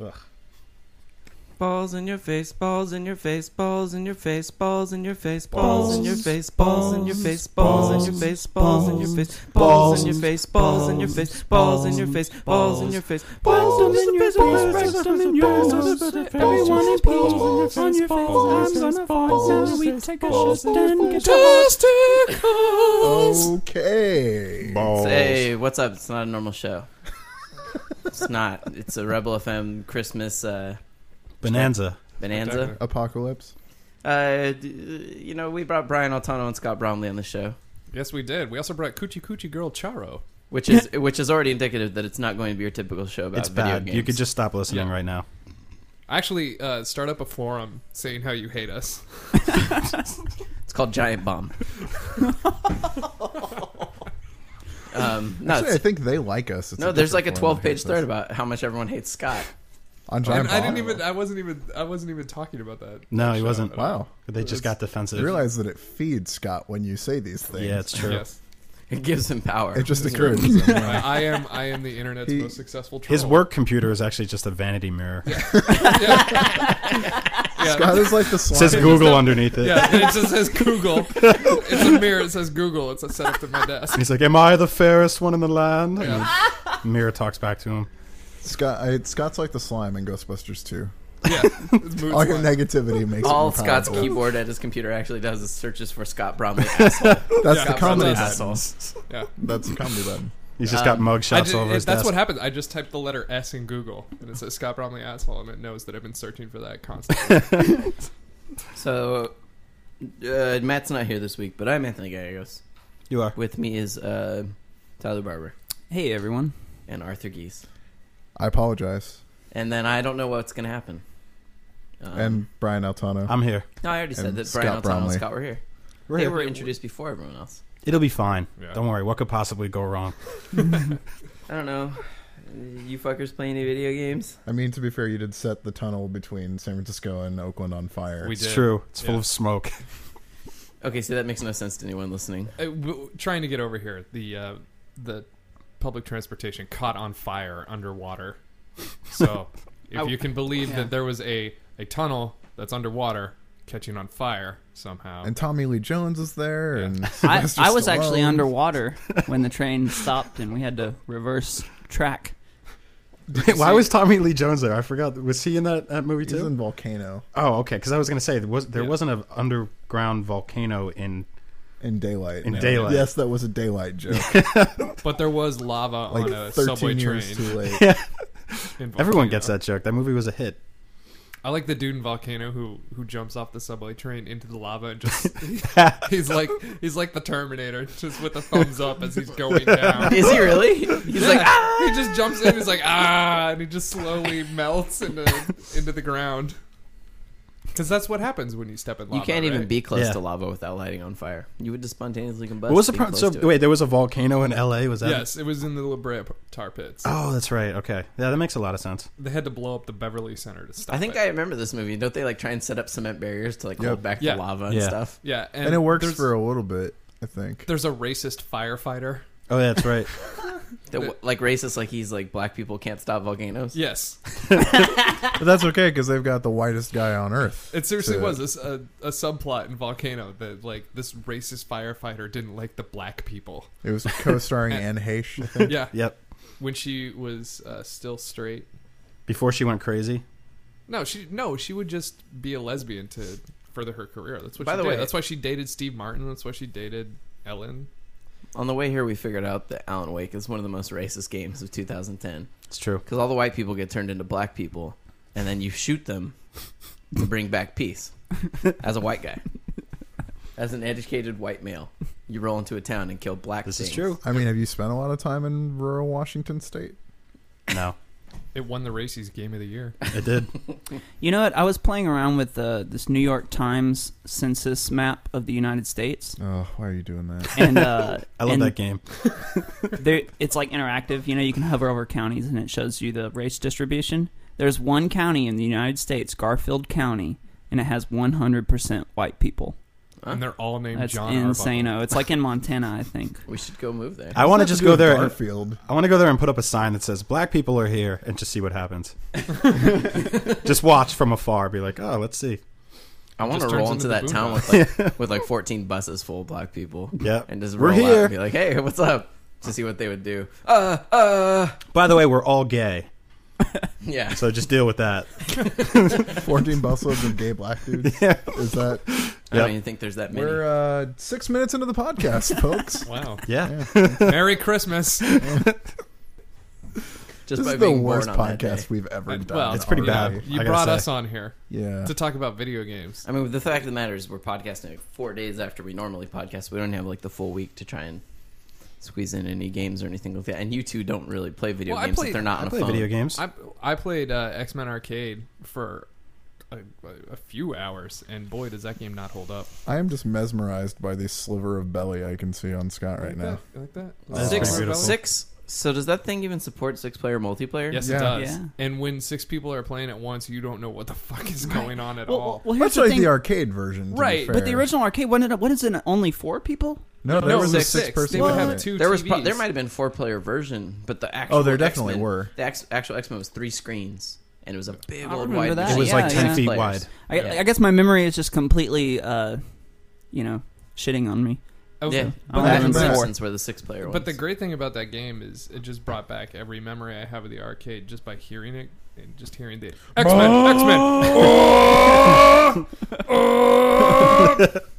Ugh. Balls in your face, balls in your face, balls in your face, balls in your face, balls in your face, balls in your face, balls in your face, balls in your face, balls in your face, balls in your face, balls in your face, balls in your face, balls in your face, balls in your face, everyone in balls on your face, I'm gonna fall, now we take a shit and get testicles. Okay. Balls. Hey, what's up? It's not a normal show. it's not. It's a Rebel FM Christmas uh, Bonanza. bonanza. Apocalypse. Uh, d- you know, we brought Brian Altano and Scott Bromley on the show, Yes, we did. We also brought Coochie Coochie Girl Charo. which is which is already indicative that it's not going to be your typical show about It's video bad. games. You could just stop listening Yeah. right now. I actually uh, start up a forum saying how you hate us. It's called Giant Bomb. um, no, Actually, I it's, think they like us. It's no, there's like different a form of 12 page hateful. thread about how much everyone hates Scott. on And Giant I Bomb. didn't even. I wasn't even. I wasn't even talking about that. No, he show wasn't. at all. Wow. They just got defensive. You realize that it feeds Scott when you say these things. yeah, it's true. Yes, It gives him power. It just occurred. to someone. I, I am. I am the internet's He- most successful. Troll. His work computer is actually just a vanity mirror. Yeah. yeah. Scott is like the It says slime. Google underneath it. Yeah, and it just says Google. It's a mirror. It says Google. It's a setup to my desk. He's like, "Am I the fairest one in the land?" And Mirror talks back to him. Scott, I, Scott's like the slime in Ghostbusters 2. Yeah, Mm. it's mood All your slime. negativity makes All it more Scott's powerful. keyboard at his computer actually does is searches for Scott Bromley. That's Yeah, the Scott comedy Bromley's button. asshole. Yeah. That's the comedy button. He's just Um, got mug I shots did, all over it- his that's desk. what happened. I just typed the letter S in Google, and it says Scott Bromley asshole, and it knows that I've been searching for that constantly. So, uh, Matt's not here this week, but I'm Anthony Gallegos. you are. With me is uh, Tyler Barber Hey everyone. and Arthur Geese. I apologize. And then I don't know what's going to happen. Um, And Brian Altano. I'm here. no, I already said and that Brian Scott Altano and Bromley. Scott were here. We're they here. were introduced before everyone else. It'll be fine. Yeah. Don't worry. What could possibly go wrong? I don't know. You fuckers play any video games? I mean, to be fair, you did set the tunnel between San Francisco and Oakland on fire. We It's did. true. It's full Yeah. of smoke. Okay, so that makes no sense to anyone listening. Uh, w- trying to get over here, the uh, the public transportation caught on fire underwater. So, if I- you can believe yeah. that there was a a tunnel that's underwater catching on fire somehow, and Tommy Lee Jones is there. And I, Sylvester I was actually Stallone. underwater when the train stopped and we had to reverse track. Why was Tommy Lee Jones there? I forgot. Was he in that, that movie He's too? in Volcano oh, okay. Because I was going to say there, was, there Yeah. wasn't an underground volcano in. in daylight. In daylight. Yes, that was a daylight joke. but there was lava Like on a subway 13 years train. too late. in Everyone Volcano. gets that joke. That movie was a hit. I like the dude in Volcano who who jumps off the subway train into the lava and just he's like he's like the Terminator, just with the thumbs up as he's going down. Is he really? He's He's like, like ah! he just jumps in. He's like ah, and he just slowly melts into into the ground. Because that's what happens when you step in lava. you can't even right? be close Yeah. to lava without lighting on fire. You would just spontaneously combust. What was the being pro- close so to it. wait? There was a volcano in L.A. Was that? Yes, it was in the La Brea p- tar pits. Oh, that's right. Okay. Yeah, that makes a lot of sense. They had to blow up the Beverly Center to stop. I think it. I remember this movie. Don't they like try and set up cement barriers to like hold back Yeah. the lava and Yeah. stuff? yeah, and, and it works there's, for a little bit, I think. There's a racist firefighter. Oh, yeah, that's right. That, w- like racist, like he's like black people can't stop volcanoes. Yes, But that's okay because they've got the whitest guy on earth. It seriously to- was this, a, a subplot in Volcano that like this racist firefighter didn't like the black people. It was co-starring Anne Heche. I think. Yeah, Yep. when she was uh, still straight. Before she went crazy. No, she no, she would just be a lesbian to further her career. That's what. By she the did. way- that's why she dated Steve Martin. That's why she dated Ellen. On the way here, we figured out that Alan Wake is one of the most racist games of 2010 It's true. because all the white people get turned into black people, and then you shoot them to bring back peace. As a white guy, as an educated white male, you roll into a town and kill black. This things. is true. I mean, have you spent a lot of time in rural Washington State? No, It won the Racies Game of the Year. it did. You know what? I was playing around with uh, this New York Times census map of the United States, Oh, why are you doing that? and uh, I love and that game. there, it's like interactive. You know, you can hover over counties and it shows you the race distribution. There's one county in the United States, Garfield County, and it has 100% white people. and they're all named That's John. insane. Oh, it's like in Montana, I think. We should go move there. I want to just go there. And, Garfield. I want to go there and put up a sign that says "Black people are here" and just see what happens. just watch from afar. Be like, oh, let's see. I want to Just turns roll into into that the town with like with like 14 buses full of black people. Yeah. and just We're roll out here. and be like, "Hey, what's up?" To see what they would do. Uh, uh. By the way, we're all gay, Yeah. so just deal with that. Fourteen busloads of gay black dudes. Yeah. Is that I don't Yep. even think there's that many. we're uh, six minutes into the podcast, folks? Wow. Yeah. Merry Christmas. Just this by is the being worst born on that day. podcast we've ever done. well, It's pretty you bad, know, already. You I gotta brought say. us on here Yeah. to talk about video games. I mean, the fact of the matter is, we're podcasting four days after we normally podcast. We don't have like the full week to try and squeeze in any games or anything like that. And you two don't really play video Well, I games play- if they're not on I a play phone. video games. I I played uh, X Men Arcade for a, a- a few hours, and boy, does that game not hold up. I am just mesmerized by the sliver of belly I can see on Scott right like now. That, like that. That's Six, pretty beautiful. six. So does that thing even support six player multiplayer? Yes, Yeah. it does. Yeah. And when six people are playing at once, you don't know what the fuck is going on at all. well Much like the arcade version, to be Right, but but the fair. original arcade wasn't it, what is it only four people? no, there no, was six, a six-person. They would have limit. two. There was pro- TVs. there might have been four player version, but the actual Oh, there definitely X-Men- were. The ex- actual X Men was three screens, and it was a big I old remember wide. machine that, it was with like yeah, ten yeah. feet players. wide. I, Yeah. I guess my memory is just completely, uh, you know, shitting on me. Okay. Yeah, But that and that's- Simpsons were the six player ones. But the great thing about that game is it just brought back every memory I have of the arcade just by hearing it and just hearing the X Men, X Men.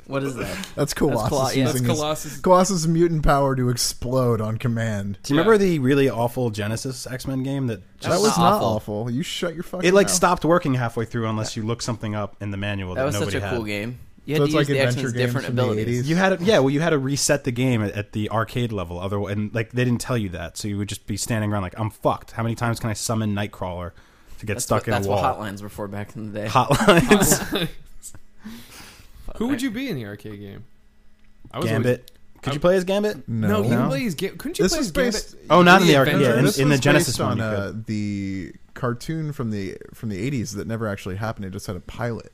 what is that? That's Colossus. Colo- yeah. That's using his- Colossus. Colossus' mutant power to explode on command. Do you Yeah. remember the really awful Genesis X Men game that just, that was not not awful. awful. You shut your fucking. it like mouth. stopped working halfway through unless you looked something up in the manual that, That was such nobody a had. cool game. You had to So it's use like the adventure X-Men's games different from the abilities. 80s. You had yeah, well, you had to reset the game at, at the arcade level, other and like they didn't tell you that, so you would just be standing around like I'm fucked. How many times can I summon Nightcrawler to get That's stuck what, in that's a wall? what hotlines were for back in the day. Hotline, Who would you be in the arcade game? I always- Gambit. Could you play as Gambit? No, No, you No. play as Gambit. Couldn't you This play was as Gambit? based. Oh, not in the arcade. Adventure. Yeah, in, this in the was Genesis based one. on you uh, could. the cartoon from the from the 80s that never actually happened. It just had a pilot.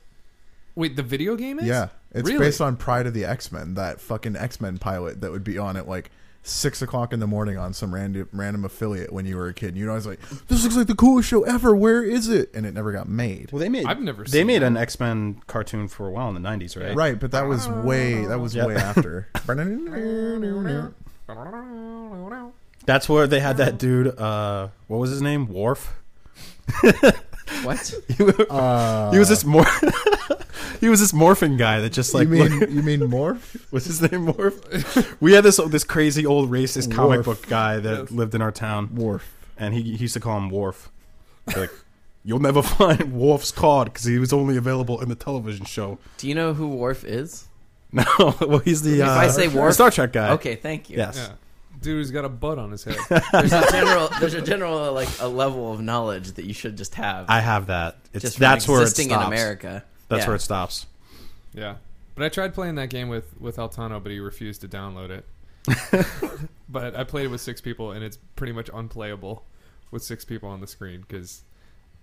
Wait, the video game is? Yeah, it's Really? based on Pride of the X Men, that fucking X Men pilot that would be on at like six o'clock in the morning on some random random affiliate when you were a kid. And you know, I was like, this looks like the coolest show ever. Where is it? And it never got made. Well, they made. I've never They seen made that. an X Men cartoon for a while in the '90s, right? Right, but that was way that was Yeah. way after. That's where they had that dude. Uh, what was his name? Worf. What? Uh, he was this mor- He was this morphing guy that just like you mean you mean morph? was his name Morph. we had this this crazy old racist comic Worf. book guy that lived in our town, Morph. and he, he used to call him Worf. Like, you'll never find Worf's card because he was only available in the television show. Do you know who Worf is? No, well he's the If uh, I say Worf- Star Trek Uh, guy. Okay, thank you. Yes. Yeah. Dude who's got a butt on his head. There's a general there's a general uh, like a level of knowledge that you should just have. I have that. It's just from that's where it stops. existing in America. That's Yeah. where it stops. Yeah, but I tried playing that game with with Altano, but he refused to download it. but I played it with six people, and it's pretty much unplayable with six people on the screen because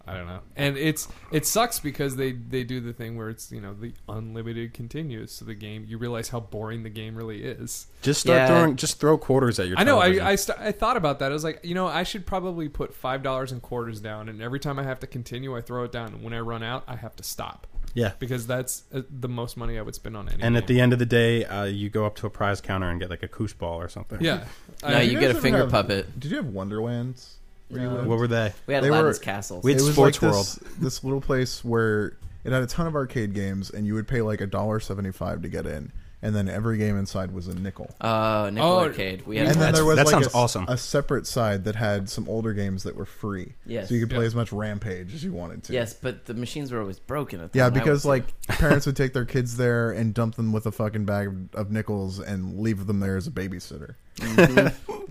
I don't know. And it's it sucks because they they do the thing where it's you know the unlimited continues, so the game you realize how boring the game really is. Just start Yeah. throwing. Just throw quarters at your. I know. television. I I, st- I thought about that. I was like, you know, I should probably put five dollars and quarters down, and every time I have to continue, I throw it down. And when I run out, I have to stop yeah. because that's uh, the most money I would spend on any. And at game. the end of the day, uh, you go up to a prize counter and get like a koosh ball or something. yeah, No, I- you guys get a ever finger have- puppet. Did you have Wonderlands? where you No. lived? What were they? We had They Aladdin's were- Castle. We- It's it was Sports like this, this little place where it had a ton of arcade games, and you would pay like a dollar seventy-five to get in, and then every game inside was a nickel. Uh, Nickel Oh, Arcade. We had and then Aladdin's- there was that like sounds a, s- awesome. a separate side that had some older games that were free, Yes. so you could play Yeah. as much Rampage as you wanted to. Yes, but the machines were always broken at the Yeah, time I because went like parents would take their kids there and dump them with a fucking bag of nickels and leave them there as a babysitter.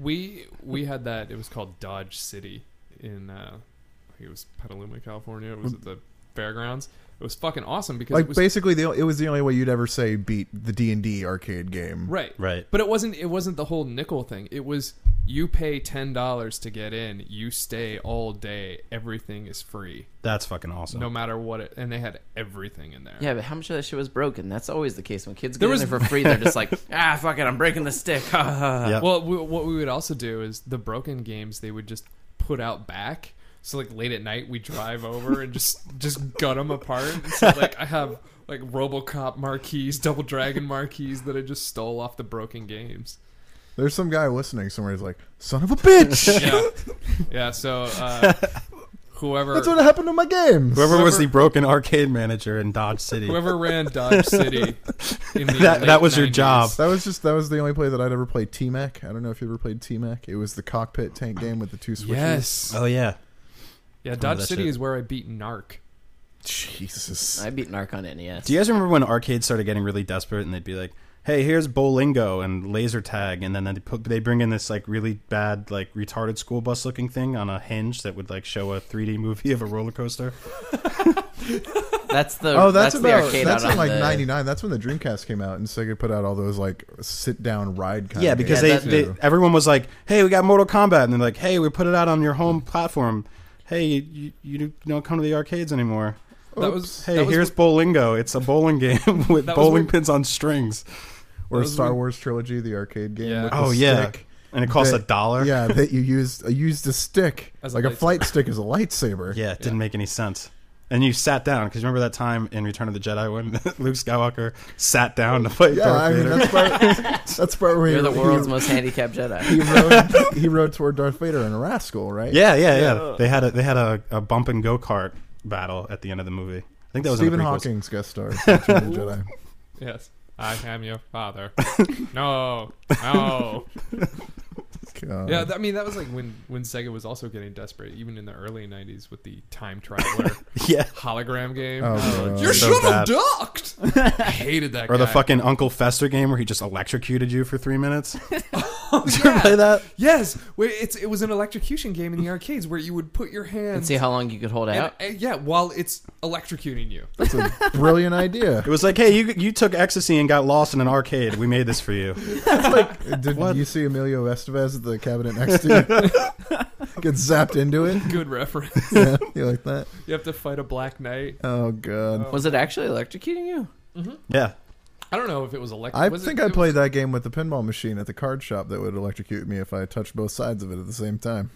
We we had that. It was called Dodge City in uh, I think it was Petaluma, California. It was at the fairgrounds. It was fucking awesome because Like it was basically, the, it was the only way you'd ever say beat the D and D arcade game. right, Right. But it wasn't. It wasn't the whole nickel thing. It was you pay ten dollars to get in. You stay all day. Everything is free, That's fucking awesome. no matter what. it And they had everything in there. Yeah, but how much of that shit was broken? That's always the case when kids get There in was- there for free. They're just like, ah, fuck it, I'm breaking the stick. Yeah. Well, we, what we would also do is the broken games they would just put out back. So like late at night we drive over and just just gut them apart. And so like I have like RoboCop marquees, Double Dragon marquees that I just stole off the broken games. There's some guy listening somewhere. He's like, "Son of a bitch! Yeah, yeah. So uh, whoever That's what happened to my games." whoever, was whoever- the broken arcade manager in Dodge City. whoever ran Dodge City, in the That- late that was your job. That was just that was the only play that I'd ever played T Mac. I don't know if you ever played T Mac. It was the cockpit tank game with the two 90s. switches. Yes. oh yeah. Yeah, Dodge that City shit. is where I beat Narc. Jesus. I beat Narc on E NES. Do you guys remember when arcades started getting really desperate and they'd be like, "Hey, here's Bolingo and laser tag," and then they put, they bring in this like really bad like retarded school bus looking thing on a hinge that would like show a 3D movie of a roller coaster. That's the Oh, that's, the about arcade that's out in on like the- '99. That's when the Dreamcast came out, and Sega put out all those like sit down ride. Kind Yeah, of because games. Yeah, they, they too. everyone was like, "Hey, we got Mortal Kombat," and they're like, "Hey, we put it out on your home platform." Hey, you, you, you don't come to the arcades anymore. That was Oh, Hey, that was here's Bolingo. It's a bowling game with That was bowling what- pins on strings, or those Star were- Wars trilogy, the arcade game. Yeah. with the Oh, yeah. stick. and it costs a That- dollar. yeah, that you used uh, used a stick As a like a, lightsaber. flight stick is a lightsaber. Yeah, it didn't make any sense. And you sat down because remember that time in Return of the Jedi when Luke Skywalker sat down to fight yeah. Darth I mean Vader. that's part that's part where You're he- the world's he, most handicapped Jedi. he rode he rode toward Darth Vader in a rascal, right? yeah, yeah, yeah. They had a they had a, a bump and go kart battle at the end of the movie. I think that was in the Stephen prequels. Hawking's guest star. in Return of the Jedi. Yes. I am your father. no, no. Uh, God. Yeah, th- I mean that was like when when Sega was also getting desperate, even in the early '90s with the time traveler Yeah, hologram game. Oh, Uh, God. You're So shuttle bad. ducked. I hated that. or the guy. fucking Uncle Fester game where he just electrocuted you for three minutes. Did you ever play that? Yes, wait, it's it was an electrocution game in the arcades where you would put your And hands. see how long you could hold and, out. uh, yeah, while it's electrocuting you. that's a brilliant idea. It was like, hey, you you took ecstasy and got lost in an arcade. We made this for you. Did What? you see Emilio Estevez at the cabinet next to you? Get zapped into it. Good reference. Yeah, you like that? you have to fight a black knight. Oh Uh, god. Was it actually electrocuting you? Yeah, I don't know if it was electric. I was it- think it I was- played that game with the pinball machine at the card shop that would electrocute me if I touched both sides of it at the same time.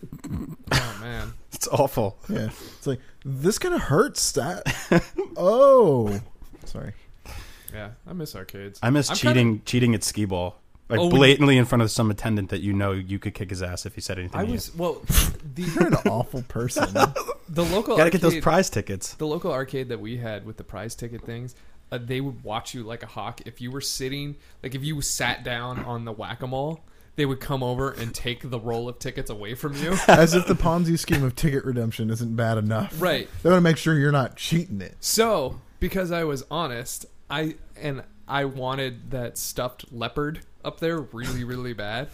Oh man, it's awful. Yeah. It's like this kind of hurts that. Oh. Sorry. yeah, I miss arcades. I miss I'm kinda- cheating cheating at skee ball. Like Oh, we- blatantly in front of some attendant that you know you could kick his ass if he said anything. I to you. was well. You're The an awful person. the local gotta get those arcade- prize tickets. the local arcade that we had with the prize ticket things uh, they would watch you like a hawk if you were sitting like if you sat down on the whack-a-mole they would come over and take the roll of tickets away from you As if the Ponzi scheme of ticket redemption isn't bad enough. right They want to make sure you're not cheating it. so because i was honest i and i wanted that stuffed leopard up there really really bad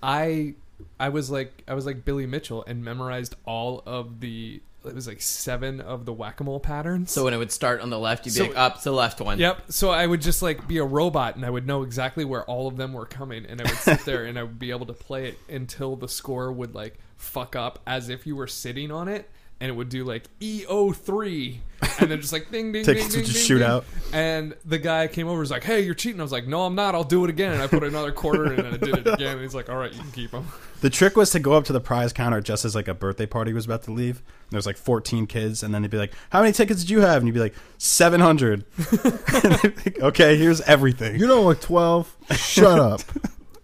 i i was like i was like billy mitchell and memorized all of the it was like seven of the whack-a-mole patterns So when it would start on the left, you'd be So- like, up to the left one. Yep. So I would just like be a robot, and I would know exactly where all of them were coming, and I would sit there and I would be able to play it until the score would like fuck up as if you were sitting on it, and it would do like E O three, and then just like ding ding ding Tickets ding would just ding, shoot ding. out. And the guy came over, and was like, "Hey, you're cheating." I was like, "No, I'm not. I'll do it again." And I put another quarter in, and I did it again. And he's like, "All right, you can keep them." The trick was to go up to the prize counter just as like a birthday party was about to leave. And there was like 14 kids, and then they'd be like, "How many tickets did you have?" And you'd be like, "700." And they'd be like, okay, here's everything. You don't look 12. Shut up.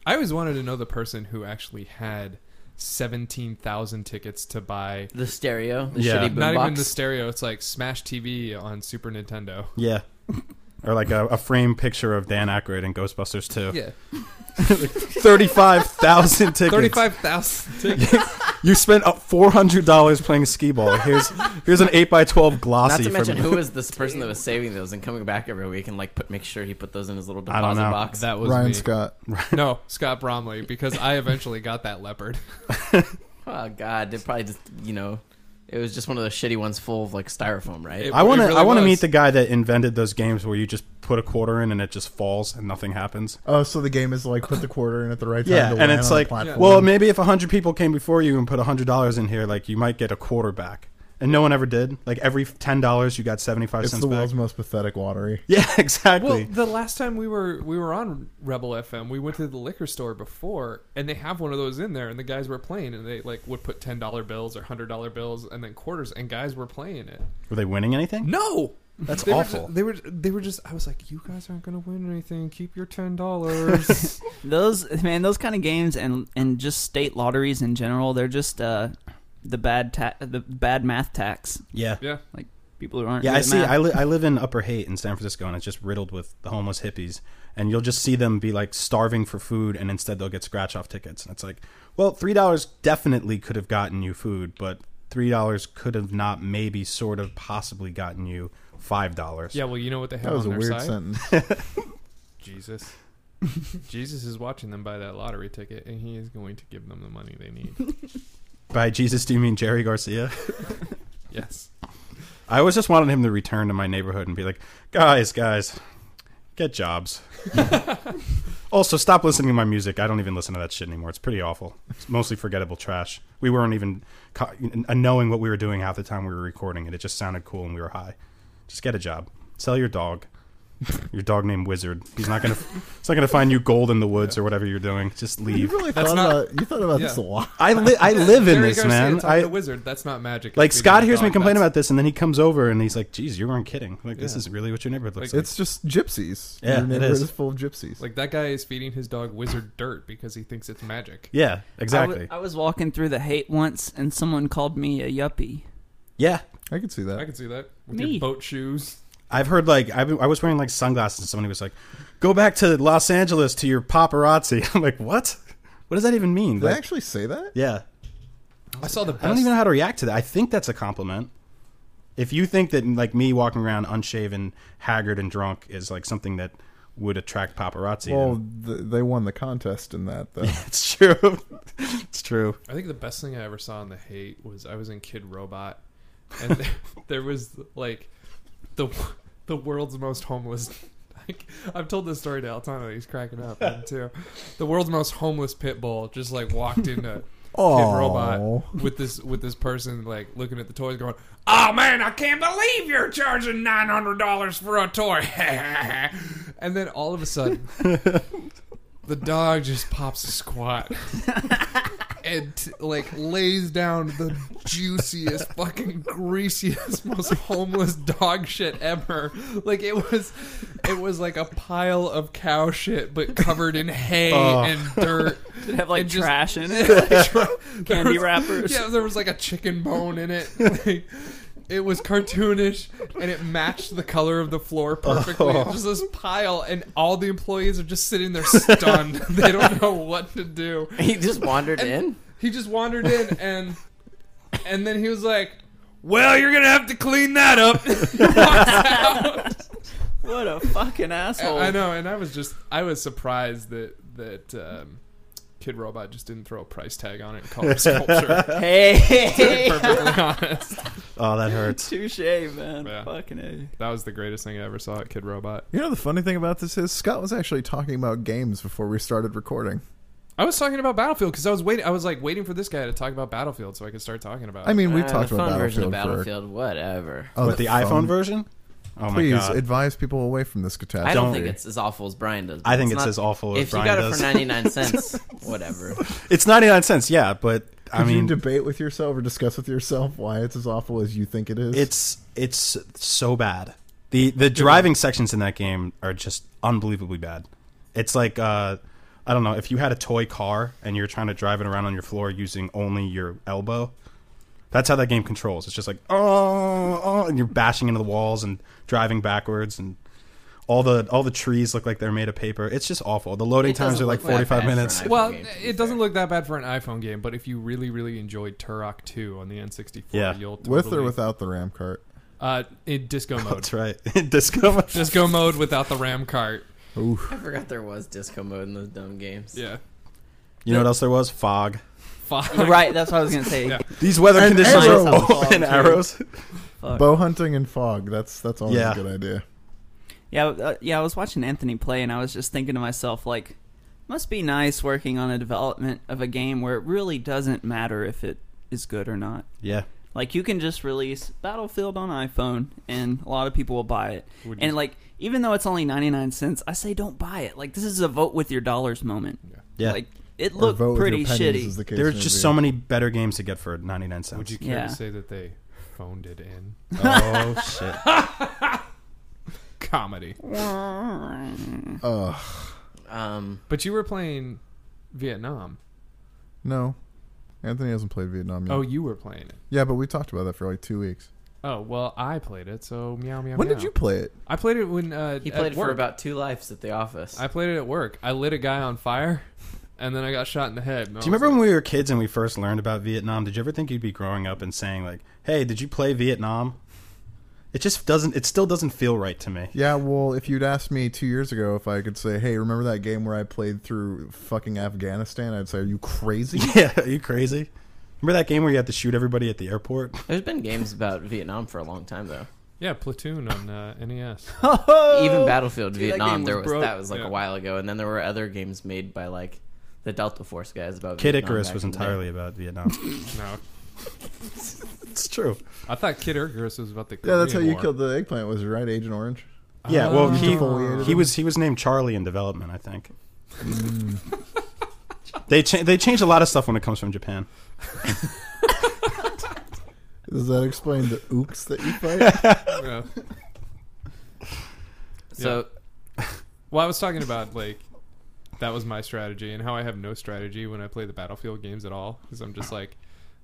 I always wanted to know the person who actually had seventeen thousand tickets to buy. The stereo, the Yeah. shitty Not even the boombox. stereo. It's like Smash TV on Super Nintendo. yeah. Or like a, a frame picture of Dan Aykroyd in Ghostbusters 2. Yeah, 35,000 tickets. thirty-five thousand tickets. You spent uh, $400 playing skee ball. Here's here's an 8x12 glossy Not to from- mention who was this person that was saving those and coming back every week and like put make sure he put those in his little I don't deposit know. box. that was Ryan me. Scott. No, Scott Bromley, because I eventually got that leopard. Oh God, they probably just you know It was just one of those shitty ones full of like styrofoam, right? It- I want to. really I want to was. meet the guy that invented those games where you just put a quarter in and it just falls and nothing happens. Oh, so the game is like put the quarter in at the right time. Yeah, to and land it's on the like, platform. well, maybe if hundred people came before you and put hundred dollars in here, like you might get a quarter back, and no one ever did. Like every ten dollars, you got seventy five it's cents the back. world's most pathetic lottery. Yeah, exactly. Well, the last time we were we were on Rebel FM, we went to the liquor store before, and they have one of those in there, and the guys were playing, and they like would put ten dollar bills or hundred dollar bills, and then quarters, and guys were playing it. Were they winning anything? No, That's They were awful. ju- they were they were just. I was like, you guys aren't gonna win anything. Keep your ten dollars. Those man, those kind of games and and just state lotteries in general, they're just uh, the bad ta- the bad math tax. Yeah. yeah, People who aren't Yeah, good I at see. math. I, li- I live in Upper Haight in San Francisco, and it's just riddled with the homeless hippies. And you'll just see them be like starving for food, and instead they'll get scratch off tickets. And it's like, well, three dollars definitely could have gotten you food, but three dollars could have not, maybe, sort of, possibly gotten you five dollars. yeah. Well, you know what they have That was a on their weird side? sentence. Jesus. Jesus is watching them buy that lottery ticket, and he is going to give them the money they need. By Jesus, do you mean Jerry Garcia? yes. I always just wanted him to return to my neighborhood and be like, guys, guys, get jobs. also, stop listening to my music. I don't even listen to that shit anymore. It's pretty awful. It's mostly forgettable trash. We weren't even co- uh, knowing what we were doing half the time we were recording it. It just sounded cool and we were high. Just get a job. Sell your dog. Your dog named Wizard. He's not gonna. He's not gonna find you gold in the woods or whatever you're doing. Just You leave. really That's thought not- about you thought about this a Yeah. lot. I li- I live in Jerry this Garcia man. talked I to the wizard. That's not magic. like It's Scott feeding hears the me dog. complain That's- about this, and then he comes over and he's like, "Geez, you weren't kidding. Like this Yeah. is really what your neighborhood looks Like, like." It's just gypsies. Yeah, Your it neighborhood is. is full of gypsies. Like that guy is feeding his dog wizard dirt because he thinks it's magic. yeah, I wa- exactly. I was walking through the hate once, and someone called me a yuppie. yeah, I could see I that. can see that with Me. your boat shoes. I've heard like I, I was wearing like sunglasses, and somebody was like, "Go back to Los Angeles to your paparazzi." I'm like, "What? What does that even mean?" Did they Like, actually say that? yeah, I saw the best. I don't even know how to react to that. I think that's a compliment. If you think that like me walking around unshaven, haggard, and drunk is like something that would attract paparazzi, Well, then th- they won the contest in that though. it's true. it's true. I think the best thing I ever saw in the hate was I was in Kid Robot, and there, there was like the the world's most homeless. Like, I've told this story to Altano. He's cracking up him too. The world's most homeless pit bull just like walked into Kid Aw. Robot with this with this person like looking at the toys, going, "Oh man, I can't believe you're charging nine hundred dollars for a toy." and then all of a sudden, the dog just pops a squat and t- like lays down the juiciest, fucking greasiest, most homeless dog shit ever. Like it was, it was like a pile of cow shit, but covered in hay Oh. and dirt. Did it have like And just- trash in it? There Candy was- wrappers. Yeah, there was like a chicken bone in it. Like, it was cartoonish, and it matched the color of the floor perfectly. It was Just this pile, and all the employees are just sitting there stunned. they don't know what to do. he just wandered in. He just wandered in, and and then he was like, "Well, you're gonna have to clean that up." what a fucking asshole! I know, and I was just I was surprised that that. Um, Kid Robot just didn't throw a price tag on it and call it sculpture. Hey, perfectly honest. Oh, that hurts. touche, man. Yeah. Fucking a. That was the greatest thing I ever saw at Kid Robot. You know the funny thing about this is Scott was actually talking about games before we started recording. I was talking about Battlefield because I was waiting. I was like waiting for this guy to talk about Battlefield so I could start talking about. I it. mean, we Ah, talked the about phone Battlefield, version of for Battlefield, whatever. oh, With the iPhone phone- version? Oh my Please god. advise people away from this catastrophe. I don't, Don't- think it's as awful as Brian does. I think It's it's not- as awful as If you Brian got it does. for ninety nine cents, whatever. It's 99 cents, yeah, but I Could you mean debate with yourself or discuss with yourself why it's as awful as you think it is. it's it's so bad. The the driving sections in that game are just unbelievably bad. It's like uh I don't know, if you had a toy car and you're trying to drive it around on your floor using only your elbow, that's how that game controls. It's just like oh, oh and you're bashing into the walls and driving backwards and all the all the trees look like they're made of paper. It's just awful. The loading It times doesn't are like look that 45 bad for an minutes. iPhone well, game, to be it doesn't fair. look that bad for an iPhone game, but if you really, really enjoyed Turok 2 on the N64, Yeah. you'll totally, with or without Oh, the ram cart. uh, in disco mode. That's right. Disco. disco mode without the RAM cart. Oof. I forgot there was disco mode in those dumb games. Yeah, You know what else there was? Fog. five. right, that's what I was gonna say. Yeah. These weather And conditions arrows. are oh, and arrows. Fuck. Bow hunting and fog. That's that's always Yeah. a good idea. Yeah, uh, yeah. I was watching Anthony play, and I was just thinking to myself, like, must be nice working on a development of a game where it really doesn't matter if it is good or not. Yeah. Like, you can just release Battlefield on iPhone, and a lot of people will buy it. Would you- And like, even though it's only ninety nine cents, I say don't buy it. Like, this is a vote with your dollars moment. Yeah. Like, it Or looked vote with your pretty pennies, shitty. is the case There's may just be. so many better games to get for 99 cents. Would you care Yeah. to say that they phoned it in? oh shit. Comedy. Ugh. Um, But you were playing Vietnam. No, Anthony hasn't played Vietnam yet. Oh, you were playing it. yeah, but we talked about that for like two weeks. Oh well, I played it. So meow meow. When meow. did you play it? I played it when uh, he at played for work. about two lives at the office. I played it at work. I lit a guy on fire, and then I got shot in the head. Do you remember when we were kids and we first learned about Vietnam? Did you ever think you'd be growing up and saying like, "Hey, did you play Vietnam?" It just doesn't. It still doesn't feel right to me. Yeah, well, if you'd asked me two years ago if I could say, "Hey, remember that game where I played through fucking Afghanistan?" I'd say, "Are you crazy?" Yeah, are you crazy? Remember that game where you had to shoot everybody at the airport? There's been games about Vietnam for a long time though. Yeah, Platoon on uh, NES. Even Battlefield Dude, that Vietnam, game there was was broke. that was like Yeah. a while ago, and then there were other games made by like the Delta Force guys about Kid Vietnam Icarus back was in the day. entirely about Vietnam. no, it's true. I thought Kid Icarus was about the. yeah, Korean that's how you War. killed the eggplant. Was it right? Agent Orange. Yeah, well, Oh. he Defoliated he him. was he was named Charlie in development, I think. they cha- they change a lot of stuff when it comes from Japan. Does that explain the ooks that you fight? Yeah. So Well, I was talking about like that was my strategy and how I have no strategy when I play the battlefield games at all because I'm just like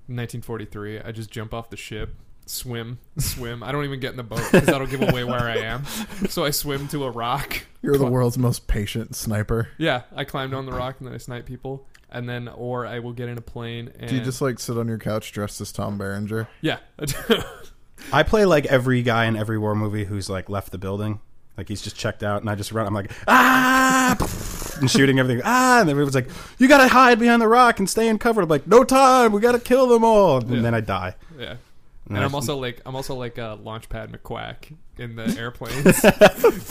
1943. I just jump off the ship, swim, swim. I don't even get in the boat because that'll give away where I am. So I swim to a rock. You're the world's most patient sniper. Yeah, I climbed on the rock and then I snipe people, and then or I will get in a plane and Do you just like sit on your couch dressed as Tom Berenger? yeah. I play like every guy in every war movie who's like left the building. Like he's just checked out, and I just run. I'm like, ah, and shooting everything. Ah, and everyone's like, you gotta hide behind the rock and stay in cover. I'm like, no time. We gotta kill them all. And Yeah. then I die. yeah. And And I- I'm also like I'm also like a launchpad McQuack in the airplanes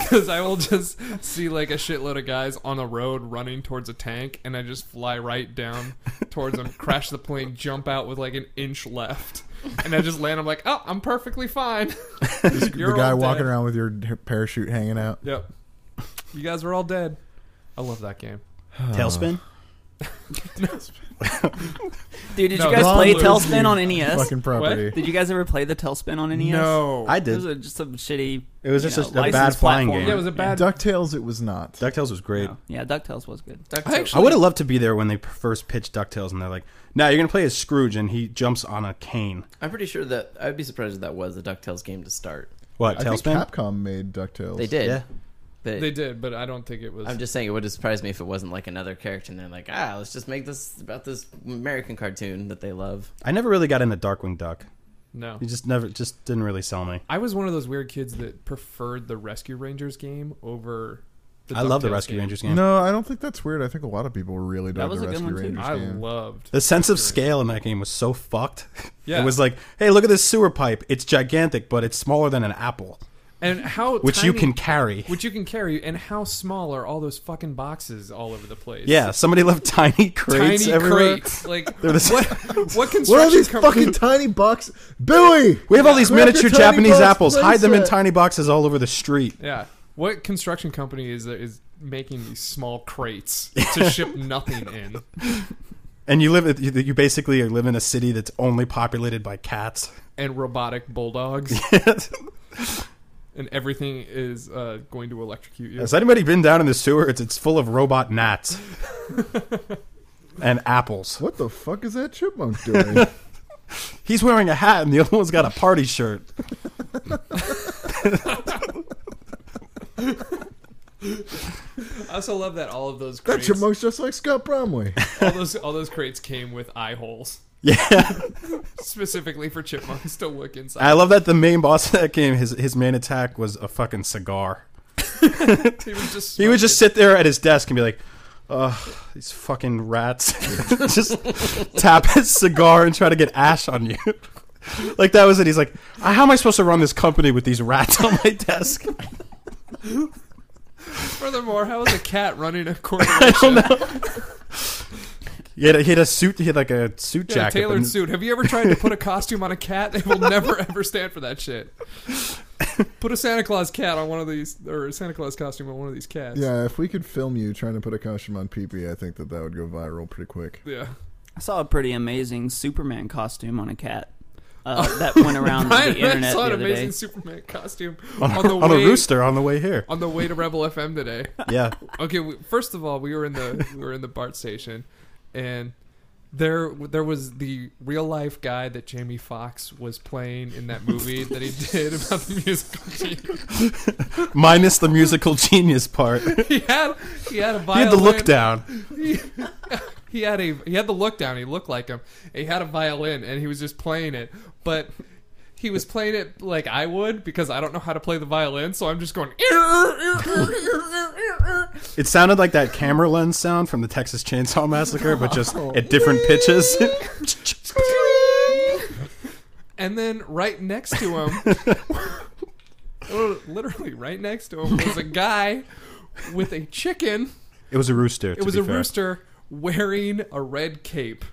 because I will just see like a shitload of guys on a road running towards a tank, and I just fly right down towards them, crash the plane, jump out with like an inch left, and I just land. I'm like, oh, I'm perfectly fine. You're the guy all walking dead. around with your parachute hanging out. Yep, you guys are all dead. I love that game. Uh. tailspin. Dude, did No, you guys Ron play Lewis, Tailspin on E NES? Fucking property. Did you guys ever play the Tailspin on E NES? No, I It was did. a, just some shitty. It was you just know, a, a bad licensed flying platform. game. yeah, it was a bad. Ducktales, it was not. Ducktales was great. No. oh, Yeah, Ducktales was good. I I actually- would have loved to be there when they first pitched Ducktales, and they're like, "Now you're gonna play as Scrooge," and he jumps on a cane. I'm pretty sure that I'd be surprised if that was a Ducktales game to start. What I think tailspin? Capcom made Ducktales. They did. Yeah. But They did, but I don't think it was. I'm just saying it would have surprised me if it wasn't like another character and they're like, ah, let's just make this about this American cartoon that they love. I never really got into Darkwing Duck. no. He just never, just didn't really sell me. I was one of those weird kids that preferred the Rescue Rangers game over. The I love the DuckTales Rescue game. Rangers game. No, I don't think that's weird. I think a lot of people really dug That was the a good Rescue one, too. Rangers I game. loved. The sense of scale in that game was so fucked. Yeah. It was like, hey, look at this sewer pipe. It's gigantic, but it's smaller than an apple, and how which you tiny- can carry. which you can carry, and how small are all those fucking boxes all over the place? Yeah, somebody left tiny crates tiny everywhere. crates. Like They're the same- what? What construction What are these com- fucking tiny bucks? Billy! We have all these Grab the miniature tiny Japanese box apples. Hide them in playset. tiny boxes all over the street. yeah. What construction company is is making these small crates to ship nothing in? And you live, you you basically live in a city that's only populated by cats. And robotic bulldogs, and everything is uh, going to electrocute you. Has anybody been down in the sewer? It's, it's full of robot gnats and apples. What the fuck is that chipmunk doing? He's wearing a hat, and the other one's got a party shirt. I also love that all of those that crates, chipmunk's just like Scott Bromley. all those all those crates came with eye holes Yeah. specifically for chipmunks to look inside. I love that the main boss of that game, his his main attack was a fucking cigar. He was just He would just sit there at his desk and be like, Ugh, these fucking rats just tap his cigar and try to get ash on you. like that was it. He's like, "Uh, how am I supposed to run this company with these rats on my desk? Furthermore, how is a cat running a corporation? He had a, he had a suit. He had like a suit Yeah, jacket. but tailored n- suit. Have you ever tried to put a costume on a cat? They will never ever stand for that shit. Put a Santa Claus cat on one of these, or a Santa Claus costume on one of these cats. Yeah, if we could film you trying to put a costume on PP, I think that that would go viral pretty quick. Yeah. I saw a pretty amazing Superman costume on a cat uh, that went around the Brian internet the saw an other amazing day. Superman costume on, on, a- the on way a rooster on the way here. on the way to Rebel FM today. Yeah, Okay, we, first of all, we were in the we were in the BART station, and there there was the real life guy that Jamie Foxx was playing in that movie that he did about the musical. genius. minus the musical genius part. He had he had a He violin. had the look down. he, he had a he had the look down. He looked like him. He had a violin and he was just playing it, but he was playing it like I would because I don't know how to play the violin. So I'm just going. It sounded like that camera lens sound from the Texas Chainsaw Massacre, but just at different pitches. and then right next to him, literally right next to him, was a guy with a chicken. it was a rooster. It was a rooster wearing a red cape.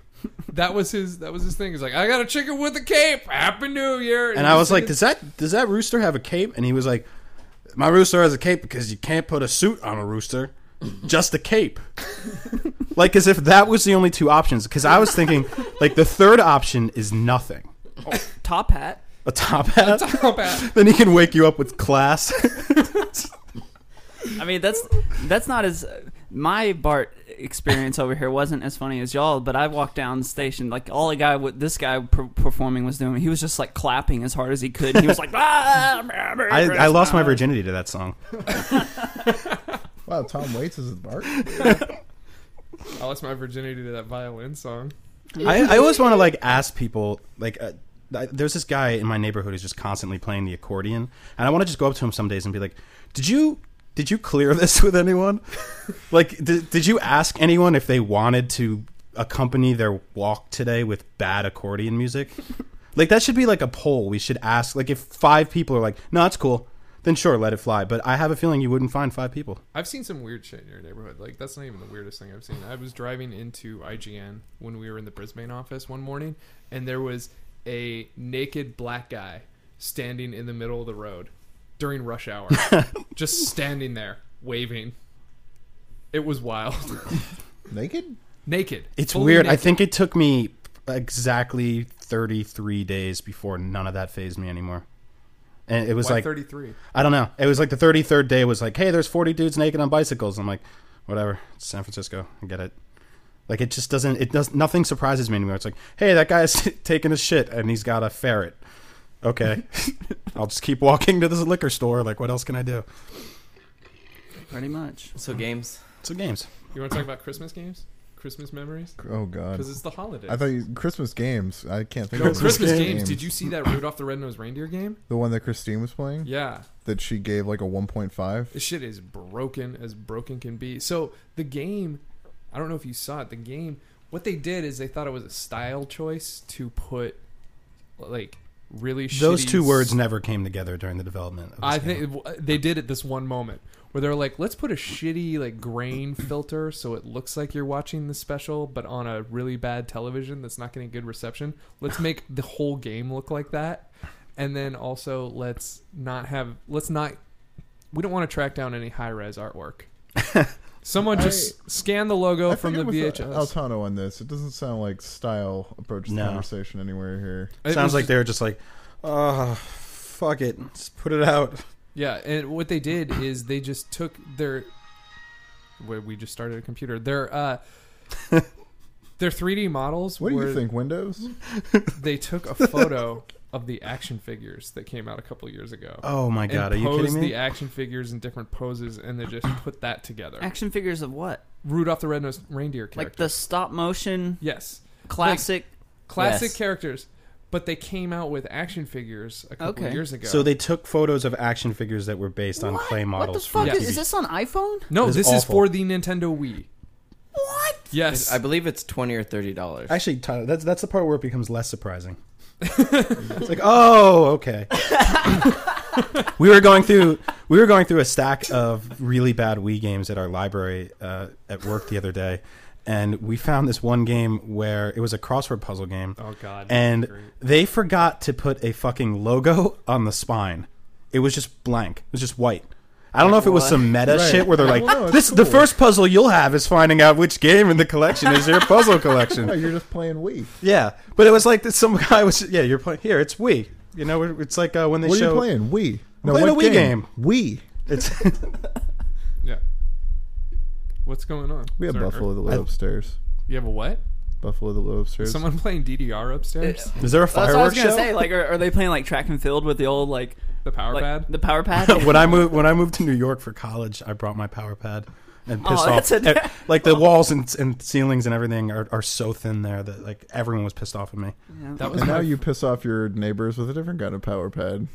That was his. That was his thing. He's like, I got a chicken with a cape. Happy New Year. And I was like, "Does this. that does that rooster have a cape?" And he was like, "My rooster has a cape because you can't put a suit on a rooster, just a cape." like as if that was the only two options. Because I was thinking, like the third option is nothing, Top hat. a top hat. top hat. then he can wake you up with class. I mean, that's that's not as my Bart experience over here wasn't as funny as y'all. But I walked down the station like all the guy what this guy per- performing was doing. He was just like clapping as hard as he could. And he was like, ah, Merry I, I lost my Christmas." virginity to that song. Wow, Tom Waits is at the bar. I lost "Oh, my virginity to that violin song. I, I always want to like ask people like uh, I, there's this guy in my neighborhood who's just constantly playing the accordion and i want to just go up to him some days and be like did you did you clear this with anyone like did, did you ask anyone if they wanted to accompany their walk today with bad accordion music like that should be like a poll we should ask like if five people are like no it's cool then sure let it fly but i have a feeling you wouldn't find five people I've seen some weird shit in your neighborhood. Like that's not even the weirdest thing I've seen. I was driving into IGN when we were in the Brisbane office one morning, and there was a naked black guy standing in the middle of the road during rush hour, just standing there waving. It was wild. Naked? naked. It's Fully weird. I naked. think it took me exactly 33 days before none of that phased me anymore. And it was Why like, 33. I don't know. It was like the 33rd day was like, hey, there's 40 dudes naked on bicycles. I'm like, whatever. It's San Francisco. I get it. Like, it just doesn't, it does, nothing surprises me anymore. It's like, hey, that guy's taking a shit and he's got a ferret. Okay. I'll just keep walking to this liquor store. Like, what else can I do? Pretty much. So games. So, games. You want to talk about Christmas games? Christmas memories? Oh Uh, God. Because it's the holiday. I thought you, Christmas games. I can't think No, of Christmas games. Did you see that Rudolph the Red-Nosed Reindeer game? The one that Christine was playing Yeah. that she gave like a 1.5. This shit is broken as broken can be. So the game, I don't know if you saw it. The game, what they did is they thought it was a style choice to put like really Those shitty two words s- never came together during the development. Of this I game. think they did it this one moment where they're like, let's put a shitty like grain filter so it looks like you're watching the special, but on a really bad television that's not getting good reception. Let's make the whole game look like that, and then also let's not have let's not we don't want to track down any high res artwork. Someone just scan the logo I from the think I'm with VHS. Altano on this. It doesn't sound like style approaches the No. conversation anywhere here. It Sounds was like just- they're just like, oh, fuck it, let's put it out. Yeah, and what they did is they just took their where we just started a computer. Their uh their 3D models What do were you think, Windows? they took a photo of the action figures that came out a couple years ago. Oh my god, are and you posed kidding me? the action figures in different poses and they just put that together. Action figures of what? Rudolph the Red-Nosed Reindeer Like character. the stop motion yes. classic. Classic Yes. characters, but they came out with action figures a couple Okay. years ago. so they took photos of action figures that were based on clay What models. the fuck from is, TV. is this on iPhone? No, It was this is awful. for the Nintendo Wii. Yes. I believe it's twenty or thirty dollars. Actually, Tyler, that's that's the part where it becomes less surprising. it's like, oh, okay. we were going through we were going through a stack of really bad Wii games at our library uh, at work the other day, and we found this one game where it was a crossword puzzle game, oh God. and Great. they forgot to put a fucking logo on the spine. It was just blank. It was just white. I don't know if it was some meta Right. shit where they're like, Well, no, it's "This the cool. first puzzle you'll have is finding out which game in the collection is your puzzle collection." No, you're just playing Wii. Yeah, but it was like that. Some guy was, yeah, you're playing here. It's we. You know, we're- it's like uh, when they What are show you playing? Wii. playing a what Wii Wii. It's yeah. What's going on? We have Is there an Buffalo earth- the Little upstairs. You have a what? Buffalo the Little upstairs. Someone playing DDR upstairs? is there a That's what I was fireworks gonna show? say. Like, are, are they playing like track and field with the old like, The power like pad? the power pad? when I moved when I moved to New York for college, I brought my power pad and Oh, pissed that's off. a- eh, like the walls and, and ceilings and everything are, are so thin there that like everyone was pissed off at me. Yeah. that was and now my- you piss off your neighbors with a different kind of power pad.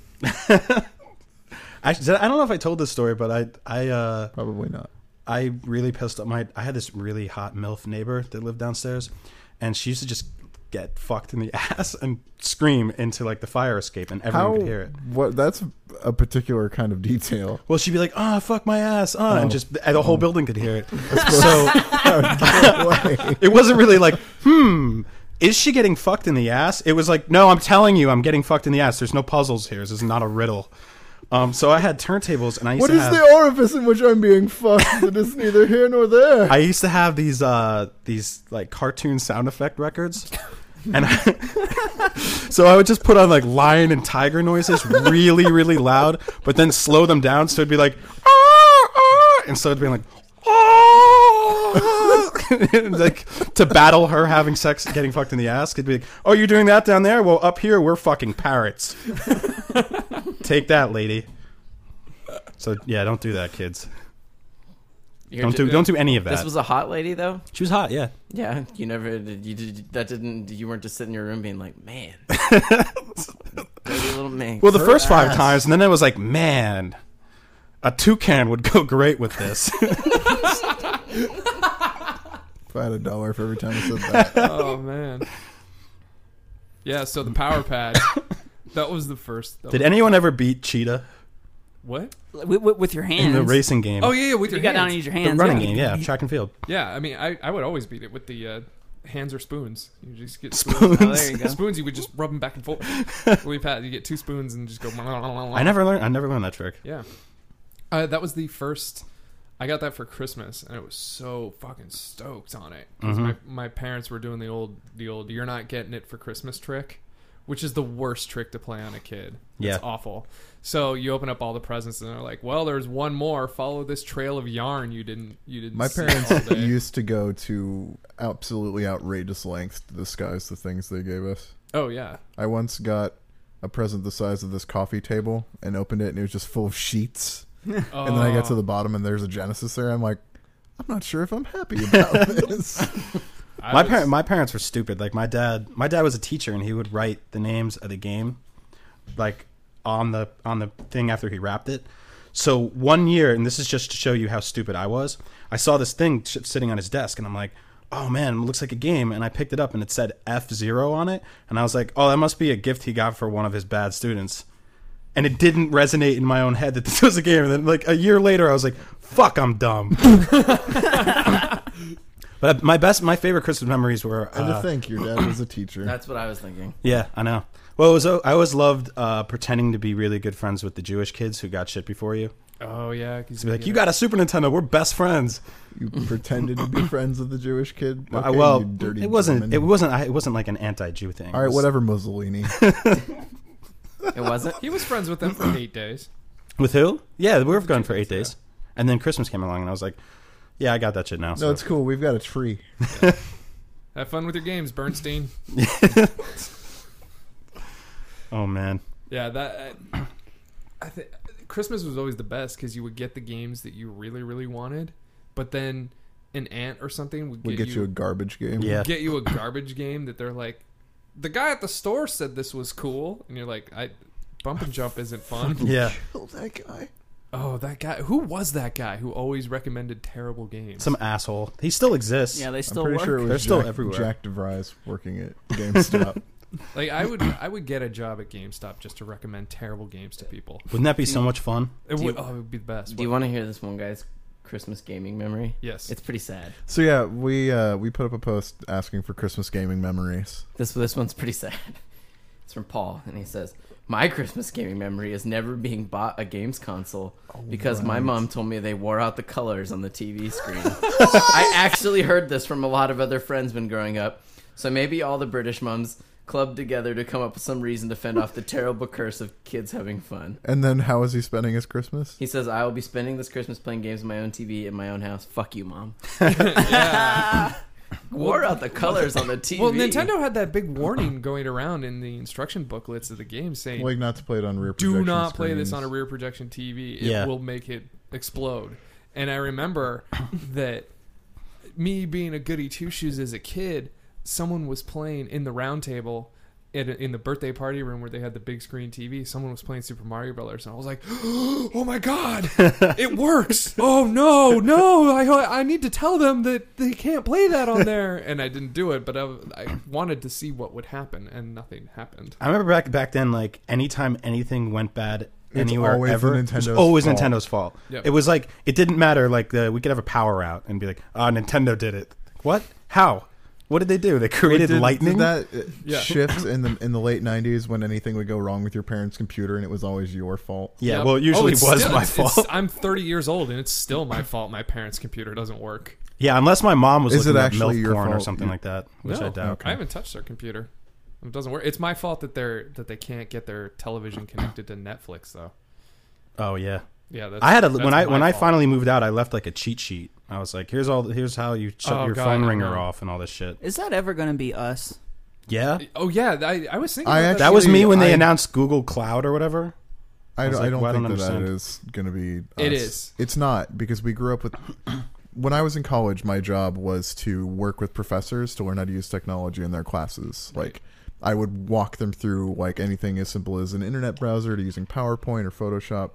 I, did- I don't know if I told this story, but I I uh, Probably not. I really pissed up my I had this really hot MILF neighbor that lived downstairs and she used to just get fucked in the ass and scream into like the fire escape and everyone How? could hear it. What? That's a particular kind of detail. Well, she'd be like, "Ah, fuck my ass," ah, and Oh. just and the whole building could hear it. so Wait. it wasn't really like, "Hmm, is she getting fucked in the ass?" It was like, "No, I'm telling you, I'm getting fucked in the ass. There's no puzzles here. This is not a riddle." Um, so I had turntables, and I used What to is have, the orifice in which I'm being fucked that is neither here nor there? I used to have these uh, these like cartoon sound effect records, and I, so I would just put on like lion and tiger noises really really loud, but then slow them down so it'd be like ah, ah, and so it'd be like. "Ah," and, like to battle her having sex and getting fucked in the ass could be like oh you're doing that down there well up here we're fucking parrots take that lady so yeah don't do that kids You're don't ju- do don't do any of that This was a hot lady though. she was hot yeah Yeah, you never did. You did that didn't. You weren't just sitting in your room being like, man, dirty little man. Well, the first five times, and then I was like, man, a toucan would go great with this. If I had a dollar for every time I said that. oh man. Yeah, so the power pad. that was the first. that Did was- anyone ever beat Cheetah what? with, with, with your hands. in the racing game? Oh yeah, yeah, with You your got hands. down and use your the hands. running yeah. game, yeah, track and field. Yeah, I mean, I, I would always beat it with the uh, hands or spoons. You just get Spoons. Oh, there you go. spoons. You would just rub them back and forth. We've had you get two spoons and just go. I never learned. I never learned that trick. Yeah, uh, that was the first. I got that for Christmas, and I was so fucking stoked on it 'Cause Mhm. my, my parents were doing the old the old "you're not getting it for Christmas" trick, which is the worst trick to play on a kid. Yeah. it's awful. So you open up all the presents, and they're like, "Well, there's one more. Follow this trail of yarn you didn't you didn't." My see parents all day." used to go to absolutely outrageous lengths to disguise the things they gave us. oh yeah, I once got a present the size of this coffee table and opened it, and it was just full of sheets. And then I Oh. got to the bottom, and there's a Genesis there. I'm like, I'm not sure if I'm happy about this. I my was- parent, my parents were stupid. Like my dad, my dad was a teacher, and he would write the names of the game, like on the on the thing after he wrapped it. So one year, and this is just to show you how stupid I was. I saw this thing sh- sitting on his desk, and I'm like, "Oh man, it looks like a game." And I picked it up, and it said F zero on it, and I was like, "Oh, that must be a gift he got for one of his bad students." And it didn't resonate in my own head that this was a game. And then, like a year later, I was like, "Fuck, I'm dumb." but my best, my favorite Christmas memories were and uh, to think your dad was a teacher. That's what I was thinking. yeah, I know. Well, it was, I always loved uh, pretending to be really good friends with the Jewish kids who got shit before you. Oh yeah, 'cause To be like, get you it. got a Super Nintendo, we're best friends. You pretended to be friends with the Jewish kid. I- Okay, well, you dirty it wasn't. German. It wasn't. I- It wasn't like an anti-Jew thing. All It right, was- whatever, Mussolini. It wasn't. He was friends with them for eight days. With who? Yeah, we were gone for eight days, and then Christmas came along, and I was like, yeah, I got that shit now. No, So. it's cool. We've got a tree. Have fun with your games, Bernstein. oh man, Yeah, that I, I think Christmas was always the best because you would get the games that you really, really wanted, but then an aunt or something would get, We'll get you a garbage game. yeah. get you a garbage game that they're like, the guy at the store said this was cool, and you're like, I bump and jump isn't fun. Yeah, Kill that guy. Oh, that guy. Who was that guy who always recommended terrible games? Some asshole. He still exists. Yeah, they I'm still pretty work. sure it was They're Jack, still everywhere. Jack DeVries working at GameStop. like I would, I would get a job at GameStop just to recommend terrible games to people. Wouldn't that be so much fun? It Do would, you- oh, it would be the best. Do you want to hear this one guy's Christmas gaming memory? Yes. It's pretty sad. so yeah, we uh, we put up a post asking for Christmas gaming memories. This this one's pretty sad. It's from Paul, and he says, "My Christmas gaming memory is never being bought a games console because my right. mom told me they wore out the colors on the TV screen." I actually heard this from a lot of other friends when growing up, so maybe all the British mums clubbed together to come up with some reason to fend off the terrible curse of kids having fun. And then how is he spending his Christmas? He says, "I will be spending this Christmas playing games on my own TV in my own house. Fuck you, mom." Wore out the colors on the TV. well, Nintendo had that big warning going around in the instruction booklets of the game saying, Like not to play it on rear. "Do projection not play this screens. on a rear projection TV. It Yeah. will make it explode." And I remember that me being a goody two shoes as a kid, someone was playing in the round table. In, in the birthday party room where they had the big screen TV, someone was playing Super Mario Brothers, and I was like, "Oh my god, it works! Oh no, no! I I need to tell them that they can't play that on there." And I didn't do it, but I, I wanted to see what would happen, and nothing happened. I remember back back then, like anytime anything went bad It's anywhere always ever, it was Nintendo's always fault. Nintendo's fault. Yep. It was like it didn't matter. Like the, we could have a power out and be like, "Ah, Nintendo did it." What? How? What did they do? They created Did- did lightning. that uh, Yeah. shift in the in the late '90s when anything would go wrong with your parents' computer and it was always your fault. yeah. Yep. Well, it Oh, usually it's was still- my it's- fault. it's- I'm 30 years old, and it's still my fault. My parents' computer doesn't work. yeah, unless my mom was Is looking it at milk actually your porn or fault? something like that, which no, I doubt. I haven't touched their computer. It doesn't work. It's my fault that they're that they can't get their television connected to Netflix, though. Oh yeah. Yeah, that's, I had a that's when I my when I fault. finally moved out, I left like a cheat sheet. I was like, "Here's all. Here's how you shut Oh, your God, phone I ringer know. off and all this shit." Is that ever going to be us? Yeah. Oh yeah, I, I was thinking. I about actually- That was me when they I- announced Google Cloud or whatever. I, I was don't- I like, don't well, I think don't that that understand. is going to be. It us. is. It's not because we grew up with. When I was in college, my job was to work with professors to learn how to use technology in their classes. Like, I would walk them through like anything as simple as an internet browser to using PowerPoint or Photoshop.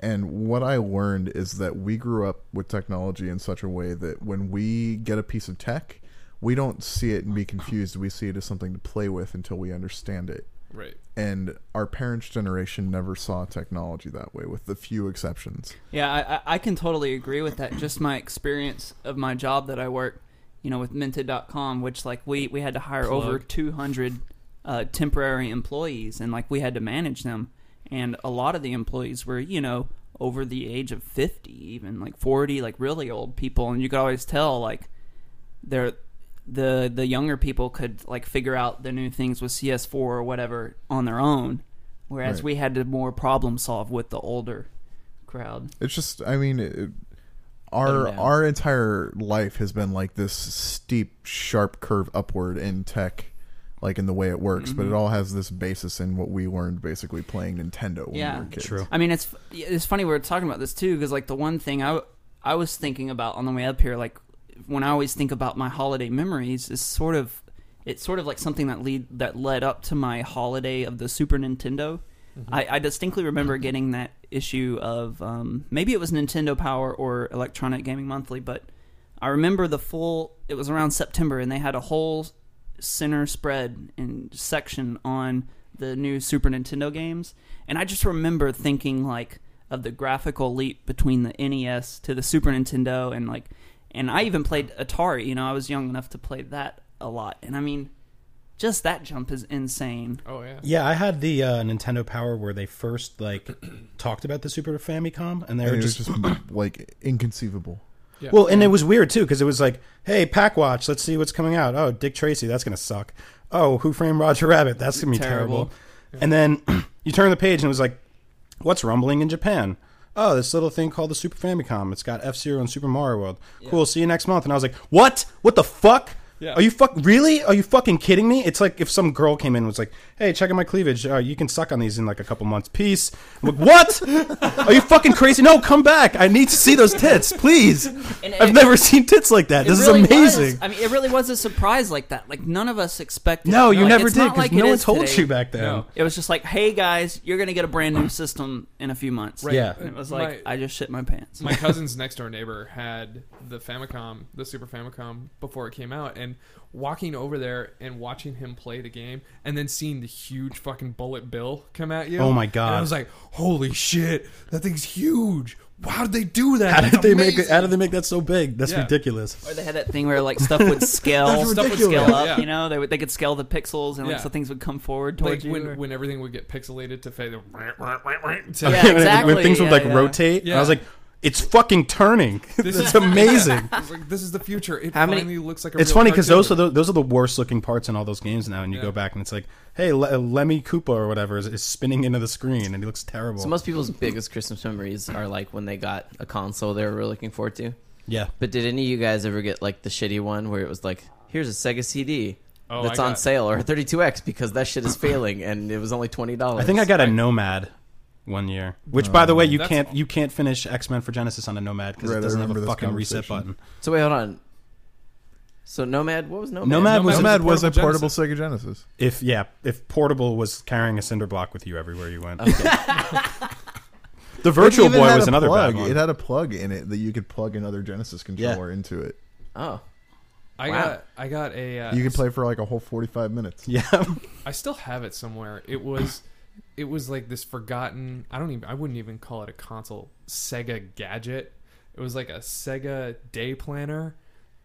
And what I learned is that we grew up with technology in such a way that when we get a piece of tech, we don't see it and be confused. We see it as something to play with until we understand it that. right. and our parents' generation never saw technology that way, with the few exceptions. Yeah, I, I- I can totally agree with that. Just my experience of my job that I work, you know, with Minted.com, which like we we had to hire over Plug. 200 uh, temporary employees, and like we had to manage them, and a lot of the employees were you know over the age of 50, even like 40, like really old people, and you could always tell like they're the the younger people could like figure out the new things with CS4 or whatever on their own, whereas Right. we had to more problem solve with the older crowd. It's just, I mean, it, our Dumb down. our entire life has been like this steep, sharp curve upward in tech, like in the way it works. But it all has this basis in what we learned basically playing Nintendo when Yeah. we were kids. True. I mean, it's it's funny we're talking about this too because like the one thing I I was thinking about on the way up here, like when I always think about my holiday memories, is sort of it's sort of like something that lead that led up to my holiday of the Super Nintendo. I, I distinctly remember getting that issue of um, maybe it was Nintendo Power or Electronic Gaming Monthly, but I remember the full. It was around September, and they had a whole center spread and section on the new Super Nintendo games. And I just remember thinking like of the graphical leap between the NES to the Super Nintendo, and like, and I even played Atari. You know, I was young enough to play that a lot, and I mean, just that jump is insane. Oh yeah. Yeah, I had the uh, Nintendo Power where they first like talked about the Super Famicom, and they And were it was just, just like inconceivable. well, and it was weird too because it was like, hey, Pack Watch, let's see what's coming out. Oh, Dick Tracy, that's gonna suck. Oh, Who Framed Roger Rabbit, that's gonna be terrible. Terrible. And then you turn the page and it was like, what's rumbling in Japan? Oh, this little thing called the Super Famicom. It's got F Zero and Super Mario World. Cool. See you next month. And I was like, what? What the fuck? Yeah. Are you fuck really? Are you fucking kidding me? It's like if some girl came in and was like, "Hey, check out my cleavage. Uh, you can suck on these in like a couple months. Peace." I'm like, "What? Are you fucking crazy? No, come back. I need to see those tits, please. And I've it- never seen tits like that. It This really is amazing." was- I mean, it really was a surprise like that. Like none of us expected. No, it. you Like, never it's did not because like no it one is told today. you back then. No. It was just like, hey guys, you're gonna get a brand new system in a few months. Right. Yeah. And it was like, My- I just shit my pants. my cousin's next door neighbor had the Famicom, the Super Famicom, before it came out, and walking over there and watching him play the game, and then seeing the huge fucking bullet bill come at you. Oh my and I God. was like, holy shit, that thing's huge. How did they do that? How did That's they make it? amazing." How did they make that so big? That's Yeah. ridiculous. Or they had that thing where like stuff would scale, That's stuff would ridiculous. scale up. Yeah. You know, they would they could scale the pixels and like Yeah. so things would come forward towards Like you. when, or- when everything would get pixelated to fade. Yeah, When- exactly, When things would yeah, like yeah. rotate, and I was Yeah. like, "It's fucking turning. This It's is- amazing." It's like, this is the future. It How many- finally looks like a. It's real funny because those are cartoon. the, those are the worst looking parts in all those games now. And you Yeah. go back and it's like, hey, Le- Lemmy Koopa or whatever is, is spinning into the screen and he looks terrible. So most people's biggest Christmas memories are like when they got a console they were looking forward to. yeah, But did any of you guys ever get like the shitty one where it was like, here's a Sega CD Oh, that's I on got- sale or a 32X because that shit is failing and it was only twenty Oh, dollars. I think I got a Nomad one year. Which, by the way, you That's- can't you can't finish X Men for Genesis on a Nomad because Right, I it doesn't have remember a this fucking reset conversation. button. So wait, hold on. So Nomad, what was Nomad? Nomad was Nomad was a portable portable Sega Genesis. If yeah, if Portable was carrying a cinder block with you everywhere you went. the Virtual It even Boy had was a another plug. bad one. It had a plug in it that you could plug another Genesis controller into it. Oh, I Wow. got. I got a. Uh, You could play for like a whole forty-five minutes. yeah, I still have it somewhere. It was it was like this forgotten I don't even I wouldn't even call it a console Sega gadget. It was like a Sega day planner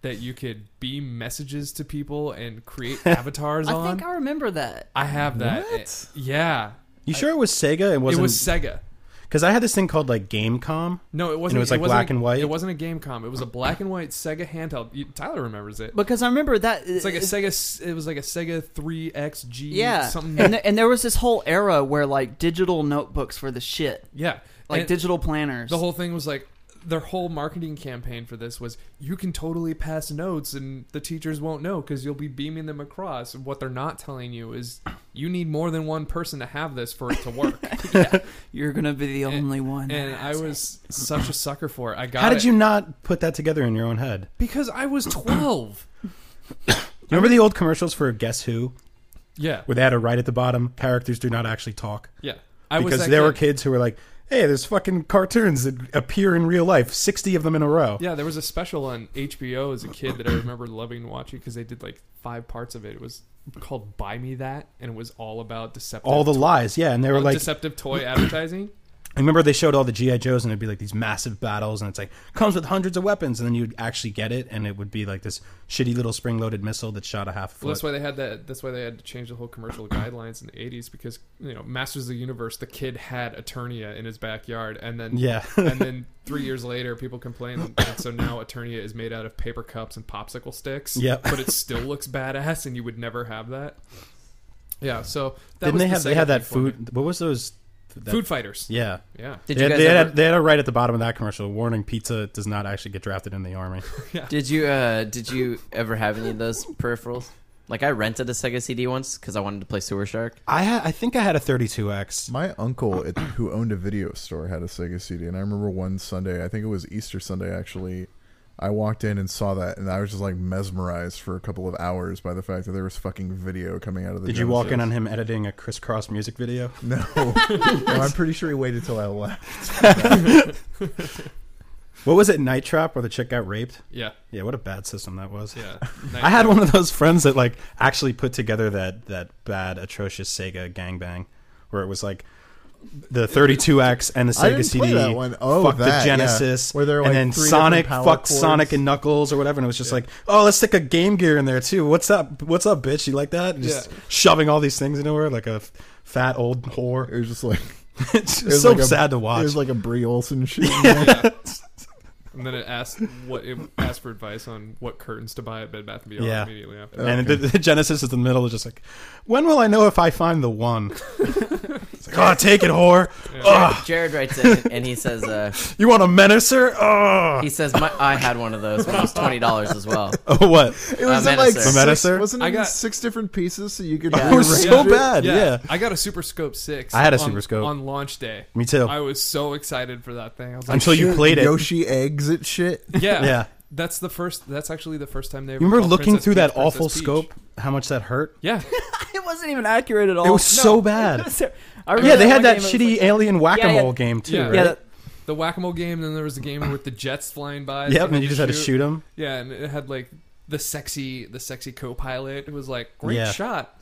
that you could beam messages to people and create avatars I on. think I remember that. I have that. What? yeah. you sure it was Sega? It It wasn't was Sega. because I had this thing called like GameCom. No, it wasn't. was, like, wasn't black a- and white? It wasn't a GameCom. It was a black and white Sega handheld. You, Tyler remembers it. Because I remember that It's like a Sega. s- It was like a Sega 3XG. Yeah, Something. and, th- and there was this whole era where like digital notebooks were the shit, yeah. like And- digital planners. The whole thing was like their whole marketing campaign for this was you can totally pass notes and the teachers won't know because you'll be beaming them across. And what they're not telling you is you need more than one person to have this for it to work. You're gonna be the And- only one. and I was such a sucker for it. I got How did it you not put that together in your own head? because I was twelve. Remember the old commercials for Guess Who, yeah, where they had a right at the bottom characters do not actually talk yeah. I was because that there were kid. kids who were like, "Hey, there's fucking cartoons that appear in real life, sixty of them in a row." Yeah, there was a special on HBO as a kid that I remember loving watching because they did like five parts of it. It was called "Buy Me That" and it was all about deceptive, uh, All the lies, yeah, and they were like, deceptive toy advertising. I remember they showed all the GI Joes, and it'd be like these massive battles, and it's like comes with hundreds of weapons, and then you'd actually get it, and it would be like this shitty little spring-loaded missile that shot a half a Well, that's foot. why they had that. That's why they had to change the whole commercial guidelines in the '80s because you know, Masters of the Universe, the kid had Eternia in his backyard, and then yeah, and then three years later, people complain, and so now Eternia is made out of paper cups and popsicle sticks. Yep. but it still looks badass, and you would never have that. Yeah, so that didn't was they the have they Sega had that thing for me. food? What was those? that- food fighters. Yeah, Yeah, did they, you had, guys they, ever, had, they had a right at the bottom of that commercial warning: pizza does not actually get drafted in the army. did you uh, did you ever have any of those peripherals? Like I rented a Sega CD once because I wanted to play Sewer Shark. I ha- I think I had a 32x. My uncle, it, who owned a video store, had a Sega CD, and I remember one Sunday, I think it was Easter Sunday actually, I walked in and saw that, and I was just like mesmerized for a couple of hours by the fact that there was fucking video coming out of the. Did you walk in Genesis. on him editing a crisscross music video? No, No, I'm pretty sure he waited till I left. What was it? Night Trap, where the chick got raped? yeah, Yeah, what a bad system that was. yeah. I had one of those friends that like actually put together that that bad atrocious Sega gangbang, where it was like the 32x and the Sega I didn't CD. play that one. Oh, fuck that, the yeah. Genesis, Where there were, and like, then three Sonic different fuck power Sonic cords. and Knuckles or whatever, and it was just like, oh, let's stick a Game Gear in there too. What's up? What's up, bitch? You like that? And just Yeah. shoving all these things into her like a f- fat old It whore. was just like it's it was just so like a- sad to It watch. was like a Brie Olson shit. Yeah. and then it asked what it asked for advice on what curtains to buy at Bed Bath and Beyond Yeah. immediately after. That. and the, the Genesis is in the middle, is just like, when will I know if I find the one? it's like, oh, take it, whore. Yeah. Jared, Jared writes in and he says, uh, You want a menacer? Oh, he says, my, I had one of those when it was twenty dollars as well. oh what? It was Uh, in like Menacer. six, Menacer? wasn't it I in got- six different pieces so you could. Yeah. Oh, It was so Yeah. bad. Yeah. I got a Super Scope six. I had a on- Super Scope. on launch day. Me too. I was so excited for that thing. I was like, Until you played it. Yoshi eggs at shit. yeah, Yeah. That's the first. That's actually the first time they. Ever You remember called looking Princess through that Peach Princess awful Peach. scope? How much that hurt? Yeah, It wasn't even accurate at all. It was so bad. I remember Yeah, they that had one that game, it was shitty like- alien whack-a-mole Yeah, yeah. game too, Yeah. right? yeah, Yeah, that- the whack a mole game. Then there was the game with the jets flying by. yep, and you just had to shoot him. Yeah, and it had like the sexy, the sexy co-pilot. It was like great Yeah. shot.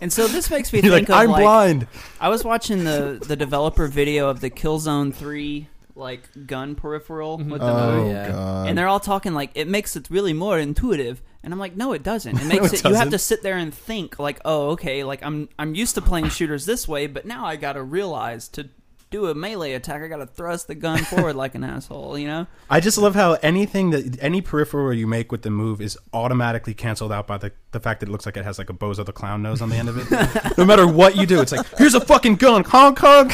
and so this makes me You're think like, of I'm like blind. I was watching the the developer video of the Killzone Three like gun peripheral with the Oh, Oh mode, yeah. god. and they're all talking like it makes it really more intuitive. And I'm like, no, it doesn't. It makes it it, you have doesn't. to sit there and think like, oh, okay, like I'm I'm used to playing shooters this way, but now I gotta realize to do a melee attack, I gotta thrust the gun forward like an asshole, you know? I just love how anything that any peripheral you make with the move is automatically canceled out by the, the fact that it looks like it has like a Bozo the clown nose on the end of it. no matter what you do, it's like here's a fucking gun, honk honk.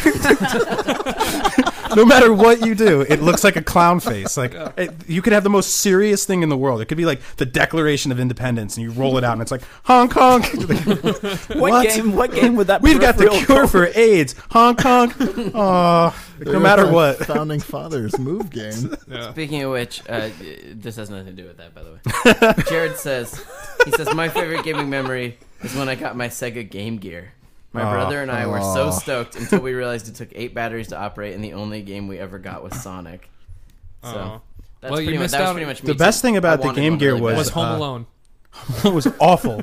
no matter what you do, it looks like a clown face. Like it, you could have the most serious thing in the world. It could be like the Declaration of Independence, and you roll it out, and it's like honk honk. What, What? game? What game would that? We've got the peripheral cure for AIDS, honk honk. Aw, They're no matter my what. Founding fathers move game. Yeah. Speaking of which, uh, this has nothing to do with that, by the way. Jared says, he says, my favorite gaming memory is when I got my Sega Game Gear. My Aw. brother and I were so Aw. stoked until we realized it took eight batteries to operate, and the only game we ever got was Sonic. So Oh. that's Well, you pretty much missed that was out- pretty much me The best thing about I the wanted Game one Gear really was was bad. Home uh, Alone. it was awful.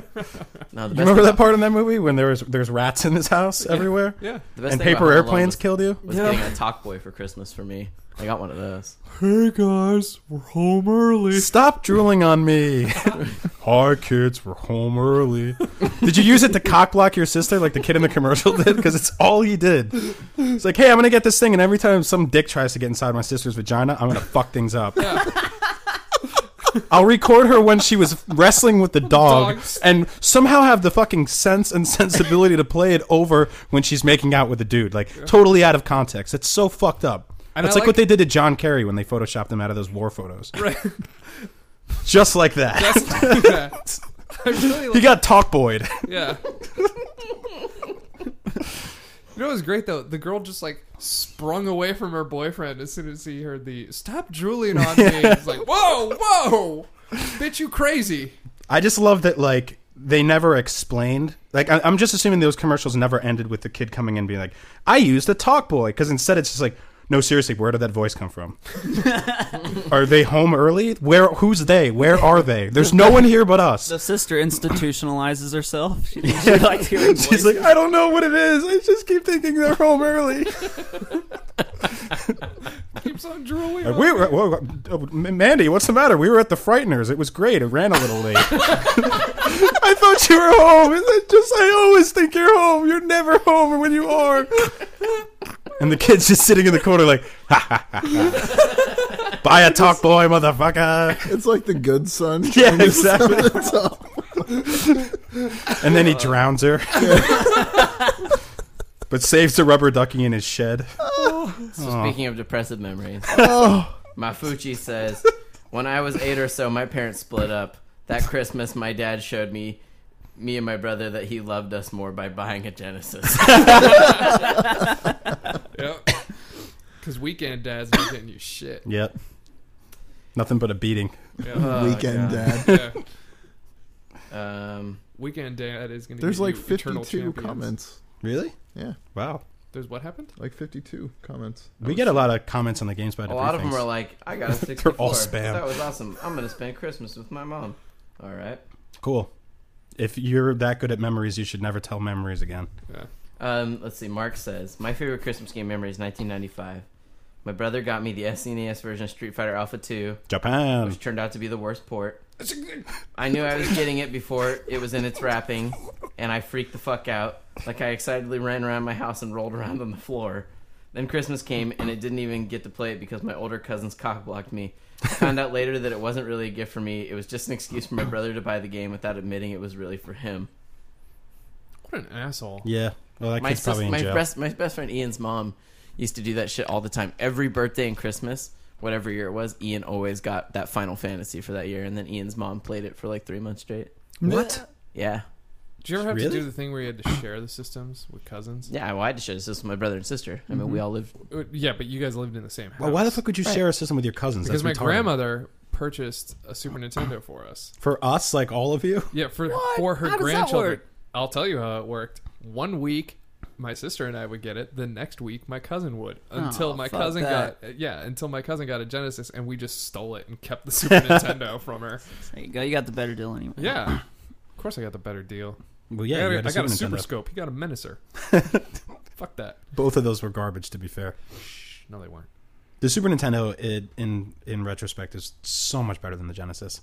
No, the You best remember thing that part in that movie when there was there's rats in this house everywhere Yeah, The best and thing about paper Home Alone airplanes was- killed you? was Yeah. getting a Talk Boy for Christmas for me. I got one of those. Hey guys, we're home early. Stop drooling on me. Hi kids, we're home early. did you use it to cock block your sister like the kid in the commercial did? Because it's all he did. It's like, hey, I'm gonna get this thing, and every time some dick tries to get inside my sister's vagina, I'm gonna fuck things up. I'll record her when she was wrestling with the dog Dogs. and somehow have the fucking sense and sensibility to play it over when she's making out with the dude. Like, totally out of context. It's so fucked up. And That's I like, what like- they did to John Kerry when they photoshopped him out of those war photos. Just like that. That's, yeah. I really He like, got talk boyed. yeah. you know what was great though? The girl just like sprung away from her boyfriend as soon as he heard the "Stop drooling on me." It's like, whoa, whoa, bitch, you crazy? I just love that like they never explained. Like I, I'm just assuming those commercials never ended with the kid coming in being like, "I used a talk boy," because instead it's just like, "No, seriously, where did that voice come from? are they home early? Where? Who's they? Where are they? There's no one here but us." The sister institutionalizes herself. She, she likes hearing She's like, "I don't know what it is. I just keep thinking they're home early." Keeps on drooling. Like, on we were, whoa, uh, Mandy, what's the matter? We were at the Frighteners. It was great. It ran a little late. I thought you were home. Is it just I always think you're home. You're never home, or when you are. and the kid's just sitting in the corner, like, ha ha ha. ha. Buy a talk boy, motherfucker. It's like the good son. Yeah, And it's exactly. on the top. And then he drowns her. but saves a rubber ducky in his shed. So speaking of depressive memories, Oh. Mafuchi says, "When I was eight or so, my parents split up. That Christmas, my dad showed me, me and my brother, that he loved us more by buying a Genesis. Yep. Because weekend dads be getting you shit. Yep. Nothing but a beating. Uh, Uh-huh. Yeah. Weekend dad. yeah. um, Weekend dad is gonna. There's give like you eternal 52 champions. comments. Really? Yeah, Wow. There's what happened? like 52 comments. We get a lot of comments on the games by a lot of them are like, I got a 64. They're all spam. That was awesome. I'm gonna spend Christmas with my mom. All right. Cool. If you're that good at memories, you should never tell memories again. Yeah. Um, let's see. Mark says, my favorite Christmas game memory is 1995. My brother got me the SNES version of Street Fighter Alpha 2, Japan. which turned out to be the worst port. I knew I was getting it before it was in its wrapping, and I freaked the fuck out. Like I excitedly ran around my house and rolled around on the floor. Then Christmas came, and it didn't even get to play it because my older cousins cock blocked me. I found out later that it wasn't really a gift for me; it was just an excuse for my brother to buy the game without admitting it was really for him. What an asshole. Yeah. Well, that my kid's sis- probably in my jail. best my best friend Ian's mom used to do that shit all the time. Every birthday and Christmas, whatever year it was, Ian always got that Final Fantasy for that year, and then Ian's mom played it for like three months straight. What? Yeah, Did you ever have to Really? do the thing where you had to share the systems with cousins? yeah. Well, I had to share this with my brother and sister. I mean, Mm-hmm. we all lived. Uh, Yeah, but you guys lived in the same house. Well, why the fuck would you Right. share a system with your cousins? Because my That's retarded. grandmother purchased a Super Nintendo for us. For us, like all of you? Yeah, for What? for her How does that grandchildren. work? I'll tell you how it worked. One week, my sister and I would get it. The next week, my cousin would. Until Oh, my fuck cousin that. got yeah, until my cousin got a Genesis, and we just stole it and kept the Super Nintendo from her. There you go. You got the better deal anyway. Yeah. Of course, I got the better deal. Well, yeah, I you got, had a, I got a Super super Nintendo. scope. He got a menacer. Fuck that. Both of those were garbage, to be fair. Shh, no, they weren't. The Super Nintendo, it, in in retrospect, is so much better than the Genesis.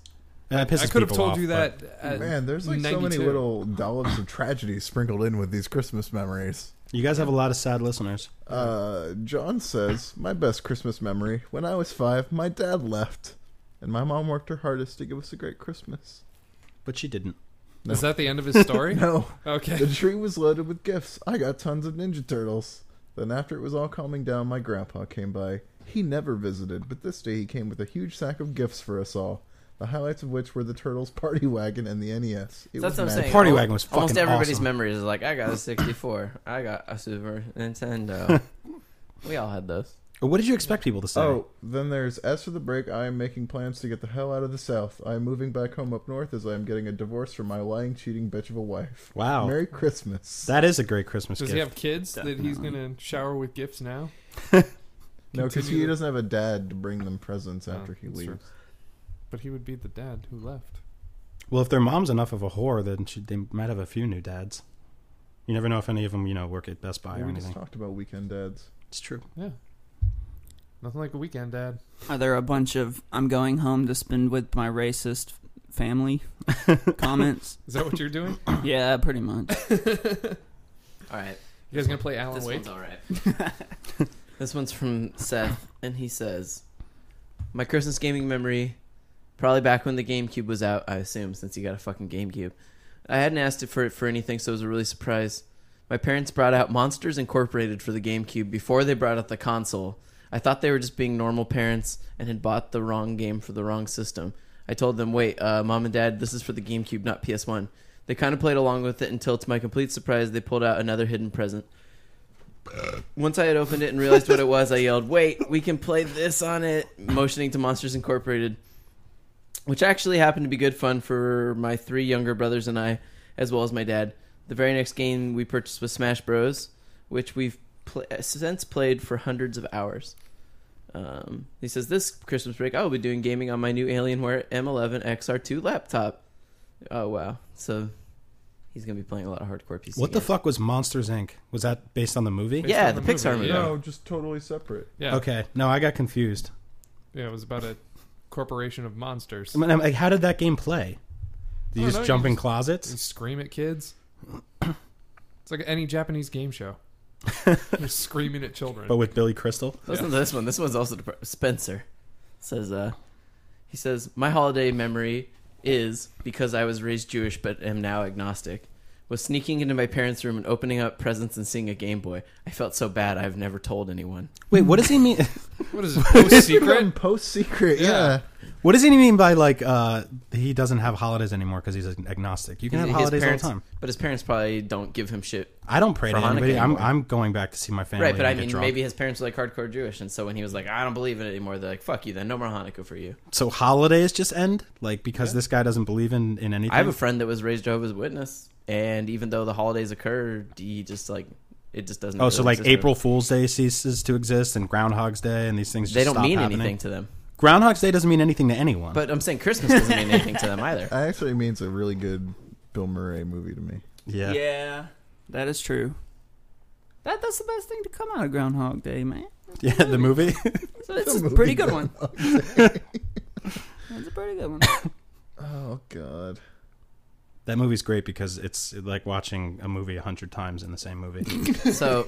And that pisses I could have people told off, you but- that. uh, At Man, there's like so many 92. little dollops of tragedy sprinkled in with these Christmas memories. You guys have a lot of sad listeners. Uh, John says, My best Christmas memory. When I was five, my dad left, and my mom worked her hardest to give us a great Christmas. But she didn't. Is that the end of his story? No, the Okay. tree was loaded with gifts. I got tons of Ninja Turtles. Then, after it was all calming down, my grandpa came by. He never visited, but this day he came with a huge sack of gifts for us all. The highlights of which were the Turtles' party wagon and the NES. So It that's was what I'm magic. saying. Party Al- Wagon was fucking almost everybody's awesome. memories is like I got a 64, I got a Super Nintendo. we all had those. What did you expect people to say? Oh, then there's as for the break, I am making plans to get the hell out of the South. I am moving back home up north as I am getting a divorce from my lying, cheating bitch of a wife. wow. Merry Christmas. that is a great Christmas Does gift. he have kids that he's Definitely. gonna shower with gifts now? no, because Continue he the- doesn't have a dad to bring them presents Oh, after he that's true. leaves. But he would be the dad who left. Well, if their mom's enough of a whore, then she, they might have a few new dads. You never know if any of them, you know, work at Best Buy Yeah, or we anything. just talked about weekend dads. It's true. Yeah. Nothing like a weekend, Dad. Are there a bunch of "I'm going home to spend with my racist family" comments? Is that what you're doing? yeah, pretty much. All right. You guys gonna play Alan this Wake? one's all right. this one's from Seth, and he says, "My Christmas gaming memory, probably back when the GameCube was out. I assume since you got a fucking GameCube. I hadn't asked it for for anything, so it was a really surprise. My parents brought out Monsters Incorporated for the GameCube before they brought out the console. I thought they were just being normal parents and had bought the wrong game for the wrong system. I told them, wait, uh, mom and dad, this is for the GameCube, not PS1. They kind of played along with it until, to my complete surprise, they pulled out another hidden present. Once I had opened it and realized what it was, I yelled, Wait, we can play this on it, motioning to Monsters Incorporated, which actually happened to be good fun for my three younger brothers and I, as well as my dad. The very next game we purchased was Smash Bros., which we've pl- since played for hundreds of hours. Um, he says, This Christmas break, I will be doing gaming on my new Alienware M11 XR2 laptop. Oh, wow. So he's going to be playing a lot of hardcore PC. What the games. fuck was Monsters Inc? Was that based on the movie? Based Yeah, on the Pixar movie. Yeah. No, just totally separate. Yeah. Okay. No, I got confused. Yeah, it was about a corporation of monsters. I mean, I'm like, how did that game play? Do you Oh, just no, you jump in just- You closets? scream at kids. It's like any Japanese game show. You're screaming at children. But with Billy Crystal? Listen to this one. This one's also dep- Spencer says. Uh, he says my holiday memory is because I was raised Jewish but am now agnostic. Was sneaking into my parents' room and opening up presents and seeing a Game Boy. I felt so bad. I've never told anyone. Wait, what does he mean? What is it? Post secret? Post secret, yeah. Yeah. What does he mean by like uh, he doesn't have holidays anymore because he's agnostic? You can His- have his holidays parents, all the time. But his parents probably don't give him shit. I don't pray to For Hanukkah anybody. I'm, anymore. I'm going back to see my family. right, but and I get mean, drunk. maybe his parents were like hardcore Jewish, and so when he was like, "I don't believe in it anymore," they're like, "Fuck you, then no more Hanukkah for you." so holidays just end like because this guy doesn't believe in in anything. I have a friend that was raised Jehovah's Witness, and even though the holidays occur, he just like it just doesn't. oh, so really like exist for him. April Fool's Day ceases to exist and Groundhog's Day and these things. Just they don't stop mean happening. Oh. anything to them. Groundhog's Day doesn't mean anything to anyone. But I'm saying Christmas doesn't mean anything to them either. That actually means a really good Bill Murray movie to me. yeah. Yeah, that is true. That that's the best thing to come out of Groundhog Day, man. yeah, the movie. So it's The a movie pretty good one. It's a pretty good one. Oh, God. That movie's great because it's like watching a movie a hundred times in the same movie. So,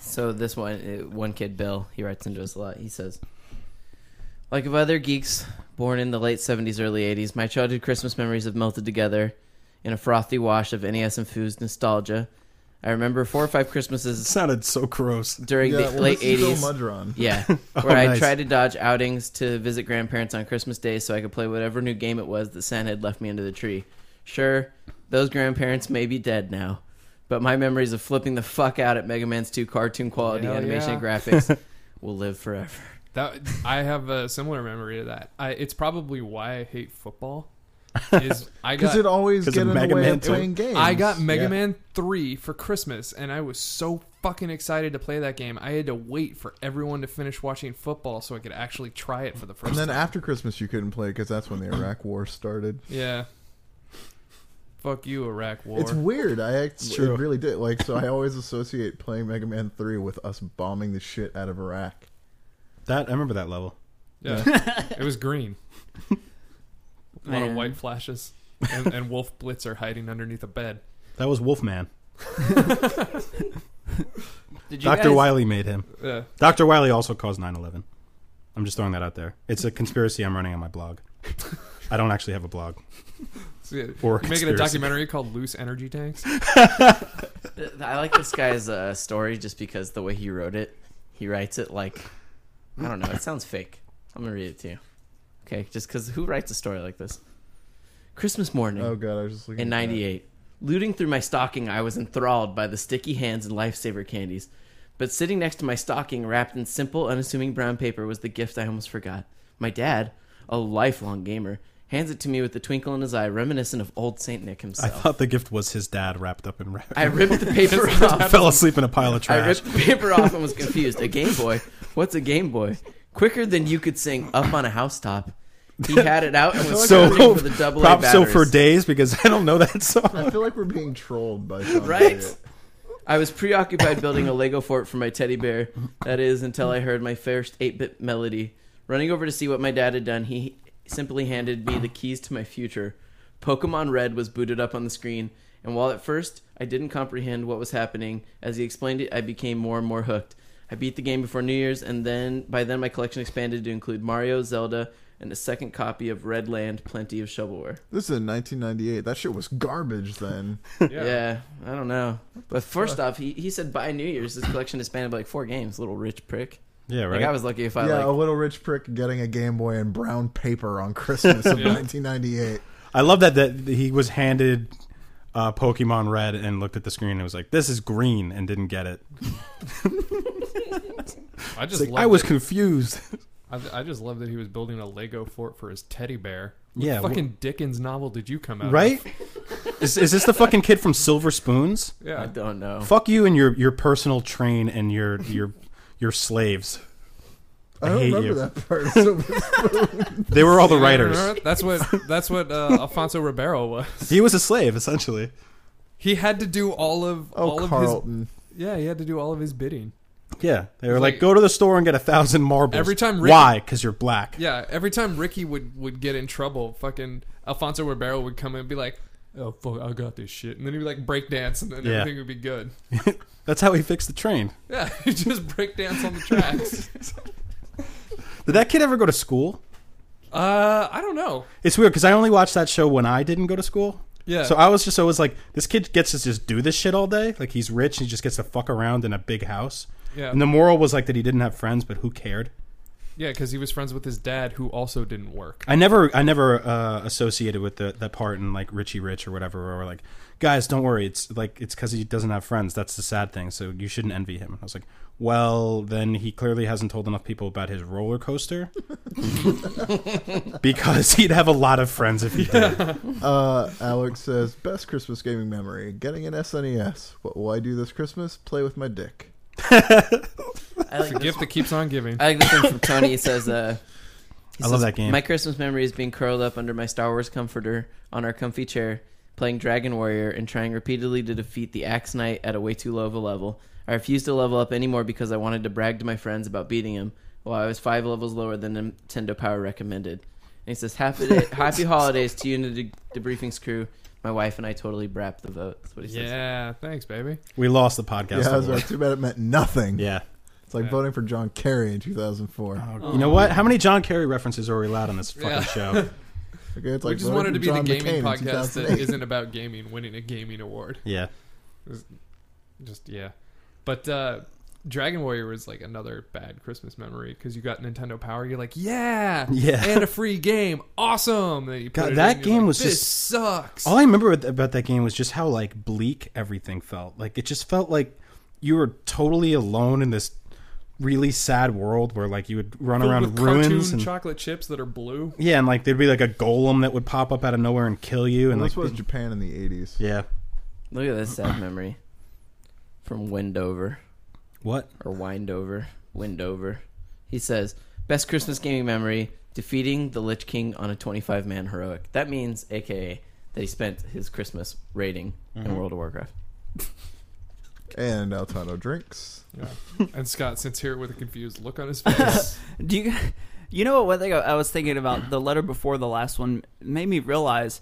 so this one, uh, one kid, Bill, he writes into us a lot. He says, like of other geeks born in the late 70s, early 80s, my E childhood Christmas memories have melted together in a frothy wash of NES infused nostalgia. I remember four or five Christmases It sounded so gross. during the well, late this is Bill 80s. Mudron. Yeah, Oh, where I nice. tried to dodge outings to visit grandparents on Christmas Day so I could play whatever new game it was that Santa had left me under the tree. Sure, those grandparents may be dead now, but my memories of flipping the fuck out at Mega Man's 2 cartoon quality Hell animation yeah. and graphics will live forever. That I have a similar memory to that. I, it's probably why I hate football. Is I Because got it always 'Cause get of in the Mega way Man of two. playing games. I got Mega Yeah. Man 3 for Christmas, and I was so fucking excited to play that game. I had to wait for everyone to finish watching football so I could actually try it for the first And then time. after Christmas, you couldn't play because that's when the Iraq War started. yeah. Fuck you, Iraq War. It's weird. I act- true. it really did. Like, so I always associate playing Mega Man Three with us bombing the shit out of Iraq. That I remember that level. yeah. it was green. A lot of Man. white flashes. And, and Wolf Blitzer hiding underneath a bed. That was Wolfman. Did you Doctor guys- Wiley made him. Yeah. Doctor Wiley also caused 9/11. I'm just throwing that out there. It's a conspiracy I'm running on my blog. I don't actually have a blog. So, yeah, Or you're making a conspiracy. documentary called Loose Energy Tanks. I like this guy's uh, story just because the way he wrote it, he writes it like I don't know. It sounds fake. I'm gonna read it to you. Okay, just because who writes a story like this? Christmas Mm-hmm. morning Oh god, I was just looking in at that. '98, looting through my stocking, I was enthralled by the sticky hands and lifesaver candies. But sitting next to my stocking, wrapped in simple, unassuming brown paper, was the gift I almost forgot. My dad, a lifelong gamer, hands it to me with a twinkle in his eye, reminiscent of old Saint Nick I himself. thought the gift was his dad wrapped up in wrap. I ripped the paper I off. fell asleep in a pile of I trash. ripped the paper off and was confused. A Game Boy? What's a Game Boy? Quicker than you could sing "Up on a Housetop." He had it out and was so searching for the double A props so for batteries. days because I don't know that song. I feel like we're being trolled by Sean Right? Elliott. I was preoccupied building a Lego fort for my teddy bear. That is until I heard my first 8-bit melody. Running over to see what my dad had done, he simply handed me the keys to my future. Pokemon Red was booted up on the screen, and while at first I didn't comprehend what was happening, as he explained it, I became more and more hooked. I beat the game before New Year's, and then by then my collection expanded to include Mario, Zelda, and a second copy of Red Land, plenty of shovelware. This is in 1998. That shit was garbage then. Yeah. I don't know. But first off, he, he said by New Year's his collection is spanned by like four games. Little rich prick. Yeah, oh, right. Like I was lucky if I yeah, a like. little rich prick getting a Game Boy and brown paper on Christmas of Yeah. 1998. I love that that he was handed uh, Pokemon Red and looked at the screen and was like, "This is green," and didn't get it. I It's just like, loved I was it. confused. I, I just love that he was building a Lego fort for his teddy bear. What Yeah, fucking Dickens novel did you come out of? right? is, is this the fucking kid from Silver Spoons? Yeah. I don't know. Fuck you and your your personal train and your your your slaves. I, I don't hate remember you. that part. So They were all the You remember writers. that? That's what that's what uh, Alfonso Ribeiro was. He was a slave essentially. He had to do all of all oh, of Carlton. his yeah, he had to do all of his bidding. Yeah, they were It's like, like- "Go to the store and get a thousand marbles." Every time Rick- why? Because you're black. Yeah, every time Ricky would would get in trouble, fucking Alfonso Ribeiro would come in and be like, "Oh fuck, I got this shit," and then he'd be like break dance, and then Yeah. everything would be good. That's how he fixed the train. Yeah, he just break dance on the tracks. Did that kid ever go to school? uh, I don't know. It's weird because I only watched that show when I didn't go to school. Yeah, So I was just always like, this kid gets to just do this shit all day. Like he's rich and he just gets to fuck around in a big house. yeah, And the moral was like that he didn't have friends, but who cared? yeah, because he was friends with his dad, who also didn't work. I never, I never uh, associated with the, that part in like Richie Rich or whatever, or like, guys, don't worry, it's like it's because he doesn't have friends. That's the sad thing. So you shouldn't envy him. I was like, well, then he clearly hasn't told enough people about his roller coaster, because he'd have a lot of friends if he did. Uh, Alex says, best Christmas gaming memory, getting an SNES. What will I do this Christmas? Play with my dick. I like It's a this. gift that keeps on giving. I like this one from Tony. He says, uh, he I love says, that game. My Christmas memory is being curled up under my Star Wars comforter on our comfy chair, playing Dragon Warrior and trying repeatedly to defeat the Axe Knight at a way too low of a level. I refused to level up anymore because I wanted to brag to my friends about beating him, while I was five levels lower than Nintendo Power recommended. And he says, Happy, happy holidays to you and the de- debriefings crew. My wife and I totally brap the vote. That's what he says. Yeah, thanks, baby. We lost the podcast. yeah, I was award. like, too bad it meant nothing. yeah. It's like Yeah. Uh, voting for John Kerry in 2004. You know what? How many John Kerry references are we allowed on this fucking Yeah. show? Okay, it's we like just voting wanted for to be John the gaming McCain in podcast that 2008. isn't about gaming winning a gaming award. Yeah. just yeah. But uh, Dragon Warrior was like another bad Christmas memory because you got Nintendo Power. You're like, yeah, Yeah. and a free game, awesome. And you put God, it in, that you're game like, was this just- sucks. All I remember with- about that game was just how like bleak everything felt. Like it just felt like you were totally alone in this really sad world where like you would run Filled around with ruins cartoon and chocolate chips that are blue. yeah, and like there'd be like a golem that would pop up out of nowhere and kill you and Well, like this was the- Japan in the eighties. yeah. Look at this sad memory from Windover What? or Windover. Windover. He says, "Best Christmas gaming memory: defeating the Lich King on a 25-man heroic." That means, aka, that he spent his Christmas raiding in World of Warcraft. And Altano drinks. Yeah. and Scott sits here with a confused look on his face. Do you, you know what? One thing I I was thinking about the letter before the last one made me realize.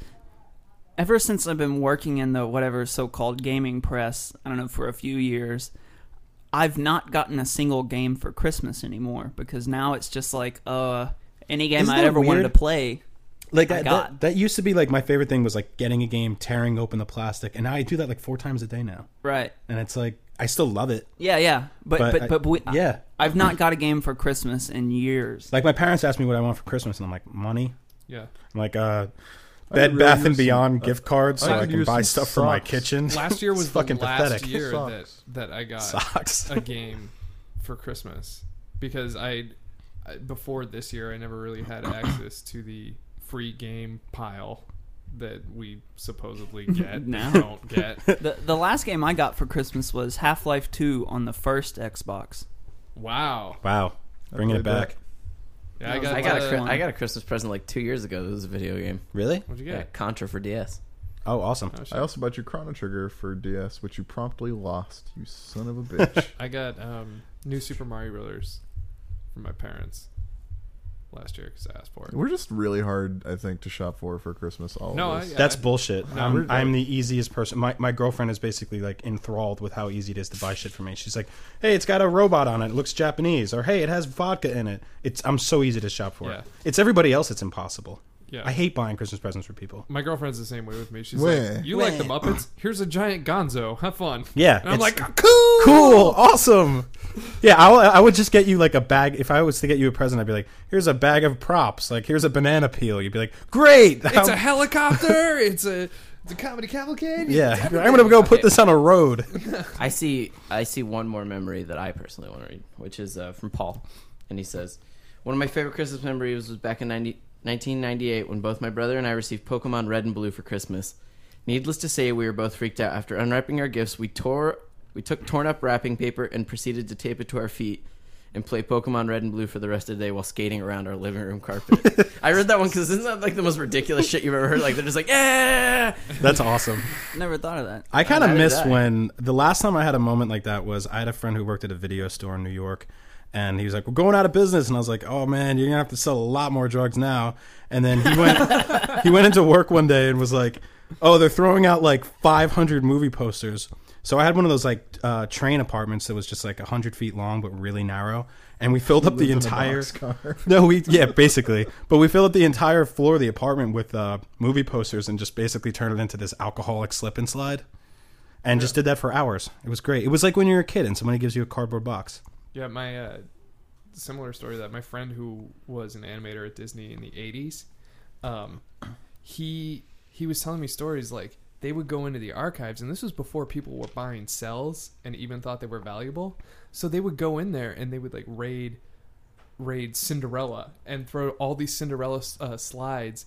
Ever since I've been working in the whatever so-called gaming press, I don't know for a few years, I've not gotten a single game for Christmas anymore because now it's just like uh any game Isn't I that ever wanted to weird? play. Like I that, got- that that used to be like my favorite thing was like getting a game, tearing open the plastic, and now I do that like four times a day now. Right. And it's like I still love it. Yeah, yeah. But But but I- but, we, yeah. I've not got a game for Christmas in years. Like my parents asked me what I want for Christmas and I'm like, money. yeah. I'm like uh I Bed could really Bath and use some- uh, Beyond gift cards I so I, could can use buy some stuff for my socks. kitchen. Last year It's was the fucking last pathetic. year Sucks. that that I got Socks. a game for Christmas because I I- before this year I never really had access to the free game pile that we supposedly get No. and don't get. The the last game I got for Christmas was Half-Life 2 on the first Xbox. Wow. Wow. Bringing it played that. back. Yeah, I That was got, I got a uh, Chri- one. I got a Christmas present like two years ago. It was a video game. Really? What'd you Yeah, get? Contra for DS. Oh, awesome. Oh, shit. I also bought you Chrono Trigger for DS, which you promptly lost. You son of a bitch. I got um, New Super Mario Brothers from my parents last year because I asked for it. We're just really hard, I think, to shop for for Christmas. All No, of I- us. yeah. That's bullshit. No, I'm, we're- I'm the easiest person. My, my girlfriend is basically like enthralled with how easy it is to buy shit for me. She's like, "Hey, it's got a robot on it. It looks Japanese." Or, "Hey, it has vodka in it." It's I'm so easy to shop for. Yeah. It's everybody else. It's impossible. Yeah. I hate buying Christmas presents for people. my girlfriend's the same way with me. She's Where? like, "You like the Muppets? Here's a giant Gonzo. Have fun." Yeah, and I'm it's- like, "Cool, Cool, awesome. Yeah, I, w- I would just get you like a bag. If I was to get you a present, I'd be like, "Here's a bag of props. Like, here's a banana peel." You'd be like, "Great." It's a I'm- helicopter. it's a it's a comedy cavalcade. yeah, I'm gonna go put this on a road. I see. I see one more memory that I personally want to read, which is uh, from Paul, and he says, "One of my favorite Christmas memories was back in 90, 1998 when both my brother and I received Pokemon Red and Blue for Christmas. Needless to say, we were both freaked out. After unwrapping our gifts, we tore, we took torn up wrapping paper and proceeded to tape it to our feet." And play Pokemon Red and Blue for the rest of the day while skating around our living room carpet. I read that one because isn't that like the most ridiculous shit you've ever heard? Like they're just like, yeah. That's awesome. Never thought of that. I kind of neither miss did I. when the last time I had a moment like that was I had a friend who worked at a video store in New York, and he was like, "We're going out of business," and I was like, "Oh man, you're gonna have to sell a lot more drugs now." And then he went he went into work one day and was like, "Oh, they're throwing out like 500 movie posters." So I had one of those like uh, train apartments that was just like 100 feet long but really narrow, and we filled up the Lived in a entire boxcar. no, we yeah, basically. But we filled up the entire floor of the apartment with uh, movie posters and just basically turned it into this alcoholic slip and slide, and just did that for hours. It was great. It was like when you're a kid and somebody gives you a cardboard box. Yeah, my uh, similar story to that my friend who was an animator at Disney in the '80s, um, he he was telling me stories like they would go into the archives, and this was before people were buying cells and even thought they were valuable. So they would go in there and they would like raid raid Cinderella and throw all these Cinderella uh, slides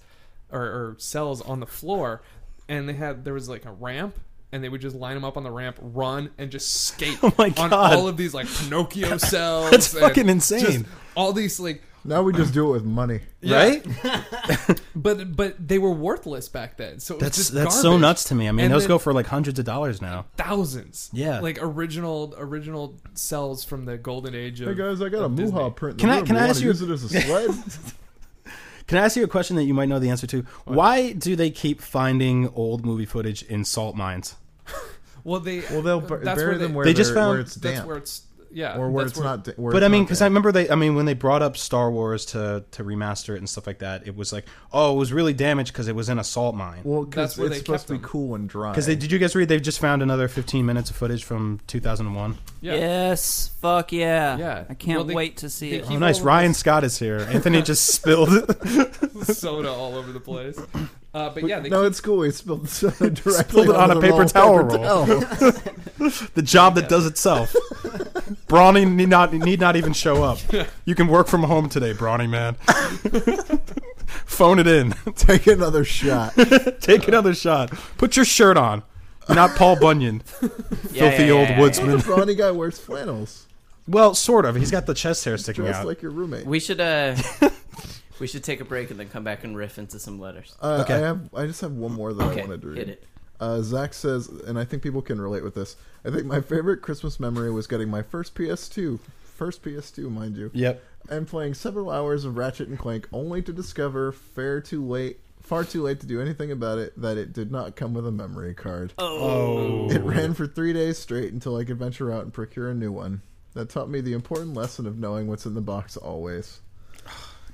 or, or cells on the floor, and they had there was like a ramp. And they would just line them up on the ramp, run, and just skate Oh my on God. all of these like Pinocchio cells. That's and fucking just insane. all these like, Now we just do it with money. yeah. Right? But but they were worthless back then. So it was That's just that's so garbage. nuts to me. I mean, And those then go for like hundreds of dollars now. thousands. Yeah. like original original cells from the golden age of. Hey guys, I got a of Disney. Muha print. In Can the I- room. can I wanna ask you- Use it as a sled. Can I ask you a question that you might know the answer to? Why do they keep finding old movie footage in salt mines? Well, they well, they'll bur- that's bury where them they, where They just they're- found- where it's that's damp. where it's yeah, or where that's it's not. Where But it's I mean, not because I there. remember they, I mean, when they brought up Star Wars to to remaster it and stuff like that, it was like, oh, it was really damaged because it was in a salt mine. well, That's because where it's they supposed kept to be them. cool and dry. Because they did you guys read? They've just found another 15 minutes of footage from 2001. Yeah. Yes, fuck yeah. Yeah. I can't Well, they- wait to see they it. keep- Oh, nice! all of Ryan Scott is here. Anthony just spilled soda all over the place. Uh, but yeah, they no, keep, it's cool. It's spilled directly spilled it on onto a the paper towel roll. towel. the job that does itself. Brawny need not need not even show up. You can work from home today, Brawny man. Phone it in. Take another shot. Take another shot. Put your shirt on. You're not Paul Bunyan, filthy old woodsman. The brawny guy wears flannels, Well, sort of. He's got the chest hair sticking dressed out. like your roommate. We should uh, we should take a break and then come back and riff into some letters. Uh, Okay. I have. I just have one more that okay, I wanted to read. hit it. Uh, Zach says, and I think people can relate with this. I think my favorite Christmas memory was getting my first PS2, first PS2, mind you, yep. and playing several hours of Ratchet and Clank, only to discover fair too late, far too late to do anything about it, that it did not come with a memory card. Oh. It ran for three days straight until I could venture out and procure a new one. That taught me the important lesson of knowing what's in the box always.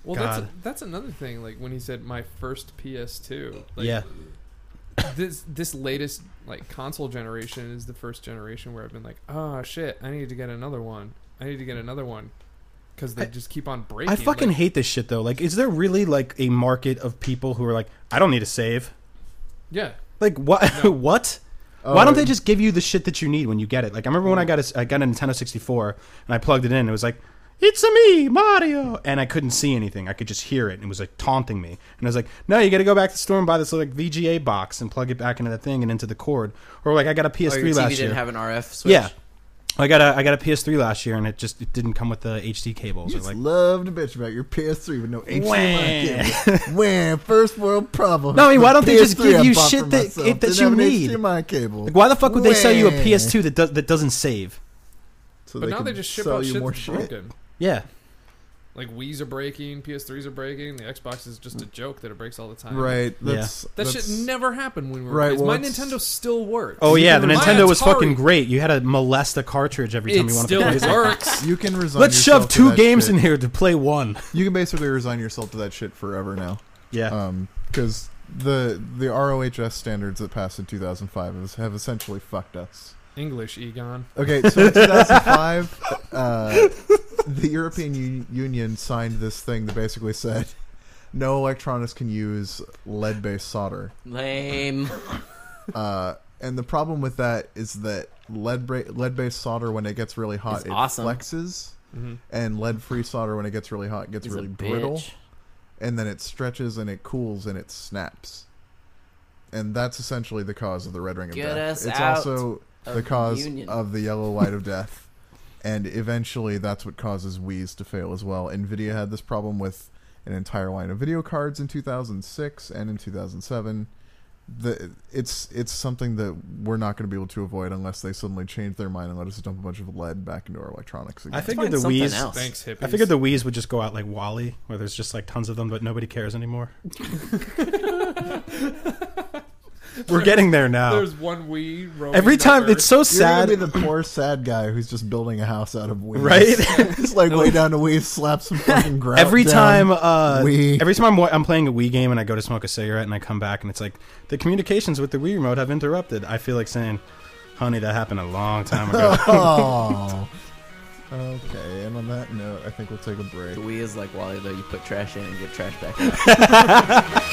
well, God. that's that's another thing. Like when he said my first PS2. Like, yeah. This this latest like console generation is the first generation where I've been like, oh shit, I need to get another one. I need to get another one because they just keep on breaking. I fucking like, hate this shit though. Like, is there really like a market of people who are like, I don't need a save? yeah. Like, what? No. what? Oh, Why don't they just give you the shit that you need when you get it? Like, I remember when I got a, I got a Nintendo 64 and I plugged it in. It was like, "It's a me, Mario," and I couldn't see anything. I could just hear it, and it was like taunting me. And I was like, "No, you got to go back to the store and buy this like VGA box and plug it back into the thing and into the cord." Or like, I got a oh, PS3 your TV last didn't year. have an RF switch. yeah, I got a I got a PS3 last year, and it just it didn't come with the HD cables. Oh, You Or just like, love to bitch about your PS3 with no Wah. HDMI cable. Wah, first world problem. No, I mean, why don't they just PS3 give you I bought shit for that- myself. it- that Didn't you have an need? HDMI cable. like, why the fuck would they sell you a Wah. PS2 that does that doesn't save? So But now could they just ship sell out you shit more that's shit. broken. Yeah, Like Wii's are breaking, PS3s are breaking, the Xbox is just a joke that it breaks all the time. Right. Yeah. That's That that's, shit never happened when we were Right, kids. well, My it's- Nintendo still works. Oh yeah, the My Nintendo was Atari, fucking great. You had to molest a cartridge every time It you wanted still to play. something. works. You can resign. Let's yourself shove to two that games shit. in here to play one. You can basically resign yourself to that shit forever now. Yeah. Um, because the the ROHS standards that passed in 2005 has- have essentially fucked us. English, Egon. Okay, so in 2005, uh, the European U- Union signed this thing that basically said no electronics can use lead based solder. Lame. Uh, and the problem with that is that lead bra- lead based solder, when it gets really hot, It's it awesome. flexes, Mm-hmm. and lead free solder, when it gets really hot, gets He's really a bitch. brittle, and then it stretches and it cools and it snaps. And that's essentially the cause of the red ring of Get death. us it's out also of the the cause union. of the yellow light of death. And eventually, that's what causes Wii's to fail as well. Nvidia had this problem with an entire line of video cards in 2006 and in 2007. The, it's it's something that we're not going to be able to avoid unless they suddenly change their mind and let us dump a bunch of lead back into our electronics again. I figured find the something Wii's. else. Thanks, hippies. I figured the Wii's would just go out like Wally, where there's just like tons of them, but nobody cares anymore. We're getting there now. There's one Wii. roaming Every the time earth. it's so You're gonna sad, be the poor sad guy who's just building a house out of Wii. right? Just like way down to Wii, slap some fucking grout. every down. time uh, Wii. every time I'm, wa- I'm playing a Wii game and I go to smoke a cigarette and I come back and it's like the communications with the Wii remote have interrupted. I feel like saying, "Honey, that happened a long time ago." oh. Okay, and on that note, I think we'll take a break. The Wii is like Wally though. You put trash in and get trash back out.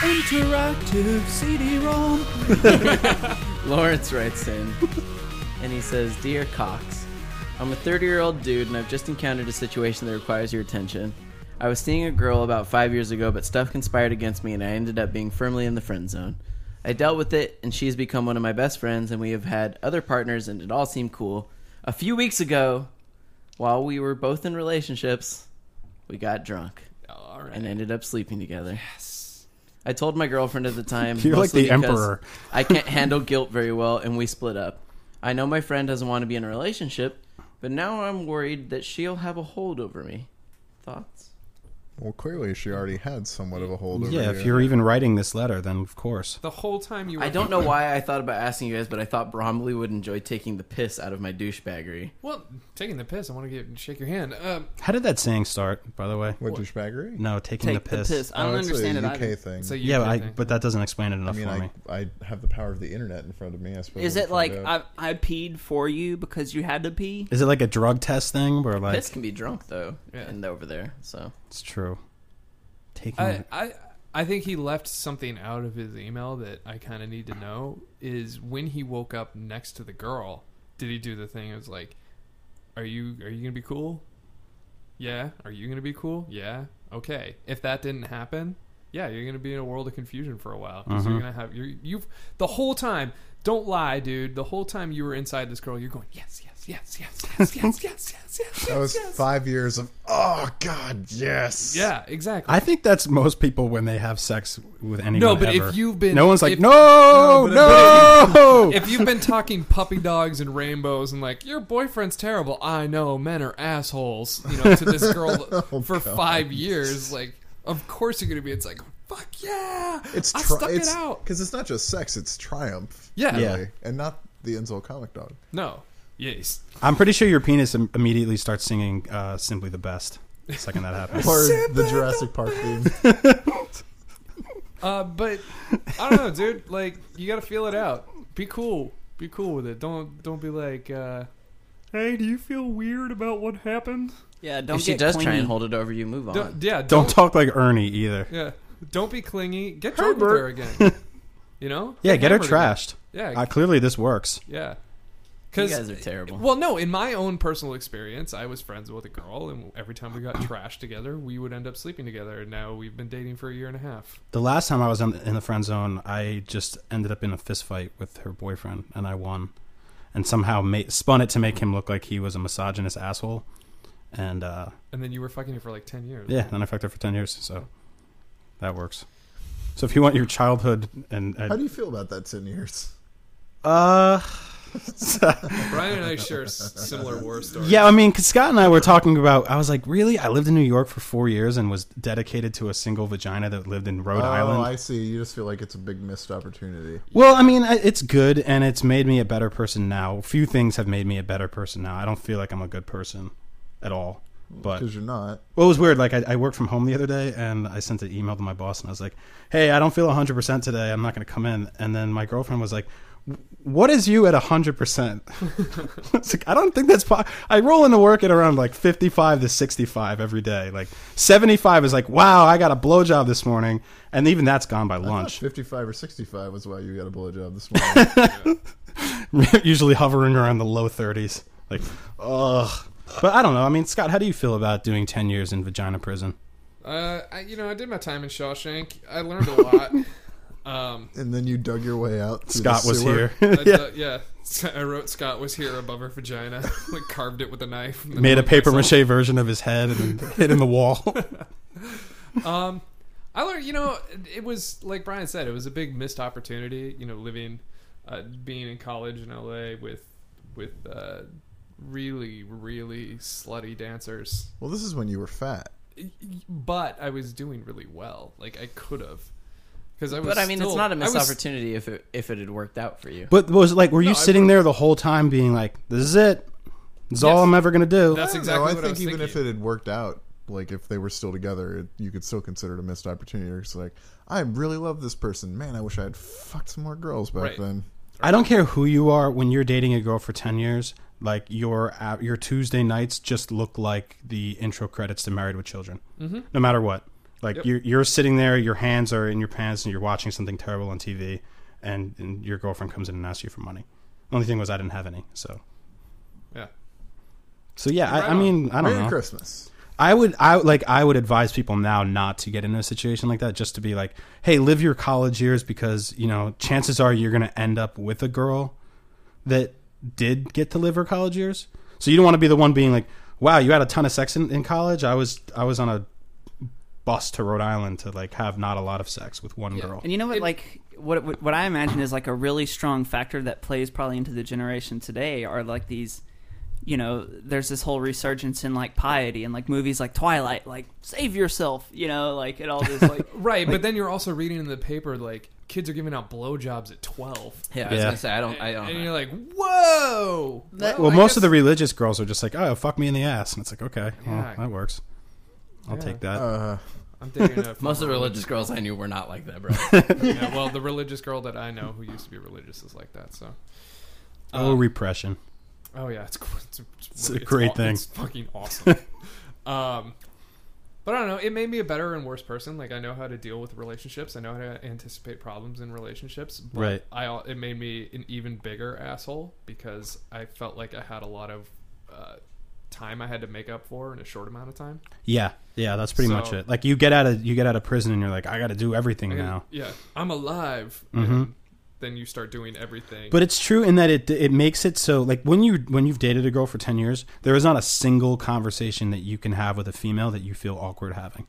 Interactive CD-ROM. Lawrence writes in and he says, Dear Cox, I'm a 30 year old dude and I've just encountered a situation that requires your attention. I was seeing a girl about five years ago, but stuff conspired against me and I ended up being firmly in the friend zone. I dealt with it, and she has become one of my best friends, and we have had other partners, and it all seemed cool. A few weeks ago, while we were both in relationships, we got drunk All and right. ended up sleeping together. Yes. I told my girlfriend at the time. You're like mostly the because emperor. I can't handle guilt very well, and we split up. I know my friend doesn't want to be in a relationship, but now I'm worried that she'll have a hold over me. Thoughts? Well, clearly she already had somewhat of a hold over Yeah, you. if you're even writing this letter, then of course. The whole time you were I don't know why I thought about asking you guys, but I thought Bromley would enjoy taking the piss out of my douchebaggery. Well, taking the piss, I want to get shake your hand. Um, How did that saying start, by the way? What douchebaggery? No, taking Take the piss. I don't Oh, it's a understand it. UK either. thing. it's a UK Yeah, but, I, thing. but that doesn't explain it I enough mean, for I, me. I have the power of the internet in front of me. I suppose. Is we'll it like find I, out. I peed for you because you had to pee? Is it like a drug test thing where like piss can be drunk though, Yeah. and over there. So it's true? Taking I, it. I I think he left something out of his email that I kind of need to know is when he woke up next to the girl. Did he do the thing? It was like, "Are you are you gonna be cool? Yeah. Are you gonna be cool? Yeah. Okay. If that didn't happen, yeah, you're gonna be in a world of confusion for a while 'cause Mm-hmm. you're gonna have you you've the whole time. Don't lie, dude. The whole time you were inside this girl, you're going yes, yes, yes, yes, yes, yes, yes, yes, yes. that was five years of oh god yes Yeah, exactly. I think that's most people when they have sex with anyone. No, but ever. if you've been- no one's like, if- no, No, no. if you've been talking puppy dogs and rainbows and like your boyfriend's terrible, I know men are assholes, you know, to this girl for five years, like of course you're gonna be. It's like fuck yeah, it's I tri- stuck it's, it out. because it's not just sex it's triumph Yeah. Yeah. really, and not the insult comic dog No, yes, I'm pretty sure your penis im- immediately starts singing uh, "Simply the Best" the second that happens. or the Jurassic Park theme uh, but I don't know, dude. Like you gotta feel it out. Be cool. Be cool with it. Don't don't be like, uh, hey, do you feel weird about what happened? Yeah, don't if she get does clingy. try and hold it over you, move on. Don't, yeah, Don't don't, talk like Ernie either. yeah, don't be clingy. Get drunk with her again. You know? Yeah, get her hammered again. trashed. Yeah, Uh, clearly, this works. Yeah. you Because guys are terrible. well, no, in my own personal experience, I was friends with a girl, and every time we got trashed together, we would end up sleeping together. And now we've been dating for a year and a half. The last time I was in the, in the friend zone, I just ended up in a fist fight with her boyfriend, and I won, and somehow ma- spun it to make him look like he was a misogynist asshole, and uh, And then you were fucking her for like ten years. yeah, then I fucked her for ten years, so that works. So if you want your childhood and how do uh, you feel about that 10 years uh Brian and I share s- similar war stories. yeah, I mean, 'cause Scott and I were talking about, I was like, really, I lived in New York for four years and was dedicated to a single vagina that lived in Rhode oh Island. I see you just feel like it's a big missed opportunity Well, I mean, I- it's good and it's made me a better person now. Few things have made me a better person now. I don't feel like I'm a good person at all. But because you're not well, it was weird. Like, I, I worked from home the other day and I sent an email to my boss and I was like, hey, I don't feel 100% today. I'm not going to come in. And then my girlfriend was like, "W- what is you at 100%? I was like, I don't think that's. Po- I roll into work at around like 55 to 65 every day. Like, 75 is like, wow, I got a blowjob this morning. And even that's gone by lunch. 55 or 65 was why you got a blowjob this morning usually hovering around the low 30s. Like, ugh. But I don't know. I mean, Scott, how do you feel about doing 10 years in vagina prison? Uh, I, you know, I did my time in Shawshank. I learned a lot. um, and then you dug your way out through Scott the was sewer. here. I, uh, yeah, I wrote Scott was here above her vagina, like carved it with a knife. and then Made a hung paper myself. mache version of his head and hit in the wall. Um, I learned, you know, it was like Brian said, it was a big missed opportunity. You know, living, uh, being in college in LA with with uh, really really slutty dancers, well this is when you were fat but I was doing really well. Like I could have, because I was. but I mean, it's still- not a I missed was- opportunity if it if it had worked out for you. but was it like, were you No, I- sitting there the whole time being like, this is it? This is all Yes. I'm ever going to do. That's I don't exactly know. I what think I was even thinking. if it had worked out, like if they were still together, it, you could still consider it a missed opportunity. It's like I really love this person. Man, I wish I had fucked some more girls back Right. then. I don't care who you are when you're dating a girl for 10 years. Like your uh, your Tuesday nights just look like the intro credits to Married with Children, mm-hmm. no matter what. Like Yep. you're you're sitting there, your hands are in your pants, and you're watching something terrible on TV, and, and your girlfriend comes in and asks you for money. Only thing was I didn't have any, so Yeah. so yeah. Right I, I on. mean, I don't Merry know. Christmas. I would I like I would advise people now not to get into a situation like that just to be like, "Hey, live your college years because, you know, chances are you're going to end up with a girl that did get to live her college years." So you don't want to be the one being like, "Wow, you had a ton of sex in, in college. I was I was on a bus to Rhode Island to like have not a lot of sex with one girl." And you know what? like what what- what I imagine is like a really strong factor that plays probably into the generation today are like these. You know, there's this whole resurgence in like piety and like movies like Twilight, like save yourself. You know, like and all this like. Right, but then you're also reading in the paper like kids are giving out blowjobs at twelve. Yeah, I was Yeah. gonna say I don't. I And don't. you're like, whoa. Well, most of the religious girls are just like, "Oh, fuck me in the ass," and it's like, "Okay, well, Yeah. that works. I'll Yeah. take that." Uh, I'm thinking of most of the religious girls I knew were not like that, bro. yeah, well, the religious girl that I know who used to be religious is like that. So, uh, Um, oh, repression. oh yeah, it's it's, It's a great aw- thing. It's fucking awesome. um, but I don't know. It made me a better and worse person. Like I know how to deal with relationships. I know how to anticipate problems in relationships. But Right. I al- it made me an even bigger asshole because I felt like I had a lot of uh, time I had to make up for in a short amount of time. Yeah, yeah, that's pretty So- much it. Like you get out of you get out of prison and you're like, I got to do everything I gotta- now. Yeah, I'm alive. Mhm. And then you start doing everything. But it's true in that it it makes it so like when you when you've dated a girl for ten years, there is not a single conversation that you can have with a female that you feel awkward having.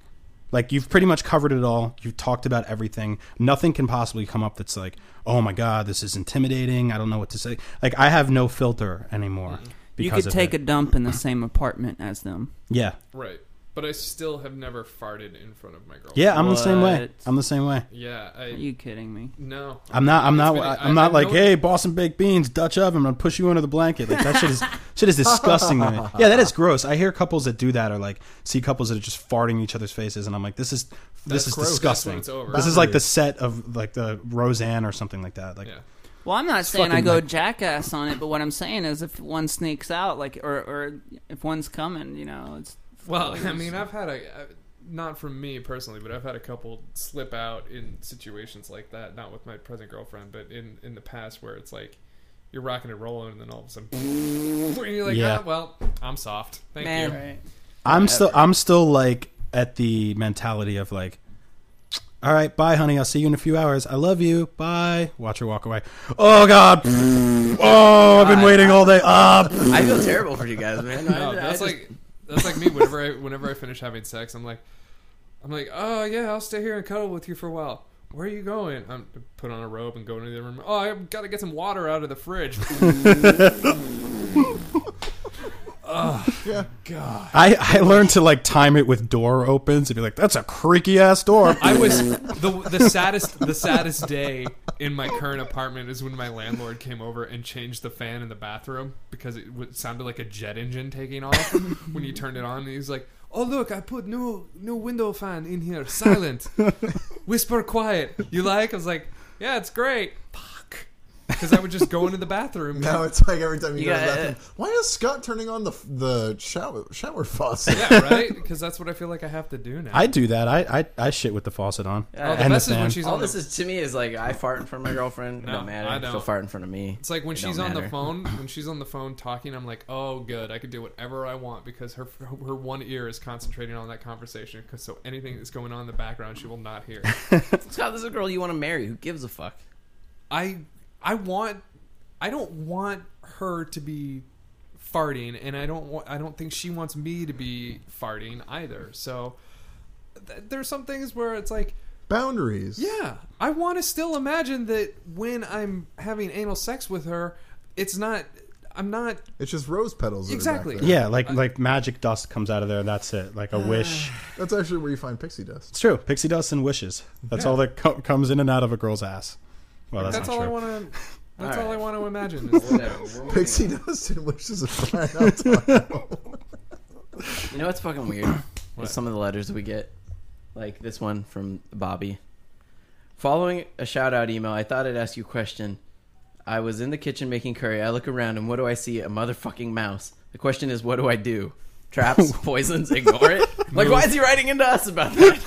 Like you've pretty much covered it all. You've talked about everything. Nothing can possibly come up that's like, oh my god, this is intimidating. I don't know what to say. Like I have no filter anymore. You Because could take a dump in the same apartment as them. yeah, Right. But I still have never farted in front of my girl. yeah. I'm the same way. What? I'm the same way. Yeah. I Are you kidding me? no. I'm not. I'm not. It's been- I'm not I- I like, know- hey, Boston baked beans, Dutch oven. I'm gonna push you under the blanket. Like that shit is shit is disgusting to me. Yeah, that is gross. I hear couples that do that are like see couples that are just farting in each other's faces, and I'm like, this is this That's is gross. That's disgusting. when it's over. This is like the set of like the Roseanne or something like that. Like, Yeah. Well, I'm not saying I fucking go like- jackass on it, but what I'm saying is if one sneaks out, like, or, or if one's coming, you know, it's. Well, I mean, I've had a. I- Not from me personally, but I've had a couple slip out in situations like that. Not with my present girlfriend, but in in the past where it's like you're rocking and rolling, and then all of a sudden, and you're like, Yeah. ah, well, I'm soft. Thank you. I'm still I'm still like at the mentality of like, all right, bye, honey. I'll see you in a few hours. I love you. Bye. Watch her walk away. Oh God. Oh, I've been God. waiting all day. Ah. I feel terrible for you guys, man. I- No, I that's just- like that's like me. Whenever I whenever I finish having sex, I'm like, I'm like, oh yeah, I'll stay here and cuddle with you for a while. Where are you going? I'm put on a robe and go into the room. Oh, I gotta get some water out of the fridge. I, I learned to like time it with door opens and be like, that's a creaky ass door. I was the the saddest the saddest day in my current apartment is when my landlord came over and changed the fan in the bathroom because it w- sounded like a jet engine taking off when you turned it on. And he was like, "Oh look, I put new new window fan in here, silent, whisper quiet. You like?" I was like, "Yeah, it's great." Fuck, because I would just go into the bathroom. now it's like every time you, You go to the gotta- bathroom, why is Scott turning on the the shower shower faucet? Yeah, right. Because that's what I feel like I have to do now. I do that. I, I, I shit with the faucet on. oh, the and the best is when fan. she's uh, all on the this is to me is like I fart in front of my girlfriend. No, it don't matter. I She'll don't. fart in front of me. It's like when It she's don't on the matter. phone, when she's on the phone talking, I'm like, oh, good, I can do whatever I want because her her one ear is concentrating on that conversation. 'cause so anything that's going on in the background, she will not hear. Scott, this is a girl you want to marry. Who gives a fuck? I I want I don't want her to be farting, and I don't want I don't think she wants me to be farting either. So th- there's some things where it's like Boundaries. Yeah, I want to still imagine that when I'm having anal sex with her, it's not. I'm not. It's just rose petals. that are back Exactly. there. Yeah, like like magic dust comes out of there. That's it. Like a wish. That's actually where you find pixie dust. It's true. Pixie dust and wishes. That's Yeah. all that co- comes in and out of a girl's ass. Well, that's, That's, not all true. I want to. That's All all, right. I want to imagine. Is Whatever. We're moving Pixie on. dust and wishes of Brian Altano. You know what's fucking weird? Is Some of the letters we get, like this one from Bobby. Following a shout out email, I thought I'd ask you a question. I was in the kitchen making curry. I look around and what do I see? A motherfucking mouse. The question is, what do I do? Traps, poisons, ignore it. Like, why is he writing into us about that?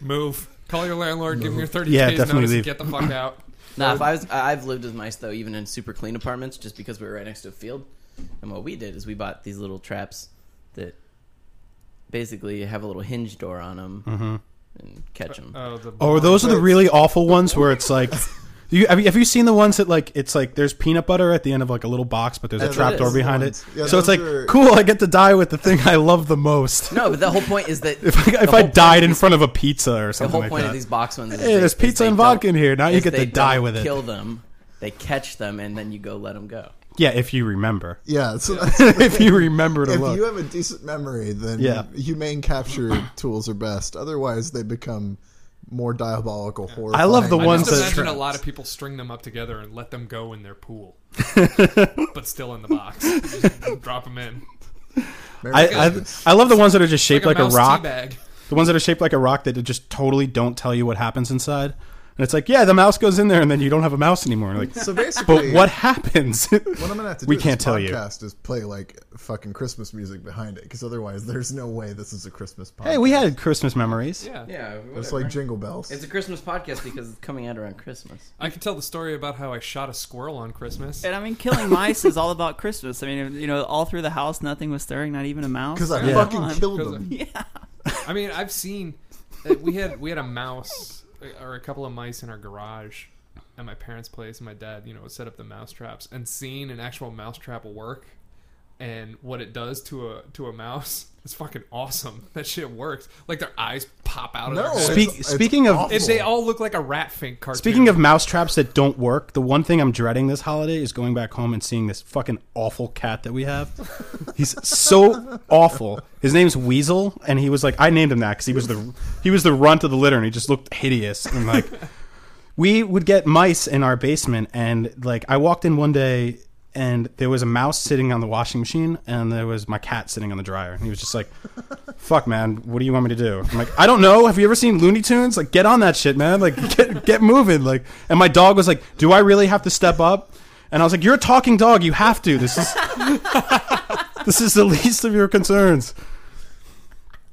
Move. Call your landlord. Give him your thirty Yeah, days definitely notice. leave. And get the fuck out. Nah, if I was, I- I've lived with mice though, even in super clean apartments, just because we were right next to a field. And what we did is we bought these little traps that basically have a little hinge door on them Mm-hmm. and catch them. Oh, the Oh, those are the really awful ones where it's like. You, have, you, have you seen the ones that like it's like there's peanut butter at the end of like a little box, but there's a Yeah, trap those door are the behind ones. it. Yeah, so it's those like are- cool. I get to die with the thing I love the most. no, but the whole point is that if the I, if whole I point died of in these- front of a pizza or something the whole like point that. of these box ones. Is Hey, they- there's is pizza they and vodka don't- in here. Now you is get to they don't die with it. Kill them. They catch them and then you go let them go. yeah, if you remember, Yeah, so that's- if you remember to if look. you have a decent memory, then Yeah. humane capture tools are best. Otherwise, they become more diabolical horror. I love the I ones just that- imagine a lot of people string them up together and let them go in their pool, but still in the box. Just drop them in. I, I I love the ones that are just shaped like, a, mouse rock. teabag. The ones that are shaped like a rock that just totally don't tell you what happens inside. And it's like, yeah, the mouse goes in there, and then you don't have a mouse anymore. And Like, so basically, but what happens? What I'm gonna have to do we with can't this tell you. podcast is play like fucking Christmas music behind it, because otherwise, there's no way this is a Christmas podcast. Hey, we had Christmas memories. Yeah. Yeah, it's like jingle bells. It's a Christmas podcast because it's coming out around Christmas. I could tell the story about how I shot a squirrel on Christmas. And I mean, killing mice is all about Christmas. I mean, you know, all through the house, nothing was stirring, not even a mouse. because I Yeah. fucking Come on. killed 'Cause them. I mean, I've seen uh, we had we had a mouse uh, or a couple of mice in our garage at my parents' place. and My dad, you know, set up the mouse traps and seen an actual mouse trap work and what it does to a to a mouse. It's fucking awesome. That shit works. Like their eyes pop out of their No, head. Speak- speaking of- If they all look like a rat fink cartoon. Speaking of mousetraps that don't work, the one thing I'm dreading this holiday is going back home and seeing this fucking awful cat that we have. He's so awful. His name's Weasel, and he was like, I named him that because he was the he was the runt of the litter, and he just looked hideous. And like, we would get mice in our basement, and like, I walked in one day, and there was a mouse sitting on the washing machine, and there was my cat sitting on the dryer, and he was just like, "Fuck, man, what do you want me to do?" I'm like, "I don't know. Have you ever seen Looney Tunes? Like, get on that shit, man. Like, get get moving." Like, and my dog was like, "Do I really have to step up?" And I was like, "You're a talking dog. You have to. This is." This is the least of your concerns.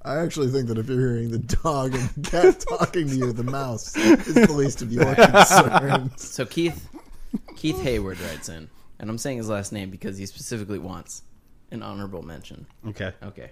I actually think that if you're hearing the dog and the cat talking to you, the mouse is the least of your concerns. So Keith, Keith Hayward writes in, and I'm saying his last name because he specifically wants an honorable mention. Okay. Okay. It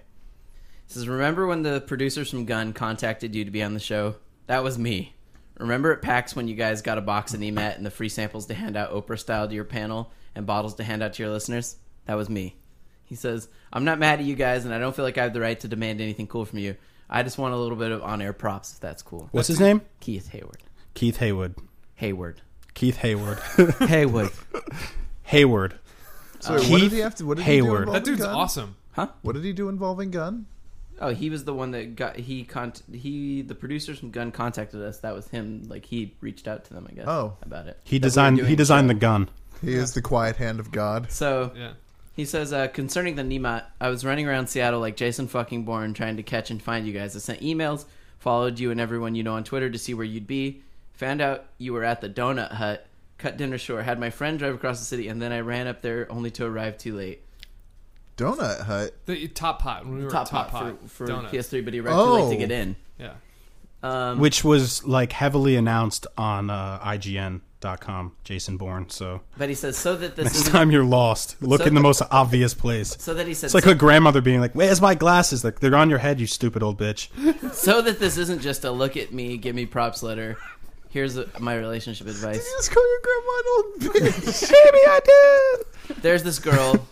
says, remember when the producers from Gun contacted you to be on the show? That was me. Remember at PAX when you guys got a box of EMAT and the free samples to hand out Oprah style to your panel and bottles to hand out to your listeners? That was me. He says, I'm not mad at you guys and I don't feel like I have the right to demand anything cool from you. I just want a little bit of on air props if that's cool. What's his name? Keith Hayward. Keith Hayward. Hayward. Keith Hayward. Hayward. Hayward. So wait, what did Keith he have to? What did he do Hayward. that involving dude's gun? awesome. What did he do involving gun? Oh, he was the one that got he con he the producers from Gun contacted us. That was him. Like he reached out to them, I guess. Oh. about it. He That we were designed. doing He the designed the gun. He is the quiet hand of God. show. So Yeah. he says uh, concerning the Nemat, I was running around Seattle like Jason fucking Bourne, trying to catch and find you guys. I sent emails, followed you and everyone you know on Twitter to see where you'd be. Found out you were at the Donut Hut. Cut dinner short. Had my friend drive across the city, and then I ran up there only to arrive too late. Donut Hut. The top pot when we were Top, top, top hot pot for, for Donuts. PS3, but he arrived too late to Oh. get in. Yeah. Um, Mm-hmm. which was like heavily announced on uh, IGN.com, Jason Bourne. So but he says so that this next is time you're lost, look So- in the most obvious place. so that he said It's like a grandmother being like, "Where's my glasses? Like they're on your head, you stupid old bitch." so that this isn't just a look at me, give me props letter. Here's a, my relationship Did advice. you just call your grandma an old bitch? Baby, I did. There's this girl.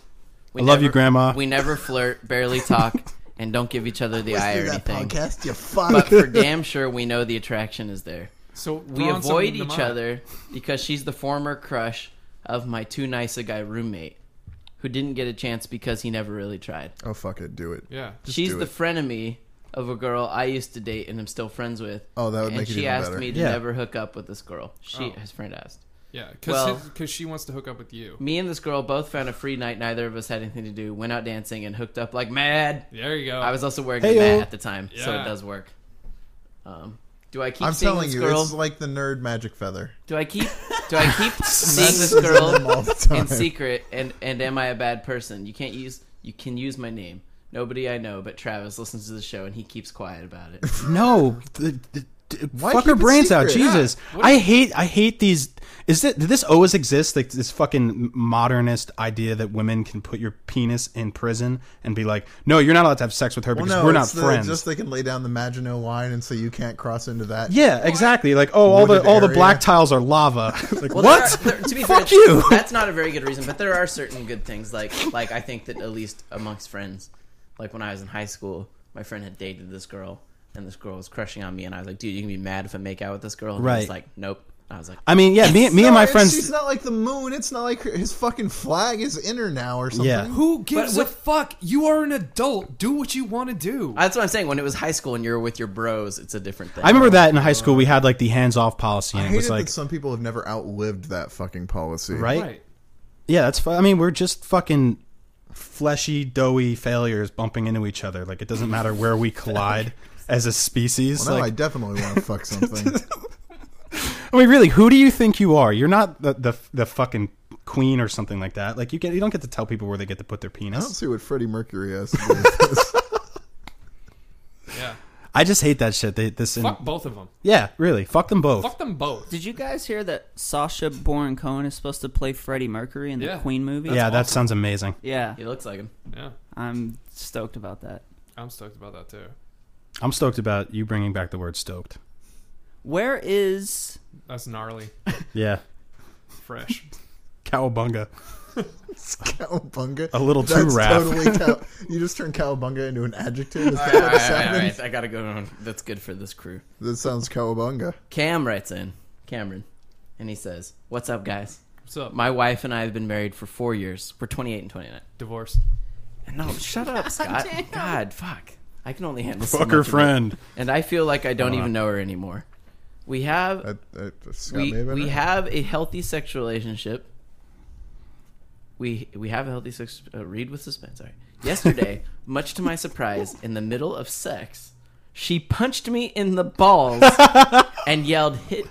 We I love you, Grandma. We never flirt, barely talk, and don't give each other the eye or Do that anything. podcast, you But fuck. for damn sure, we know the attraction is there. So We throw on some avoid each Nemat. other because she's the former crush of my too nice a guy roommate, who didn't get a chance because he never really tried. oh fuck it, do it. Yeah. She's do the it. frenemy of a girl I used to date and am still friends with. Oh, that would and make it she even asked better. me to Yeah. never hook up with this girl. She Oh. his friend asked. Yeah. Because Well- she wants to hook up with you. Me and this girl both found a free night. Neither of us had anything to do. Went out dancing and hooked up like mad. There you go. I was also wearing Hey-yo. a mat at the time, so it Yeah. does work. Um, do I keep I'm seeing telling this you, girl? it's like the nerd magic feather. Do I keep? Do I keep seeing this Messes with them all girl the time. in secret? And and am I a bad person? You can't use. You can use my name. Nobody I know but Travis listens to the show and he keeps quiet about it. No, the, the, d- Why fuck keep her it brains out. secret? Jesus, What I hate I hate these. Is that did this always exist? Like this fucking modernist idea that women can put your penis in prison and be like, no, you're not allowed to have sex with her Well, because no, we're not it's the- friends. Just they can lay down the Maginot line and say you can't cross into that. yeah, exactly. Like, oh, all the Wooded all the area. black tiles are lava. like, Well, there what? are- there- to be Fuck fair, you. That's not a very good reason, but there are certain good things. Like, like I think that at least amongst friends, like when I was in high school, my friend had dated this girl, and this girl was crushing on me, and I was like, "Dude, you can be mad if I make out with this girl." And he Right. was like, "Nope." And I was like, I mean, yeah, me, me No, and my it's- She's friends. not like the moon. It's not like her, his fucking flag is in her now or something. Yeah. Who gives what- a fuck? You are an adult. Do what you want to do. "That's what I'm saying." When it was high school and you're with your bros, it's a different thing. I remember that in high school we had like the hands off policy, I and it hate was it like, that some people have never outlived that fucking policy. right? right. Yeah, that's. Fu- I mean, we're just fucking fleshy, doughy failures bumping into each other. Like it doesn't matter where we collide as a species. Well, now I like, definitely want to fuck something. I mean, really, who do you think you are? You're not the the, the fucking queen or something like that. Like you get, you don't get to tell people where they get to put their I don't penis. see what Freddie Mercury has to do with this. Yeah. I, just hate that shit. They, this, Fuck both of them. yeah, really, fuck them both. Fuck them both. Did you guys hear that Sasha Baron Cohen is supposed to play Freddie Mercury in the Yeah. Queen movie? yeah, that awesome. sounds amazing. Yeah. He looks like him. Yeah. I'm stoked about that. I'm stoked about that too. I'm stoked about you bringing back the word stoked. Where is That's gnarly. Yeah, Fresh. cowabunga, Cowabunga. a little too That's rap. totally cow- You just turned cowabunga into an adjective. Is that All right, all right, what it all right. sounded? I gotta go. on. That's good for this crew. That sounds cowabunga. Cam writes in, Cameron, and he says, "What's up, guys? What's up? My wife and I have been married for four years. We're 28 and 29." Divorce. No, shut up, Scott. God, fuck. I can only handle so Fuck much her of it. friend. And I feel like I don't Come on. even know her anymore. We have I, I, Scott we, may have been we right. have a healthy sexual relationship. We we have a healthy sex. Uh, read with suspense. Sorry. Yesterday, much to my surprise, in the middle of sex, she punched me in the balls and yelled, "Hit,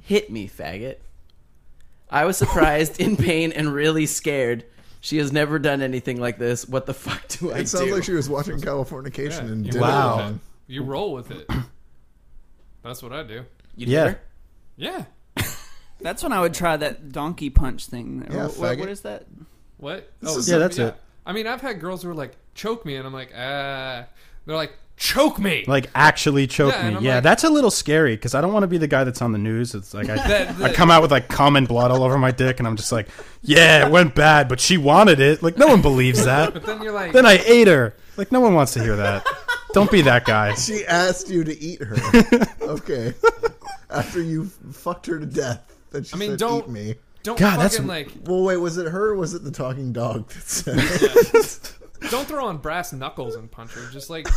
hit me, faggot!" I was surprised, in pain, and really scared. She has never done anything like this. What the fuck do I It sounds do? like she was watching Californication and you did roll Wow. it with wrong. it. You roll with it. That's what I do. You did Yeah. her? Yeah. That's when I would try that donkey punch thing. Yeah, Or what- what faggot. is that? What? Oh, is- Yeah, that's it. I mean, I've had girls who are like, choke me, and I'm like, ah. They're like, choke me. like actually choke Yeah, and me. I'm Yeah, like- that's a little scary because I don't want to be the guy that's on the news. It's like I, That- I come out with like common blood all over my dick, and I'm just like, yeah, it went bad, but she wanted it. Like no one believes that. then you're like, then I ate her. Like no one wants to hear that. Don't be that guy. She asked you to eat her. okay. After you fucked her to death. Then she I mean, said, don't- eat me. don't God, that's- fucking like, Well, wait, was it her or was it the talking dog that said don't throw on brass knuckles and punch her. Just like,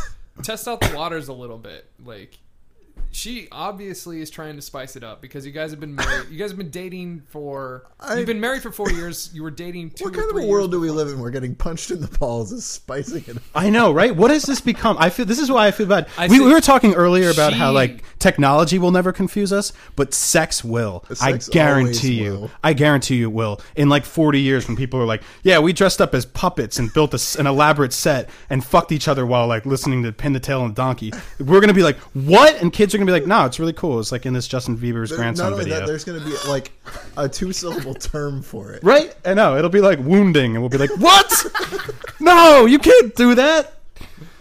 test out the waters a little bit. Like, she obviously is trying to spice it up because you guys have been married. You guys have been dating for. I- you've been married for four years. You were dating two What or kind of three a world do we live in where getting punched in the balls is spicing it up? I know, right? What has this become? I feel this is why I feel bad. I we, see- we were talking earlier about how She- like technology will never confuse us, but sex will. Sex I guarantee always you. will. I guarantee you it will. In like 40 years, when people are like, "Yeah, we dressed up as puppets and built a s an elaborate set and fucked each other while like listening to Pin the Tail and Donkey," we're gonna be like, "What?" And kids are gonna be like, "No, it's really cool." It's like in this Justin Bieber's Not grandson only video. that, there's going to be like a two syllable term for it. Right? I know. It'll be like wounding, and we'll be like, what? no, you can't do that.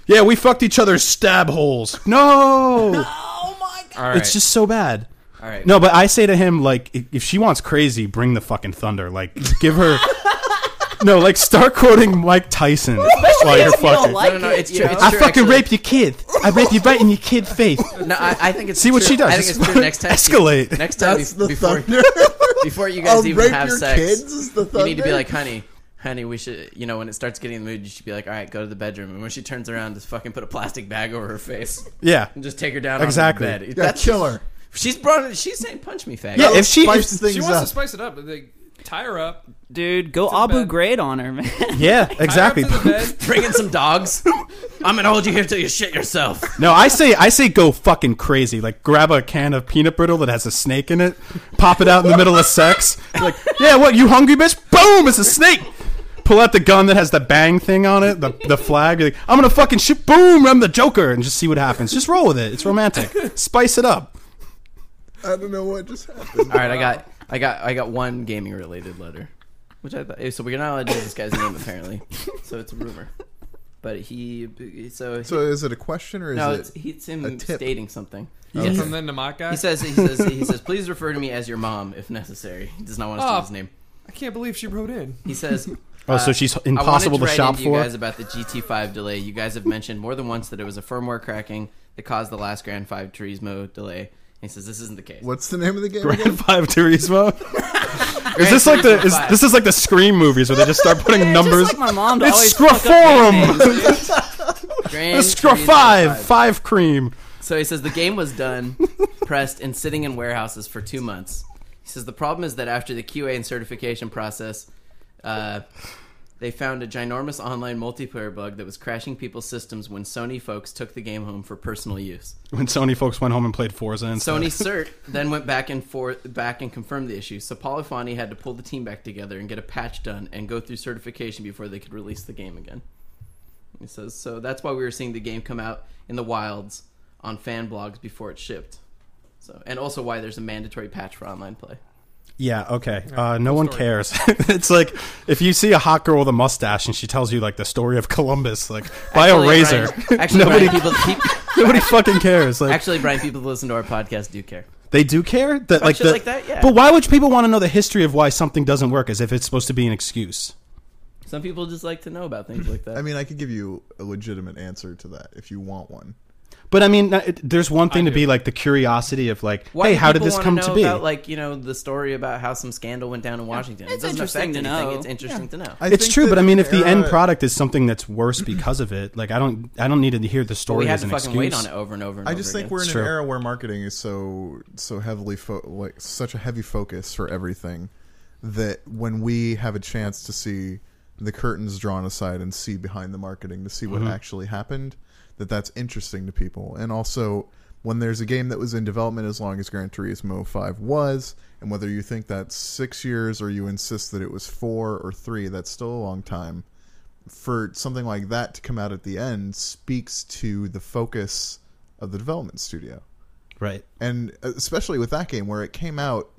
Yeah, we fucked each other's stab holes. No. All right. It's just so bad. all right. No, but I say to him, like, if if she wants crazy, bring the fucking thunder. Like, give her. no, like, start quoting Mike Tyson while you're if you don't fucking. like No, no, it, it's you true, know? it's I true, fucking actually. rape your kid. I rape you right in your kid face. No, I, I think it's See what true. she does. I think it's Just true. Next time, escalate. Next time, That's bef- the before thunder. before you guys I'll even rape have your sex, kids is the thunder. you need to be like, honey, honey, we should, you know, when it starts getting in the mood, you should be like, all right, go to the bedroom. And when she turns around, just fucking put a plastic bag over her face Yeah. and just take her down Exactly. onto the bed. yeah, kill her. She's brought. it- She's saying, punch me, faggot. Yeah, if she. Spice if- She things wants to up. spice it up. but They tie her up. Dude, go in the Abu bed. Grade on her, man. yeah, tie her up exactly. to the bed. Bring in some dogs. I'm gonna hold you here till you shit yourself. No, I say I say go fucking crazy. Like grab a can of peanut brittle that has a snake in it, pop it out in the middle of sex. Like, yeah, what you hungry bitch? Boom, it's a snake. Pull out the gun that has the bang thing on it, the, the flag. You're like, I'm gonna fucking shoot. Boom, I'm the Joker, and just see what happens. Just roll with it. It's romantic. Spice it up. I don't know what just happened. All right, I got, I got, I got one gaming related letter, which I thought. eh, So we're not allowed to use this guy's name apparently. So it's a rumor, but he. So, So is it a question or is no, it? it's, he- it's him tip? stating something. Oh, Yes. From then to my guy, He says, he says, he says, please refer to me as your mom if necessary. He does not want us to Oh. know his name. I can't believe she wrote in. He says, uh, Oh, so she's I wanted impossible to to, write shop into you for. guys about the GT5 delay. You guys have mentioned more than once that it was a firmware cracking that caused the last Grand 5 Turismo delay. And he says, this isn't the case. What's the name of the game? again? Grand Five Turismo. is this like the? Is, this is like the Scream movies where they just start putting numbers. Just like my mom to it's always fuck up band names. Scroforum. Grand It's Scro Turismo Five. Five cream. So he says the game was done, pressed, and sitting in warehouses for two months. He says the problem is that after the QA and certification process, uh, they found a ginormous online multiplayer bug that was crashing people's systems when Sony folks took the game home for personal use. When Sony folks went home and played Forza and Sony Cert then went back and forth, back and confirmed the issue. So Polifani had to pull the team back together and get a patch done and go through certification before they could release the game again. He says so that's why we were seeing the game come out in the wilds on fan blogs before it shipped. So and also why there's a mandatory patch for online play. Yeah, okay. Uh, no one story. cares. it's like if you see a hot girl with a mustache and she tells you like the story of Columbus, like buy a razor. Brian- actually, nobody, Brian, people, pe- nobody fucking cares. Like actually, Brian, people who listen to our podcast do care. they do care that About like, shit the, like that, yeah. But why would people want to know the history of why something doesn't work as if it's supposed to be an excuse? Some people just like to know about things like that. I mean, I could give you a legitimate answer to that if you want one. But I mean, uh, it- there's one thing to be like the curiosity of like, hey, how did people this wanna come know to be? About, like you know the story about how some scandal went down in Washington. it's it doesn't affect interesting to anything. know. It's interesting to know. I it's think true, that but I mean, if the end era- product is something that's worse because of it, like I don't, I don't need to hear the But story we had as to an fucking excuse. wait on it over and over. And I over just think again. we're in It's an true. era where marketing is so so heavily fo- like such a heavy focus for everything that when we have a chance to see the curtains drawn aside and see behind the marketing to see what Mm-hmm. actually happened, that that's interesting to people. And also when there's a game that was in development as long as Gran Turismo 5 was, and whether you think that's 6 years or you insist that it was 4 or 3, that's still a long time for something like that to come out at the end speaks to the focus of the development studio. Right. And uh, especially with that game where it came out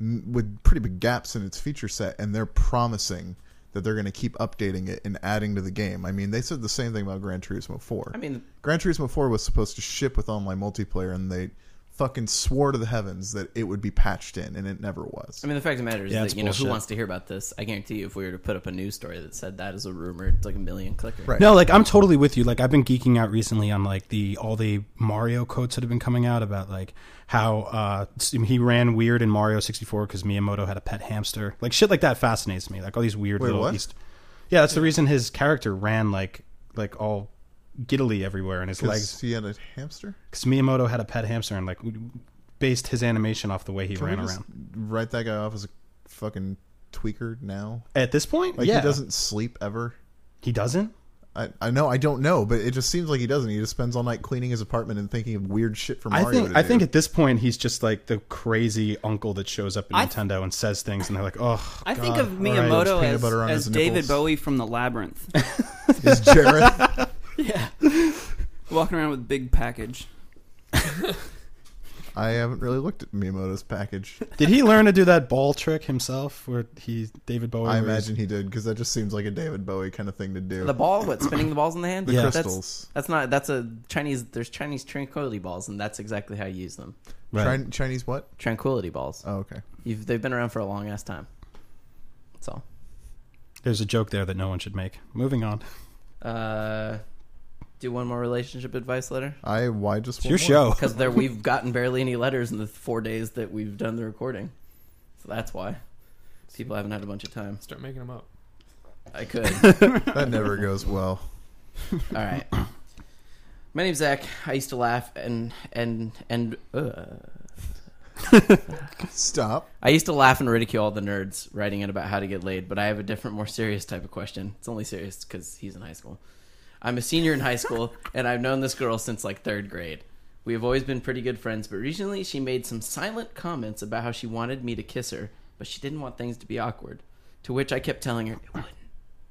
n- with pretty big gaps in its feature set and they're promising that they're going to keep updating it and adding to the game. I mean, they said the same thing about Gran Turismo 4. I mean, Gran Turismo 4 was supposed to ship with online multiplayer and they fucking swore to the heavens that it would be patched in and it never was. I mean, the fact of the matter is Yeah, it's that you know who bullshit. wants to hear about this. I guarantee you, if we were to put up a news story that said that is a rumor, it's like a million clicker. Right. No, like I'm totally with you. Like I've been geeking out recently on like the all the Mario quotes that have been coming out about like how uh he ran weird in Mario 64 because Miyamoto had a pet hamster. Like shit like that fascinates me. Like all these weird Wait, little what? East. Yeah, that's the reason his character ran like like all giddily everywhere in his legs Because he had a hamster? because Miyamoto had a pet hamster and like w- based his animation off the way he Can ran we around. just Write that guy off as a fucking tweaker now. At this point, Like yeah, he doesn't sleep ever. He doesn't. I, I know I don't know, but it just seems like he doesn't. He just spends all night cleaning his apartment and thinking of weird shit for Mario. I think to I do. think at this point he's just like the crazy uncle that shows up at I- Nintendo and says things, and they're like, "Oh, I think God, of all right." Miyamoto peanut as, butter on as his David nipples. Bowie from The Labyrinth, is Jareth. walking around with big package. I haven't really looked at Miyamoto's package. Did he learn to do that ball trick himself? Where he David Bowie? I where he's- imagine he did because that just seems like a David Bowie kind of thing to do. The ball, what spinning the balls in the hand? The Yeah. That's- crystals, That's, not. That's a Chinese. There's Chinese tranquility balls, and that's exactly how you use them. Right. Chin- Chinese what? Tranquility balls. Oh, okay. You've, they've been around for a long ass time. That's all. There's a joke there that no one should make. Moving on. Uh, do one more relationship advice letter. I why just It's want your more. show. because there we've gotten barely any letters in the four days that we've done the recording, so that's why people haven't had a bunch of time. Start making them up. I could. That never goes well. All right. My name's Zach. I used to laugh and and and uh, Stop. I used to laugh and ridicule all the nerds writing in about how to get laid, but I have a different, more serious type of question. It's only serious because he's in high school. I'm a senior in high school, and I've known this girl since like third grade. We have always been pretty good friends, but recently she made some silent comments about how she wanted me to kiss her, but she didn't want things to be awkward. To which I kept telling her it wouldn't.